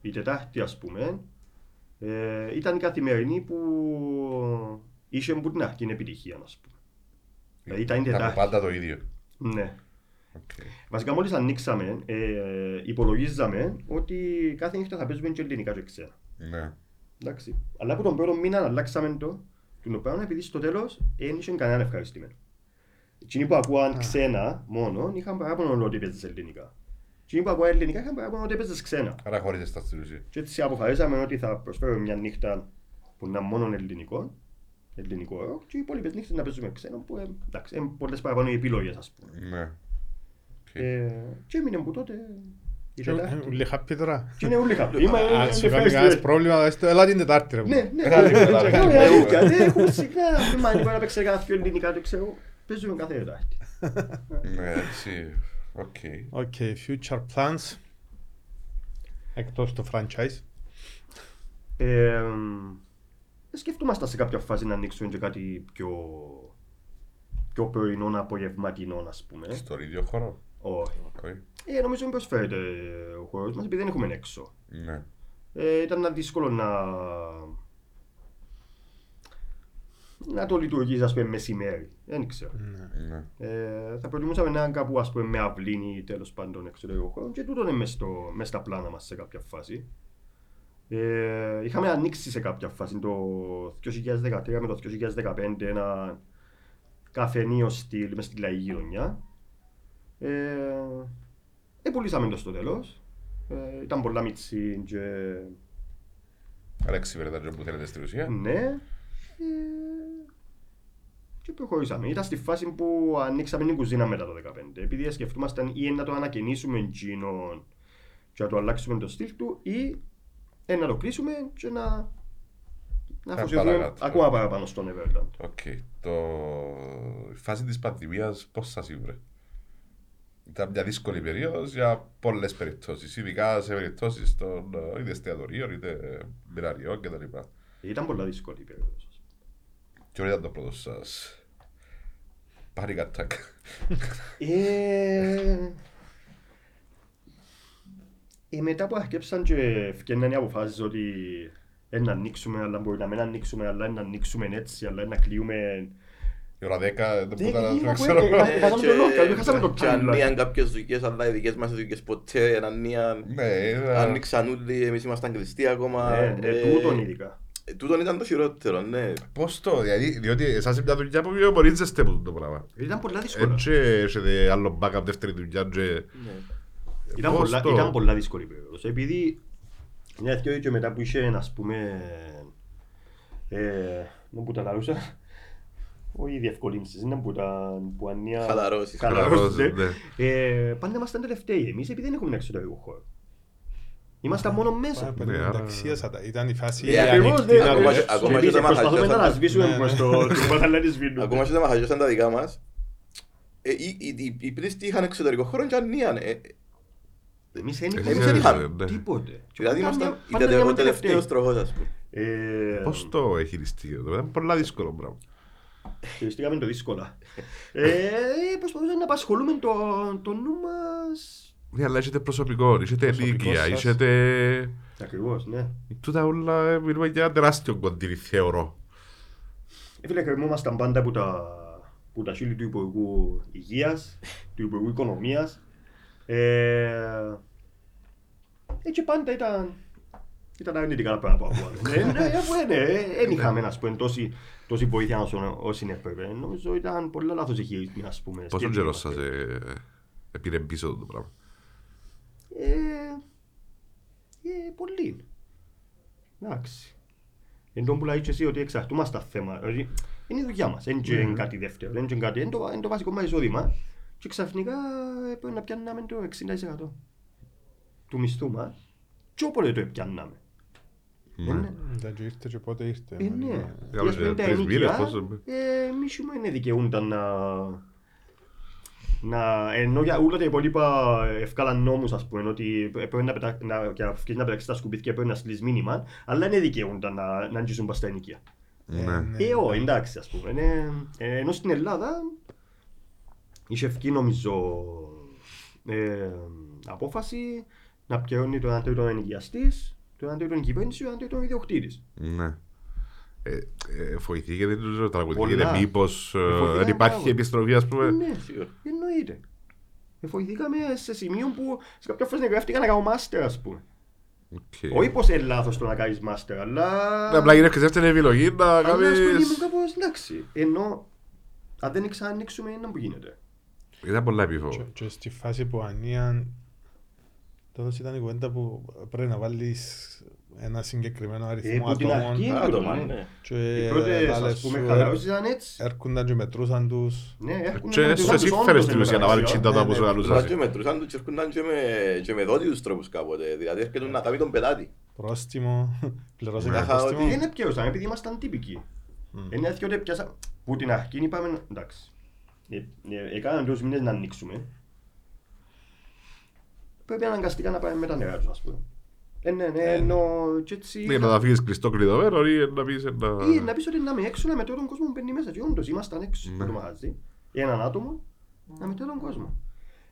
S1: Η Τετάρτη, ας πούμε, ε, ήταν η καθημερινή που είχε που την αρχή επιτυχία, ας πούμε. Δηλαδή ήταν η
S2: τα
S1: Τετάρτη.
S2: πάντα το ίδιο.
S1: Ναι.
S2: Οκ.
S1: Βασικά, μόλις ανοίξαμε, ε, υπολογίζαμε ότι κάθε νύχτα θα παίζουμε και ελληνικά και ξένα.
S2: Ναι.
S1: Εντάξει. Αλλά από τον πρώτο μήνα αλλάξαμε το. Τον πράγμα επειδή στο τέλος δεν είχε κανέναν ευχαριστημένο. Εκείνοι που ακούαν ξένα μόνο είχαν παράπονο ότι παίζεις ελληνικά. Εκείνοι που ακούαν ελληνικά είχαν παράπονο ότι παίζεις ξένα.
S2: Άρα χωρίζεις τα στην ουσία.
S1: Και έτσι αποφασίσαμε ότι θα προσφέρουμε μια νύχτα που να είναι μόνο ελληνικό, ελληνικό ροκ, και οι υπόλοιπες νύχτες να παίζουμε ξένο που ε, εντάξει, είναι πολλές παραπάνω οι επιλογές, ας πούμε.
S2: Ναι. Οκ.
S1: Ε, και έμεινε από τότε. η Τετάρτη.
S4: Ούλοι χαπή τώρα.
S1: Και είναι όλοι ε, χαπή. Είμαι
S4: Αν σου κάνει κανένας πρόβλημα, ας το- έλα την Τετάρτη ρε. μου.
S1: Ναι, ναι.
S2: Κάτι
S1: Ε,
S2: καταλαβαίνω.
S1: ε, ε, αλήθεια, δεν Έχουν συχνά. Δεν μ' ανήκω να παίξει κανένα πιο ελληνικά, δεν ξέρω. Παίζουμε κάθε Τετάρτη.
S2: Ναι, έτσι. Οκ.
S1: Ε.
S4: Οκ, future plans. Εκτός του franchise.
S1: Ε, ε, σκεφτόμαστε σε κάποια φάση να ανοίξουμε και κάτι πιο, πιο πρωινό, απογευματινό, ας πούμε.
S2: Στον ίδιο χώρο.
S1: Όχι.
S2: Όχι.
S1: Ε, νομίζω μην προσφέρεται ε, ο χώρο μας επειδή δεν έχουμε έξω.
S2: Ναι.
S1: Ε, ήταν ένα δύσκολο να. να το λειτουργήσει, ας πούμε, μεσημέρι. Δεν ξέρω.
S2: Ναι.
S1: Ε, θα προτιμούσαμε να είναι κάπου ας πούμε, με αυλήνη τέλος πάντων εξωτερικό χώρο και τούτο είναι μέσα, στο, μες στα πλάνα μας σε κάποια φάση. Ε, είχαμε ανοίξει σε κάποια φάση το 2013 με το 2015 ένα καφενείο στυλ μέσα στην λαϊκή γειτονιά. Ε, ε, πουλήσαμε το στο τέλος. Ε, ήταν πολλά μίτσι και
S2: Άρα εξυπηρετάτε που θέλετε στην ουσία.
S1: ναι. Ε, και προχωρήσαμε. Ήταν στη φάση που ανοίξαμε την κουζίνα μετά το 2015. Επειδή σκεφτούμασταν ή να το ανακαινήσουμε εκείνον και να το αλλάξουμε το στυλ του ή ε, να το κλείσουμε και να, να αφοσιωθούμε
S2: παρακάτω.
S1: ακόμα παραπάνω στον Everland.
S2: Οκ. Το... Η φάση της πανδημίας πώς σας ήβρε. Ήταν μια δύσκολη περίοδος για πολλές περιπτώσεις. Ειδικά σε περιπτώσεις των ε, είτε εστιατορίων είτε μπειραριών κτλ.
S1: Ήταν πολύ δύσκολη η περίοδος.
S2: Και όλα ήταν το πρώτο σας. Panic attack.
S1: Ε, ε, μετά που αρκέψαν και ευκαιναν οι αποφάσεις ότι ε, να ανοίξουμε, αλλά μπορεί να μην ανοίξουμε, αλλά ε, να ανοίξουμε έτσι, αλλά ε, να κλείουμε.
S2: Η ώρα 10 δεν
S1: Δεν
S2: μπορούσα
S1: γίνω
S2: να
S1: που
S2: ξέρω.
S1: έλεγα. Χάσαμε το local,
S3: Ε, Και-
S1: χάσαμε το
S3: και
S1: timeline.
S3: ανίαν κάποιες δουλειές, αλλά οι δικές μας δουλειές ποτέ δεν ανίαν.
S2: Ναι, είδα-
S3: Άνοιξαν όλοι, εμείς ήμασταν κλειστοί ακόμα.
S1: Ε, ναι,
S3: Ε,
S1: τούτον ειδικά.
S3: ε, Τούτον ήταν το χειρότερο, ναι.
S5: Πώς το, δηλαδή, διότι εσάς είναι μια δουλειά που βιομορίζεστε από το πράγμα.
S1: Ήταν πολλά δύσκολα. Ε,
S5: Έτσι, έχετε άλλο backup δεύτερη δουλειά. Και...
S3: Ναι.
S1: Ήταν
S5: Πώς
S1: πολλά,
S5: το-
S1: ήταν πολλά δύσκολη περίοδος. Επειδή Μια δυο και μετά που είχε, ας πούμε, ε, μου που τα λαλούσα, όχι διευκολύνσεις, είναι που τα που ανία...
S3: Χαλαρώσεις.
S1: χαλαρώσεις, ναι.
S5: Χαλαρώσεις,
S1: Ε, πάντα ήμασταν τελευταίοι εμείς, επειδή δεν έχουμε εξωτερικό χώρο. Ήμασταν μόνο μέσα.
S4: Πάμε
S5: άρα-
S4: τα Ήταν η φάση
S3: Ε,
S4: η
S1: ακριβώς,
S4: ανοιχτή
S1: ναι.
S4: να
S3: Ακόμα
S4: δεις.
S3: και- ακόμα
S1: Εμείς
S3: και τα
S1: προσπαθούμε να
S3: μαχαζιά
S1: τα
S3: θα-
S1: σβήσουμε
S4: ναι.
S1: προς το τσιμπάτα, αλλά δεν σβήνουμε.
S3: Ακόμα και τα μαχαζιώσαν τα δικά μας, ε, οι- οι- οι- οι πλήστοι είχαν εξωτερικό χώρο και ανίαν. ε, ε,
S1: Εμείς δεν
S5: Εμείς
S1: είχαμε
S3: δεν είχαμε.
S5: ναι.
S1: τίποτε.
S3: ε, Δηλαδή ήμασταν
S1: Πάντα-
S3: η
S1: πάντα
S3: τελε- ο
S1: ήμασταν
S3: τελευταίος
S1: τελευταίοι.
S3: τροχός ας πούμε.
S1: Ε,
S5: Πώς το χειριστήκε εδώ, ήταν πολλά δύσκολο πράγμα.
S1: Χειριστήκαμε το δύσκολα. ε, προσπαθούσαμε να απασχολούμε το, το νου μας
S5: Ναι, αλλά έχετε προσωπικό, έχετε
S4: Προσωπικό
S5: ενίκεια,
S4: σας.
S5: έχετε.
S1: Ακριβώς, ναι.
S5: Τούτα όλα ε, μιλούμε για ένα τεράστιο κοντήρι, θεωρώ.
S1: Ε, Φίλε, κρεμόμασταν πάντα από τα, από τα χείλη του Υπουργού Υγείας, του Υπουργού Οικονομίας. Ε, ε, και πάντα ήταν, ήταν αρνητικά τα πράγματα που ακούγαμε. ναι, ναι, αφού, ναι, ε, δεν είχαμε να πούμε τόση, τόση βοήθεια όσο, όσοι έπρεπε. Νομίζω ήταν πολύ λάθος η χειρισμή, ας πούμε.
S5: Πόσο
S1: σκέψη
S5: καιρό
S1: μας.
S5: σας πήρε πίσω το πράγμα.
S1: Ε, ε, πολύ. Εντάξει. Εν τόν που λέει και εσύ ότι εξαρτούμαστε τα θέματα. ότι Είναι η δουλειά μας, δεν είναι
S5: Ναι.
S1: κάτι δεύτερο, δεν είναι κάτι, είναι το, είναι το βασικό μας εισόδημα και ξαφνικά ε, πρέπει να πιάνναμε το 60% του μισθού μας και όποτε το πιάνναμε.
S5: Ναι.
S4: Ήταν και ήρθε και πότε ήρθε.
S1: Ε, ναι.
S5: Για
S1: Για σπίτι τα
S5: τρεις μήνες,
S1: ενοικιά,
S5: πόσο-
S1: ε, μη σου μένει δικαιούνταν να... Να, ενώ για όλα τα υπόλοιπα ευκάλαν νόμους ας πούμε ότι πρέπει να, πετά, να, και να φύγεις να πετάξεις τα σκουπίδια πρέπει να στείλεις μήνυμα αλλά δεν δικαιούνταν να, να αγγίζουν προς τα ενοικία.
S5: Ναι.
S1: Ε, ω, εντάξει ας πούμε. Ε, ε, ενώ στην Ελλάδα είχε ευκεί νομίζω ε, απόφαση να πιερώνει τον αντρίτον ενοικιαστής, τον αντρίτον κυβέρνηση και τον αντρίτον ιδιοκτήτης.
S5: Ναι. Ε, ε, Φοηθήκατε, δεν τραγουδήκατε.
S1: Πολλά.
S5: Μήπω
S1: Φοηθήκαμε
S5: δεν υπάρχει
S1: πάρα
S5: επιστροφή, ας πούμε.
S1: Ναι, εννοείται. Εφοηθήκαμε σε σημείο που σε κάποια φορές εγγραφτήκα να κάνω μάστερ, ας πούμε.
S5: Οκ.
S1: Όχι πως είναι λάθος το να κάνεις μάστερ, αλλά...
S5: Ε. Ναι, Απλά είναι και δεύτερη επιλογή να
S1: Αλλά ας πούμε ήμουν
S5: κάνεις...
S1: κάπως εντάξει. Ενώ αν δεν ξανανοίξουμε είναι που γίνεται.
S5: Ήταν πολλά
S4: Και-
S5: επίφοβο.
S4: Και στη φάση που ανίαν, τότε ήταν η κουβέντα που πρέπει να βάλεις ένα συγκεκριμένο αριθμό
S1: που την αρχή-
S4: ατόμων
S1: Είναι
S3: Άτομα,
S1: το-
S3: ναι.
S4: και
S5: Ε,
S1: Οι πρώτες
S4: βάλες
S1: ας πούμε
S4: σου,
S1: χαλαρώσεις ήταν έτσι.
S4: έρχονταν και μετρούσαν τους.
S1: Ναι, έρχονταν
S5: Και
S1: να τους
S5: εσύ
S1: κάνεις
S5: εσύ
S1: όντως
S5: φέρες την ουσία να βάλεις
S1: εργασία.
S5: τσιντα το
S4: Ναι,
S5: όπως
S4: ναι.
S3: Τουλάχιστον
S5: λαλούσας.
S3: και μετρούσαν τους και έρχονταν και με- και με δότιους τρόπους κάποτε. Δηλαδή έρχεται να κάνει τον πελάτη.
S4: Πρόστιμο, πληρώσε
S5: Ναι.
S4: το
S3: Είχα
S4: πρόστιμο.
S1: Δεν έπιασαν επειδή ήμασταν τύπικοι. Είναι αλήθεια ότι πιάσα... Που την αρχή είπαμε, να- εντάξει. Ε, ε, Έκαναν δύο μήνες να ανοίξουμε. Πρέπει αναγκαστικά να πάμε με τα νερά τους, ας πούμε. Ε, ναι, ναι, ενώ και έτσι...
S5: Ναι, να τα φύγεις κλειστό κλειδωμένο ή να πεις ένα...
S1: Ή να πεις ότι να είμαι έξω, να μετρώ τον κόσμο που μπαίνει μέσα. Και όντως, ήμασταν έξω
S5: Ναι.
S1: από το μαγαζί. Έναν άτομο, να μετρώ τον κόσμο.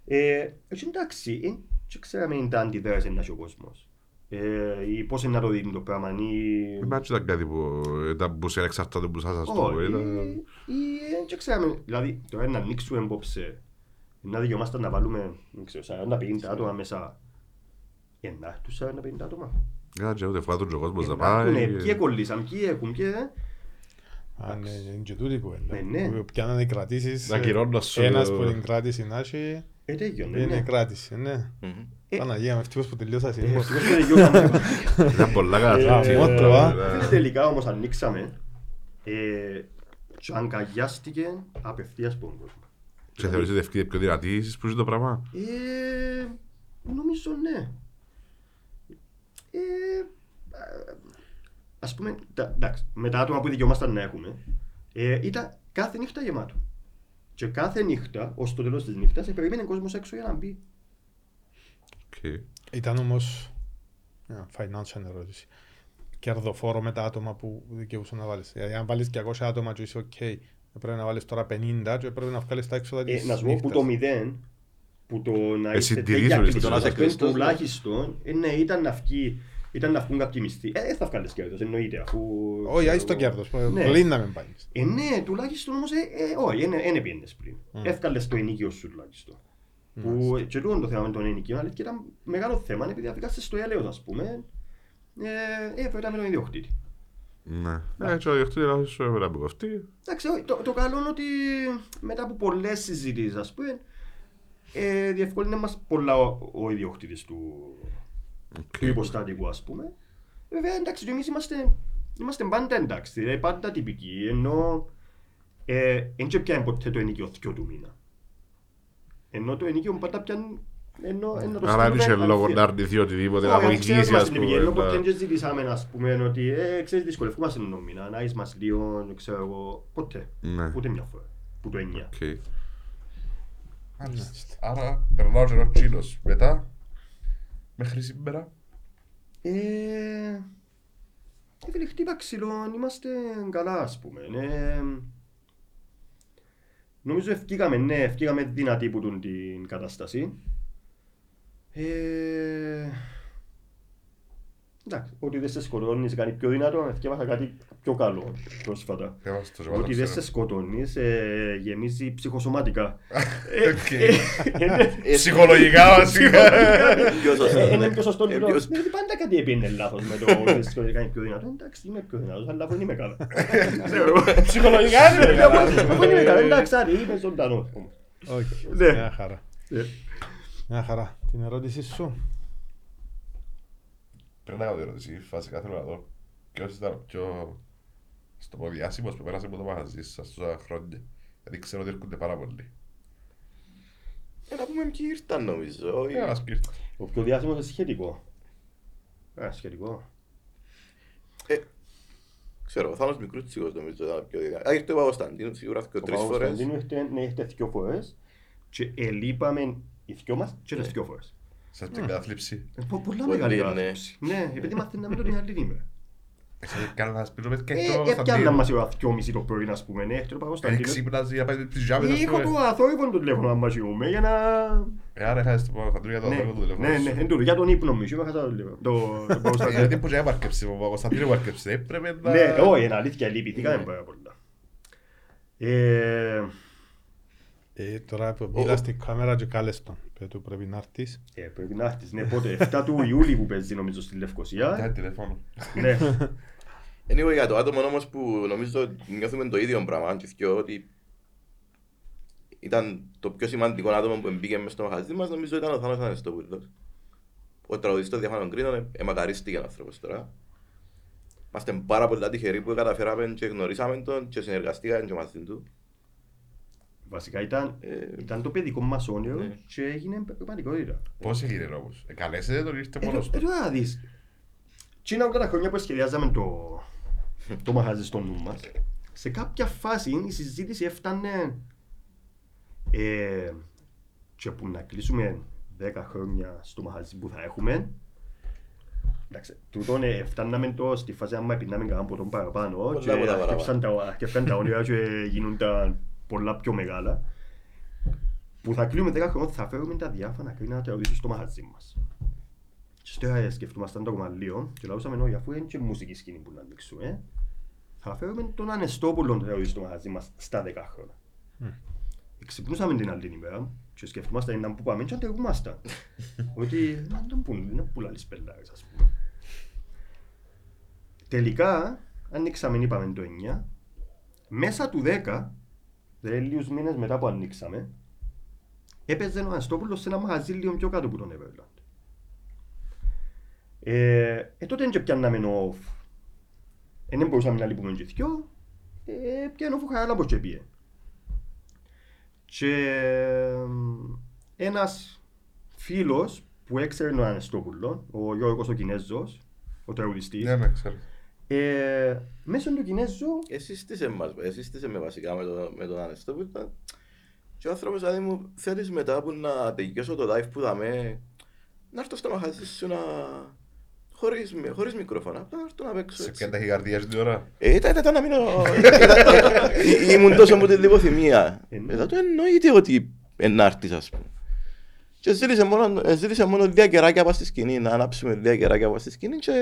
S1: Ε, έτσι εντάξει, ε, και ξέραμε είναι τα αντιδράση να έχει ο κόσμος. Ε, ή πώς είναι να το δίνει το πράγμα, ή...
S5: Μα έτσι ήταν κάτι που ήταν που σε εξαρτάται που σας ας το πω.
S1: Όχι,
S5: ήταν-
S1: ή- ε, και ξέραμε, δηλαδή τώρα να ανοίξουμε απόψε, να δικαιωμάστε να βάλουμε, δεν ξέρω, 40-50 άτομα μέσα. Ε, να έρθουν 40-50 άτομα.
S5: Ήταν και ούτε φάτον και ο κόσμος
S1: Ε,
S5: να
S1: να έρθουν, ε,
S5: πάει.
S1: Ποιοι εκολλήσαν, ποιοι έχουν, ποιοι δεν.
S4: Α, ναι, είναι και τούτη η κουβέντα.
S1: Ναι, ναι.
S4: Που Πιάναν οι κρατήσεις, ε,
S5: Να κυρώνω σου.
S4: ένας που την κράτηση να έχει,
S1: Ε, τέτοιο, ναι,
S4: είναι
S1: ναι.
S4: κράτηση, ναι.
S3: Μμμ.
S1: Ε,
S4: Παναγία, με ευτυχώς που τελείωσα
S1: Ε,
S4: συνήθως.
S1: ευτυχώς δεν δικαιώσαμε.
S5: Ήταν πολλά καλά.
S1: Ε,
S4: Γαμώτο, α.
S1: Φίλε, Τελικά όμως ανοίξαμε ε, και αγκαλιάστηκε απευθείας από τον κόσμο.
S5: Και θεωρείς ότι ευκείτε πιο δυνατή εσείς που είσαι το πράγμα.
S1: Ε, νομίζω ναι. Ε, ας πούμε, τα, εντάξει, με τα άτομα που δικαιόμασταν να έχουμε, ε, ήταν κάθε νύχτα γεμάτο. Και κάθε νύχτα, ως το τέλος της νύχτας, ε, περίμενε κόσμος έξω για να μπει.
S5: Οκ.
S4: Ήταν όμως μια financial ερώτηση. Κερδοφόρο με τα άτομα που δικαιούσαν να βάλεις. Δηλαδή, αν βάλεις 200 άτομα και είσαι οκ, πρέπει να βάλεις τώρα 50 και πρέπει να βγάλεις τα έξοδα
S1: Ε,
S4: της
S1: να σου πω που το μηδέν, που το να
S5: Ε,
S1: είστε
S5: συντηρίζουν
S1: τέτοια
S5: τις
S1: κλειστά,
S3: ζωές.
S1: να
S3: Να είσαι
S1: παίρνει
S3: κλειστός, ναι.
S1: τουλάχιστον, ε, ναι, ήταν να βγει ήταν να βγουν κάποιοι μισθοί. Ε, δεν θα βγάλεις κέρδος, εννοείται. Αφού,
S4: Όχι,
S1: ξέρω
S4: άσε το
S1: εγώ.
S4: κέρδος.
S1: Ναι.
S4: Πλήν να μην πάρεις.
S1: Ε, ναι, τουλάχιστον όμως. Ε, ε, όχι, δεν ε, πήγαινες πριν.
S4: Mm.
S1: Mm. Έφκαλε το ενίκιο σου τουλάχιστον. Που ε, και τούτο το θέμα των ενοικίων, αλλά και ήταν μεγάλο θέμα, επειδή αφήκαστε στο έλεος, ας πούμε, ε, έφερα με τον ιδιοκτήτη.
S5: Ναι. Ε, και ο διοκτήτης να σου έπρεπε να μου κοφτεί.
S1: Εντάξει, όχι, το, το καλό είναι ότι μετά από πολλές συζητήσεις, ας πούμε, ε, διευκόλυνε μας πολλά ο, ο ιδιοκτήτης του, του υποστατικού, ας πούμε. Ε, Βέβαια, εντάξει, εμείς είμαστε, είμαστε πάντα εντάξει, δηλαδή, πάντα τυπικοί, ενώ δεν ε, πιάνει ποτέ το ενίκιο θκιο του μήνα. Ενώ το ενίκιο πάντα πιάνει. Ενώ, ενώ το
S5: Ναι. Άρα δεν
S1: στέλνουμε
S5: είχε λόγο
S1: απευθεία.
S5: να αρνηθεί οτιδήποτε, να
S1: Όχι, δεν
S5: βοηθήσει,
S1: ξέρουμε
S5: ας
S1: στην πηγή, ενώ ποτέ
S5: πούμε.
S1: δεν ζητήσαμε, ας πούμε, ότι ε, ξέρεις, δυσκολευκούμαστε τον μήνα, να είσαι μας λίγο, δεν ξέρω εγώ, ποτέ,
S5: Ναι.
S1: ούτε μια φορά, που το εννιά.
S5: Οκ.
S4: Μάλιστα.
S2: Άρα περνάω και ο τσίνος μετά μέχρι σήμερα.
S1: Ε, Φίλε, χτύπα ξυλών, είμαστε καλά, ας πούμε. Ε, νομίζω ευκήκαμε, ναι, ευκήκαμε δυνατή που τούν την κατάσταση. Ε, εντάξει, ότι δεν σε σκοτώνει, σε κάνει πιο δυνατό, ευκέβασα κάτι πιο καλό πρόσφατα.
S2: Είμαστε Ε, το
S1: Ότι δεν σε
S2: ζευγάρι.
S1: σκοτώνει, ε, γεμίζει ψυχοσωματικά. Ε,
S2: Οκ.
S1: Είναι-
S3: Ε,
S1: ε,
S2: Ψυχολογικά βασικά.
S3: Πιο σωστά,
S1: είναι
S3: ναι.
S1: πιο σωστό
S3: Ε,
S1: λόγο.
S3: πιο σ-
S1: Δηλαδή πάντα κάτι έπαιρνε λάθος με το ότι είσαι κάνει πιο δυνατό. Εντάξει, είμαι πιο δυνατός, αλλά αφού είμαι
S3: Ναι,
S1: καλά.
S2: Ψυχολογικά είναι.
S1: Αφού είμαι καλά, εντάξει, άρη, είμαι ζωντανός.
S4: Όχι.
S1: Ναι.
S4: Μια χαρά. Μια χαρά. Την ερώτησή σου.
S2: Πρέπει να κάνω την ερώτηση. Βασικά θέλω να δω ποιος ήταν ο πιο στο διάσημο που πέρασε από το μαγαζί σας τόσα χρόνια. Γιατί ξέρω ότι έρχονται πάρα πολλοί.
S3: Ε, Να πούμε ποιοι ήρθαν νομίζω. όχι.
S2: Ένα σπίρτ.
S1: Ο πιο διάσημος είναι σχετικό. Ε, σχετικό.
S3: Ε, Ξέρω, ο Θάνος Μικρούτσικος νομίζω ήταν πιο δυνατός. Α, ήρθε ο Παπασταντίνου σίγουρα και
S1: Ο
S3: τρεις φορές.
S1: Παπαγωνσταντίνου ήρθε- ναι, ήρθε δυο φορές και ελείπαμε οι δυο μας και τις δυο φορές.
S2: Σα την κατάθλιψη.
S1: Ε, πο- Πολλά
S3: Ναι. Πολύ,
S1: μεγάλη
S3: ναι.
S1: κατάθλιψη. Ναι, επειδή μαθαίναμε το την άλλη ημέρα.
S2: Έχετε κάνει ένα σπίρτ με και
S1: Ε,
S2: το
S1: Έπιανα
S2: Κωνσταντίνο.
S1: μας η ώρα δυόμιση το πρωί, ας πούμε, ναι, έφτιανε ο
S2: Ε,
S1: Παπαγωνσταντίνου.
S2: Ξύπναζε για πέντε τις γιάμες, ας
S1: Είχα
S2: πούμε.
S1: το αθόρυβο το τηλέφωνο αν μας ζητούμε, για να
S2: Ε, Άρα έχασες το Κωνσταντίνο για το
S1: Ναι,
S2: αθόρυβο του τηλεφώνου
S1: ναι,
S2: σου.
S1: ναι, εν τούτο, για τον ύπνο μου, είχα χάσει λίγο. Το το
S2: Ε,
S1: Παπαγωνσταντίνου.
S2: Γιατί που και έπαρκεψε, ο Κωνσταντίνο έπαρκεψε. Έπρεπε να...
S1: Ναι, όχι, είναι αλήθεια,
S2: Ναι.
S1: λυπηθήκαμε πάρα πολλά. Ε,
S4: Ε, τώρα που μιλάς στην κάμερα και κάλεσαι τον. Πε του πρέπει να έρθεις.
S1: ε, πρέπει να έρθεις, ναι, πότε, 7 του Ιούλη που παίζει νομίζω στη
S2: Για
S1: Λευκοσία.
S2: τηλέφωνο.
S1: Ναι,
S3: Anyway, για το άτομο όμως που νομίζω νιώθουμε το ίδιο πράγμα, αν και θκυο, ότι ήταν το πιο σημαντικό άτομο που μπήκε μέσα στο μαγαζί μας, νομίζω ήταν ο Θάνος Ανεστόπουλος. Ο τραγουδιστής των Διαφάνων Κρίνων ε- εμακαρίστηκε ο άνθρωπος τώρα. Είμαστε πάρα πολλά τυχεροί που καταφέραμε και γνωρίσαμε τον και συνεργαστήκαμε και μαζί του.
S1: βασικά ήταν,
S3: Ε,
S1: ήταν το παιδικό μας όνειρο
S3: Ναι.
S1: και έγινε πραγματικότητα.
S2: Πώς έγινε ρε, όμως. Ε, Καλέσετε τον ήρθε
S1: Ε,
S2: μόνος
S1: ε,
S2: του.
S1: τώρα να δεις. Τι είναι όλα τα χρόνια που σχεδιάζαμε το, το μαγαζί στο νου μας. Σε κάποια φάση η συζήτηση έφτανε ε, και που να κλείσουμε 10 χρόνια στο μαγαζί που θα έχουμε. Εντάξει, τούτον ε, φτάναμε το στη φάση άμα πεινάμε κανένα ποτόν παραπάνω
S3: Πολλά
S1: και
S3: από τα
S1: αρκεψαν τα, αρκεψαν τα όνειρα και γίνονταν πολλά πιο μεγάλα. Που θα κλείνουμε 10 χρόνια θα φέρουμε τα διάφανα κρίνα τραγουδίσου στο μαγαζί μας. Και Τώρα σκεφτούμασταν το κομμαλίο και λαούσαμε όχι αφού είναι και μουσική σκηνή που να ανοίξουμε. Θα φέρουμε τον Ανεστόπουλο να τραγουδίσει στο μαγαζί μας στα 10 χρόνια. Ξυπνούσαμε την άλλη ημέρα και σκεφτούμασταν να που πάμε και αντεγούμασταν. Ότι να τον πούν, να πουλάλεις πελάρες ας πούμε. Τελικά ανοίξαμε, είπαμε το 9. Μέσα του 10, δηλαδή λίγους μήνες μετά που ανοίξαμε, έπαιζε ο Ανεστόπουλος σε ένα μαγαζί λίγο πιο κάτω από τον Everland. Ε, ε, τότε δεν πιάνναμε off. Ε, δεν μπορούσαμε να λείπουμε και δυο. Ε, πιάνω off ο Χαράλαμπος και πήγε. Και ε, ένας φίλος που έξερε τον Ανεστόπουλο, ο Γιώργος ο Κινέζος, ο τραγουδιστής,
S2: Ναι, ναι, ξέρω.
S1: ε, μέσω του Κινέζου
S3: εσύ στήσε μας, εσύ στήσε με βασικά με τον, με τον Ανεστόπουλο. Και ο άνθρωπος δηλαδή μου θέλεις μετά που να τελειώσω το live που δαμέ να έρθω στο μαχαζί σου να... χωρίς, μι- χωρίς μικρόφωνα, απλά να έρθω να παίξω
S2: Σε
S3: έτσι.
S2: πιάνει ταχυκαρδία στην ώρα.
S3: Ε, ήταν, ήταν να μείνω... ήταν- ή- ήμουν τόσο μου τη λιποθυμία.
S1: Ε, ναι.
S3: Μετά το εννοείται ότι ενάρτης ας πούμε. Και ζήτησε μόνο, ε, ζήτησε μόνο δύο κεράκια από στη σκηνή, να ανάψουμε δύο κεράκια από στη σκηνή και,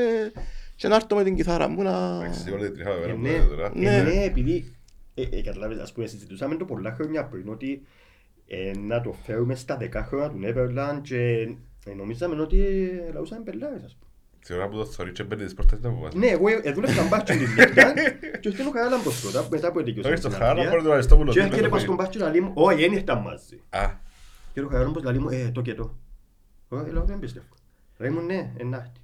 S3: και να έρθω με την κιθάρα μου να...
S2: Εντάξει, σίγουρα δεν τριχάω εμένα
S1: Ε,
S2: που
S1: ναι.
S2: λέτε τώρα.
S1: Ναι,
S3: Ναι.
S1: ναι, επειδή ε, ε, καταλάβες, ας πούμε, συζητούσαμε το πολλά χρόνια πριν ότι ε, να το φέρουμε στα 10 χρόνια του Neverland και ε, νομίζαμε ότι ε, λαούσαμε πελάρες, ας πούμε.
S2: Την ώρα που το θωρείς και μπαίνεις πόρτες να βγάζει.
S1: Ναι, εγώ ε, δούλευα μπάτσο την νύχτα και ήρθε ο Χαράλαμπος τότε, μετά που έδειξε
S2: Θωρείς το
S1: στην
S2: χάρα,
S1: Αγγλία,
S2: μπορεί τον Αριστόπουλο.
S1: και
S2: τι
S1: έρχεται
S2: είναι το
S1: πας στον
S2: παιδί.
S1: μπάτσο να λέει μου, όχι, δεν ήρθαν μαζί.
S2: Α,
S1: Και ο Χαράλαμπος λέει μου, ε, το και το. Εγώ ε, λέω, δεν πιστεύω. Ρε μου ναι, ενάχτη.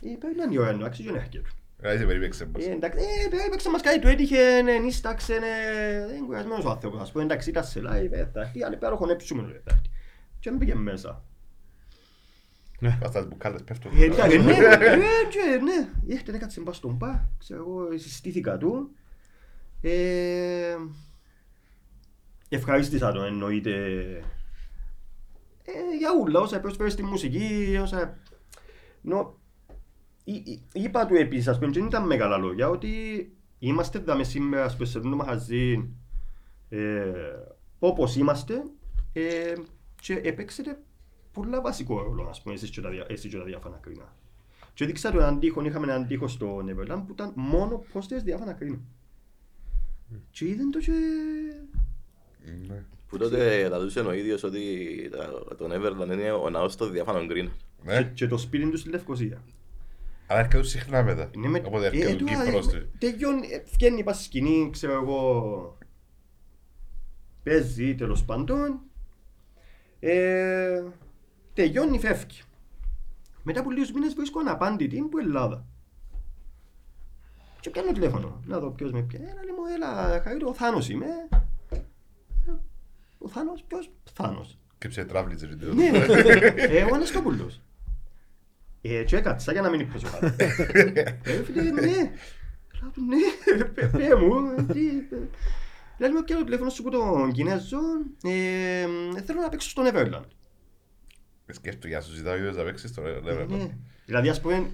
S1: Είπε έναν η ώρα να αξίζει να έρχεται.
S2: Δεν σε περίπεξε μας.
S1: Ε, εντάξει, ε, έπαιξε μας κάτι, του έτυχε, ε, νίσταξε, ε, δεν κουρασμένος ο άνθρωπος. Ας πω, εντάξει, ήταν σε live, ε, θα έρθει, αλλά είπε, άρα χωνέψουμε, λέει, θα έρθει. Και δεν πήγε μέσα.
S2: Βάζα τις μπουκάλες πέφτουν.
S1: ναι. Ε, εντάξει, ναι, ε, και, ναι, έρχεται, ναι, κάτσε, μπας στον πα, ξέρω εγώ, συστήθηκα του. Ε, ευχαρίστησα τον, εννοείται, ε, για ούλα, όσα προσφέρει στη μουσική, όσα... Νο, Εί- εί- είπα του επίσης, ας πούμε, και δεν ήταν μεγάλα λόγια, ότι είμαστε δαμε σήμερα, ας πούμε, σε αυτό το μαχαζί, ε, όπως είμαστε, ε, και επέξετε πολλά βασικό ρόλο, ας πούμε, εσείς και τα, δια- εσείς και τα διάφανα κρίνα. Και δείξα του έναν τείχο, είχαμε έναν τείχο στο Neverland που ήταν μόνο πόστες διάφανα κρίνα. Και είδαν το και...
S2: Ναι.
S3: Που τότε λαλούσε ο ίδιος ότι τα- το Neverland είναι ο ναός των διάφανων green.
S2: Ναι.
S1: Ε, και- και το σπίτι τους στη Λευκοσία.
S2: Αλλά έρχεται συχνά μετά.
S1: Ναι, με...
S2: Οπότε
S1: ε,
S2: έρχεται
S1: ε,
S2: ο
S1: τώρα,
S2: Κύπρος.
S1: ε, τελειώνει, ε, Βγαίνει πάση σκηνή, ξέρω εγώ. Παίζει τέλος πάντων. Ε, τελειώνει, φεύγει. Μετά από λίγους μήνες βρίσκω αναπάντητη που Ελλάδα. Και πιάνω τηλέφωνο. Να δω ποιος με πιάνει. Ένα λέει μου, έλα, χαρίτο, ο Θάνος είμαι. Ε, Ο Θάνος, ποιος Θάνος.
S2: Και ψετράβλιτζε.
S1: Ναι, ναι. Ε, ο Αναστόπουλος. Ε, και έκατσα για να μην είπες ο Χάρης. Ε, φίλε, ναι. Λέω του, ναι, πέ- πέ μου. ε, τι, ε. Λέει μου, πιάνω το τηλέφωνο σου που τον Κινέζο. Ε, ε, θέλω να παίξω στο Neverland.
S2: Σκέφτομαι για να σου ζητάω ίδιος να παίξεις τώρα.
S1: Ε, ναι. Δηλαδή, ας πούμε,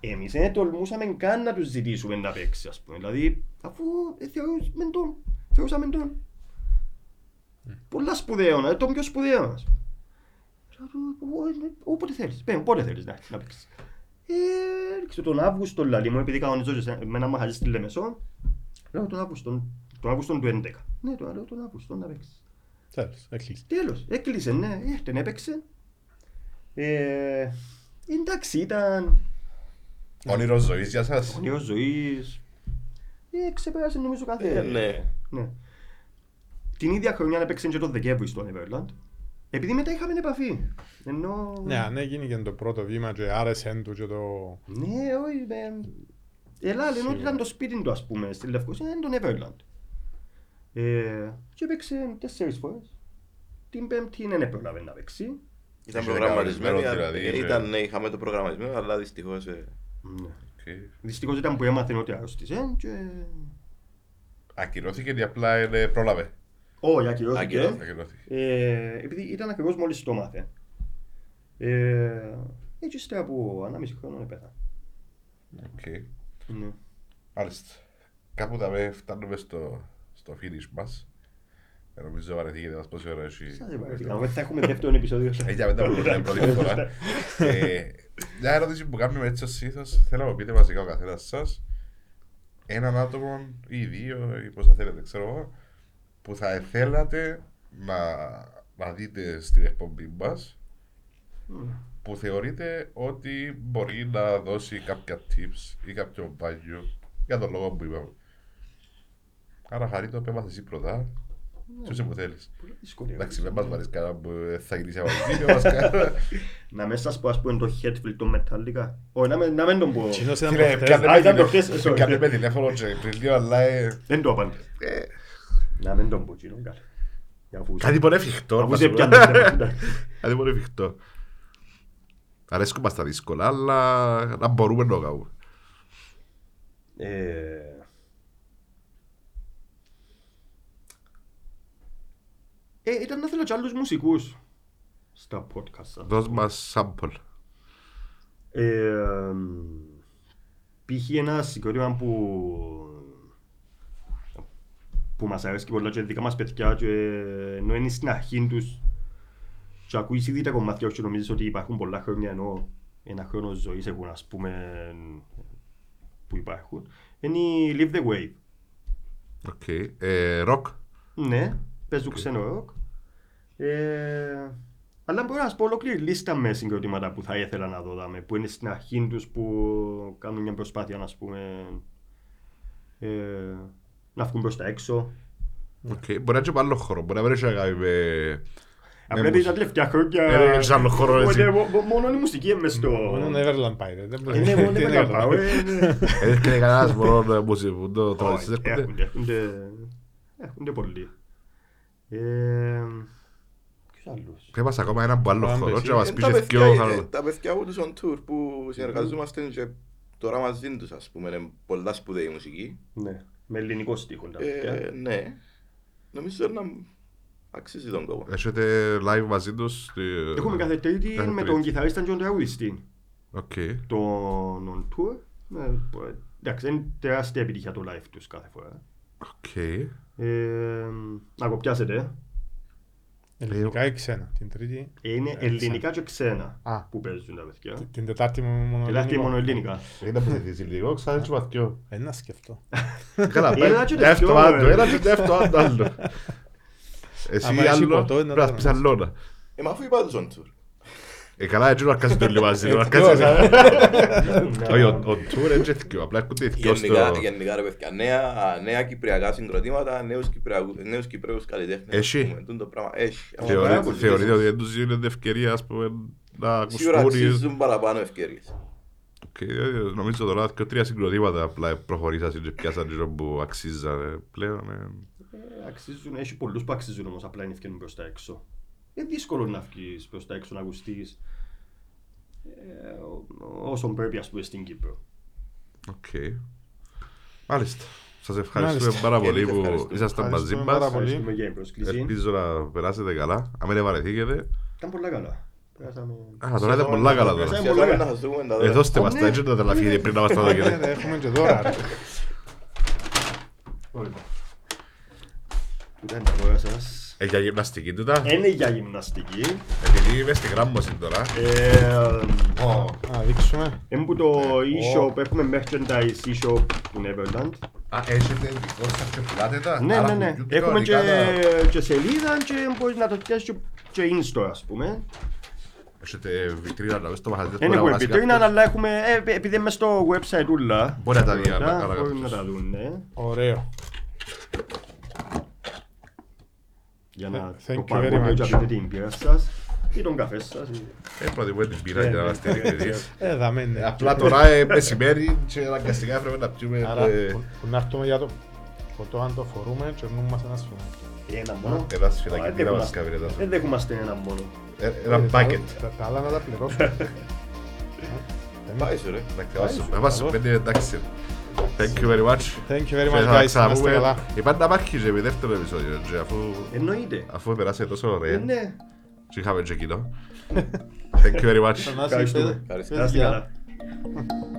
S1: εμείς δεν τολμούσαμε καν να τους ζητήσουμε να παίξει, ας πούμε. Δηλαδή, αφού ε, θεωρούσαμε τον, θεωρούσαμε τον. Πολλά σπουδαίο, ε, τον πιο σπουδαίο μας. Λέω του, «Ω, ε, Όποτε θέλεις, πέμπ, πότε θέλεις να, να παίξεις. Ε, ξέρω, τον Αύγουστο, λαλί μου, επειδή κανονίζω και σε- με ένα μαχαζί στη Λεμεσό, λέω τον Αύγουστο, τον Αύγουστο του 11. Ναι, τον λέω τον Αύγουστο να παίξεις.
S4: Τέλος, έκλεισε.
S1: Τέλος, έκλεισε, ναι, έρθεν, έπαιξε. Ε, εντάξει, ήταν
S2: Όνειρος ζωής για σας.
S1: όνειρος ζωής. Ε, ξεπέρασε νομίζω κάθε...
S3: Ε, ναι.
S1: ναι. Την ίδια χρονιά έπαιξε και το Δεκέμβρη στο Neverland. Επειδή μετά είχαμε επαφή. Ενώ...
S4: Ναι, αν έγινε και το πρώτο βήμα και άρεσε του και το...
S1: Ναι, όχι, ε, Ελά, λένε ότι
S4: Σίγουρα.
S1: ήταν το σπίτι του, ας πούμε, στη Λευκοσία, είναι το Neverland. Ε, και έπαιξε τέσσερις φορές. Την πέμπτη δεν έπρεπε να παίξει.
S3: Ήταν
S2: Είχε
S3: προγραμματισμένο,
S2: κανονισμένο,
S3: ε,
S2: δηλαδή,
S3: ήταν,
S2: ε.
S3: ναι, είχαμε το προγραμματισμένο, αλλά δυστυχώς... ε,
S1: Ναι.
S2: Οκ.
S1: Δυστυχώς ήταν που έμαθαν ότι άρρωστησε ε, και...
S2: Ακυρώθηκε ή απλά είναι, πρόλαβε.
S1: Όχι, ακυρώθηκε.
S3: Ακυρώθηκε.
S2: Ακυρώθηκε.
S1: Ε, επειδή ήταν ακριβώς μόλις το μάθε. Ε, έτσι ύστερα από 1,5 χρόνο πέθανε.
S2: Οκ.
S1: Ναι.
S2: Μάλιστα. Κάπου τα με φτάνουμε στο, στο finish μας. Ε, Νομίζω βαρεθήκε να μας πόση ώρα έχει.
S1: Σας δεν παραδείγμα, δεν θα έχουμε δεύτερο επεισόδιο.
S2: Ε, για μετά από την πρώτη φορά. Ε, Μια ερώτηση που κάνουμε έτσι ως συνήθως, θέλω να μου πείτε βασικά ο καθένας σας έναν άτομο ή δύο ή πώς θα θέλετε, ξέρω εγώ, που θα θέλατε να, να δείτε στην εκπομπή μας
S1: Μμ.
S2: που θεωρείτε ότι μπορεί να δώσει κάποια tips ή κάποιο value για τον λόγο που είπαμε. Άρα χαρίτω, πέμας εσύ πρώτα, ποιος που θέλεις.
S1: Πολύ δύσκολη
S2: Εντάξει,
S1: ερώτηση.
S2: δεν μας βάλεις κανένα που ε, θα γυρίσει από την μας κανένα.
S1: Να μέσα σας πω ας πούμε το Headfield το Metallica. Όχι, να με- να μην τον πω.
S4: Κοινός ήταν
S2: Κύριε,
S4: προχτές.
S2: πιάνε
S1: Α,
S2: με
S1: ήταν
S2: τηλέφωνο-
S1: προχτές, sorry.
S2: πιάνε με τηλέφωνο και πριν λίγο, αλλά... ε,
S1: Δεν το απάντησα.
S2: ε,
S1: Να μην τον πω, κοινό καλά. Για αφού-
S5: Κάτι πολύ εφικτό.
S1: αφού
S5: να
S1: σε
S5: σου πω.
S1: πιάνε. εντάξει.
S5: Κάτι πολύ εφικτό. Αρέσκουμε στα δύσκολα, αλλά να μπορούμε να το κάνουμε.
S1: Ε, Ε, ήταν να θέλω και άλλους μουσικούς στα podcast σας.
S5: Δώσ' μας sample.
S1: Ε, π.χ. ένα συγκρότημα που που μας αρέσει πολλά και δικά μας παιδιά και ενώ είναι στην αρχή τους και ακούεις ήδη τα κομμάτια και νομίζεις ότι υπάρχουν πολλά χρόνια ενώ ένα χρόνο ζωής έχουν ας πούμε που υπάρχουν είναι η Live the Wave
S5: Οκ. Ε, Rock.
S1: ναι, παίζουν ξένο ροκ ε, αλλά μπορώ να σας πω ολόκληρη λίστα με συγκροτήματα που θα ήθελα να δω δάμε, που είναι στην αρχή τους που κάνουν μια προσπάθεια να πούμε ε, να βγουν προς τα έξω.
S5: Οκ. Μπορεί να είναι και από άλλο χώρο. Μπορεί να βρει να κάνει με
S1: Πρέπει τα τελευταία χρόνια...
S2: Ε, δεν ξέρω άλλο χώρο, έτσι.
S1: Ούτε, μο- μο- Μόνο η μουσική είναι μες στο...
S4: Μόνο Neverland πάει. ρε. Δεν
S1: Είναι Ε, ναι. μόνο
S4: δεν
S1: ένα πάω.
S4: καταλαβαίνω.
S2: Έρχεται Ε, κανένας μωρό να μουσική, το τραγουδιστές έρχονται.
S1: Έρχονται πολλοί. Ε, Ποιος άλλος.
S2: Πρέπει ακόμα έναν που άλλο
S4: Πάμε,
S2: χώρο
S4: εσύ.
S2: και να μας
S3: Ε,
S2: πεις
S3: τα
S2: και
S3: παιδιά-
S2: πιο
S3: ε,
S2: χαρά.
S3: Τα παιδιά μου τους on tour που συνεργαζόμαστε και τώρα μαζί τους ας πούμε είναι πολλά σπουδαίοι μουσικοί.
S1: Ναι. Με ελληνικό στίχο. τα
S3: Ε,
S1: παιδιά.
S3: Ναι. Νομίζω να αξίζει τον κόπο.
S2: Έχετε live μαζί τους. στη-
S1: Έχουμε κάθε τρίτη
S2: κάθε
S1: με
S2: τρίτη.
S1: τον κιθαρίστα και τον τραγουδιστή.
S2: Οκ.
S1: Τον on tour. ναι, πο- Εντάξει, είναι τεράστια επιτυχία το live τους κάθε φορά.
S2: Οκ.
S1: Ε, Να κοπιάσετε.
S4: Ελληνικά ή ξένα. Την τρίτη.
S2: Ε,
S1: Είναι
S4: ξένα.
S1: ελληνικά και ξένα
S4: Α.
S1: που παίζουν τα παιδιά.
S4: Την τετάρτη μου μόνο.
S1: Ελάχιστα
S4: ελληνικό.
S1: μόνο ελληνικά.
S2: Είναι να προσθεθείς λίγο, ξανά έτσι βαθιό.
S4: Ε, να σκεφτώ.
S2: Καλά,
S1: Ένα
S2: πάει
S1: και
S2: δεύτερο
S1: δεύτερο,
S2: άντρο,
S1: ε.
S2: ένα και δεύτερο άντρο άλλο.
S4: Άμα
S2: Εσύ
S4: έχει
S2: άλλο,
S4: ποτό, είναι
S2: πρέπει να
S4: το
S2: σπίσεις
S4: ένα.
S2: αλλόνα.
S3: Ε, μα αφού είπα τους on tour.
S2: Ε, καλά, έτσι να αρκάζει το λίγο μαζί. να αρκάζει.
S4: ναι.
S2: Όχι, ο- ο tour έτσι εθικιό, απλά έρχονται εθικιός στο...
S3: Γενικά, γενικά ρε παιδιά, νέα, νέα κυπριακά συγκροτήματα, νέους, κυπριακού- νέους κυπρέους καλλιτέχνες.
S2: Έχει.
S3: ας πούμε. Τούν το πράγμα. Έχει.
S1: Θεωρεί-
S3: Αλλά
S2: Θεωρεί-
S1: πολύ
S2: Θεωρείτε
S1: δύσκολο.
S2: ότι δεν τους δίνεται ευκαιρία, ας πούμε, να
S3: Σίγουρα
S2: ακουστούν. ή-
S3: αξίζουν παραπάνω ευκαιρίες.
S2: Οκ, ε, Νομίζω τώρα και τρία συγκροτήματα απλά προχωρήσαν και πιάσαν τούτο που αξίζανε πλέον. ε.
S1: Ε, Αξίζουν, έχει πολλούς που αξίζουν όμως απλά είναι ευκαινούν προς τα έξω. Είναι δύσκολο να βγεις προς τα έξω να ακουστείς ε, ό- όσον πρέπει ας πούμε στην Κύπρο.
S2: Οκ. Μάλιστα. Σας ευχαριστούμε
S4: Μάλιστα.
S2: πάρα πολύ
S3: Εμείς
S2: που
S3: ευχαριστούμε.
S2: ήσασταν μαζί
S4: Ευχαριστούμε πάρα
S2: μας.
S4: πολύ.
S1: Ευχαριστούμε για την πρόσκληση.
S2: Ελπίζω να περάσετε καλά. Αν δεν βαρεθήκετε.
S1: Ήταν πολλά καλά. Πέρασαμε...
S2: Α, τώρα είναι πολλά καλά τώρα.
S1: Πέρασαμε πολλά
S3: Συγχαρητήρια να
S1: καλά.
S3: σας δούμε τα
S2: Ε,
S3: δώρα.
S2: δώστε μας τα έτσι να τα λαφίδι πριν να μας τα
S4: Ε,
S2: δοκιμάσετε.
S4: ρε, Έχουμε και δώρα. ρε.
S1: Ωραία. Τούτα είναι τα δώρα σας.
S2: Ε, για γυμναστική τούτα.
S1: Είναι για γυμναστική.
S2: Επειδή είμαι στη γράμμωση τώρα.
S1: Ε,
S4: Να δείξουμε.
S1: Είναι που το e-shop, έχουμε merchandise e-shop του Neverland.
S6: Α, έχετε δικό σας και πουλάτε τα.
S1: Ναι,
S6: άρα
S1: ναι, ναι.
S6: YouTube
S1: Έχουμε και,
S6: κανονικά τα-
S1: και σελίδα και μπορείς να το πιάσεις και- και in-store ας πούμε.
S2: Έχετε βιτρίνα να στο μαχαζί.
S1: Δεν έχουμε βιτρίνα, αλλά έχουμε, ε, επει- επειδή είμαι στο website ούλα.
S2: Μπορεί να τα δει, άρα- άρα
S1: Μπορεί να
S2: κάποιος.
S1: τα δουν, ναι.
S4: Ωραίο.
S1: Για να
S4: Thank
S1: το
S4: you
S1: πάρουν
S4: very
S1: και
S4: much.
S1: να πείτε την πείρα σας ή τον καφέ σας. ή-
S2: Ε, προτιμώ την πίνα για να μας στηρίξετε.
S4: Ε, δαμέ, ναι.
S2: Απλά τώρα ε, μεσημέρι και αναγκαστικά πρέπει να πιούμε...
S4: Άρα,
S2: ε,
S4: που- που να έρθουμε για το ποτό, αν το φορούμε, και νου μας ένας σφινάκι.
S1: Ε, Ένα μόνο.
S2: Ένα σφινάκι,
S1: Α,
S2: τι
S1: δεν
S2: να μας
S1: δεχόμαστε-
S2: κάνει, ρε,
S1: Δεν δεχόμαστε ένα μόνο.
S2: ε, Ένα
S4: Ε, τα-
S2: μπάκετ.
S4: τα- Τα άλλα να τα πληρώσουμε. Ε, δεν
S3: Πάει σου ρε.
S2: Εντάξει, θα σου- θα μας σου πέντε εντάξει. Thank you very much.
S4: Thank you very
S2: Και
S4: much,
S2: θα
S4: guys. Να είστε
S2: ξαναπούμε.
S4: καλά.
S2: Ε, πάντα υπάρχει και δεύτερο επεισόδιο, και αφού-
S1: Εννοείται.
S2: αφού περάσε τόσο
S1: Ε,
S2: ωραία.
S1: Ναι.
S2: Και είχαμε και κοινό. Thank you very much.
S4: Να είστε-
S1: Ευχαριστούμε.
S3: Ευχαριστώ.
S1: Να είστε καλά.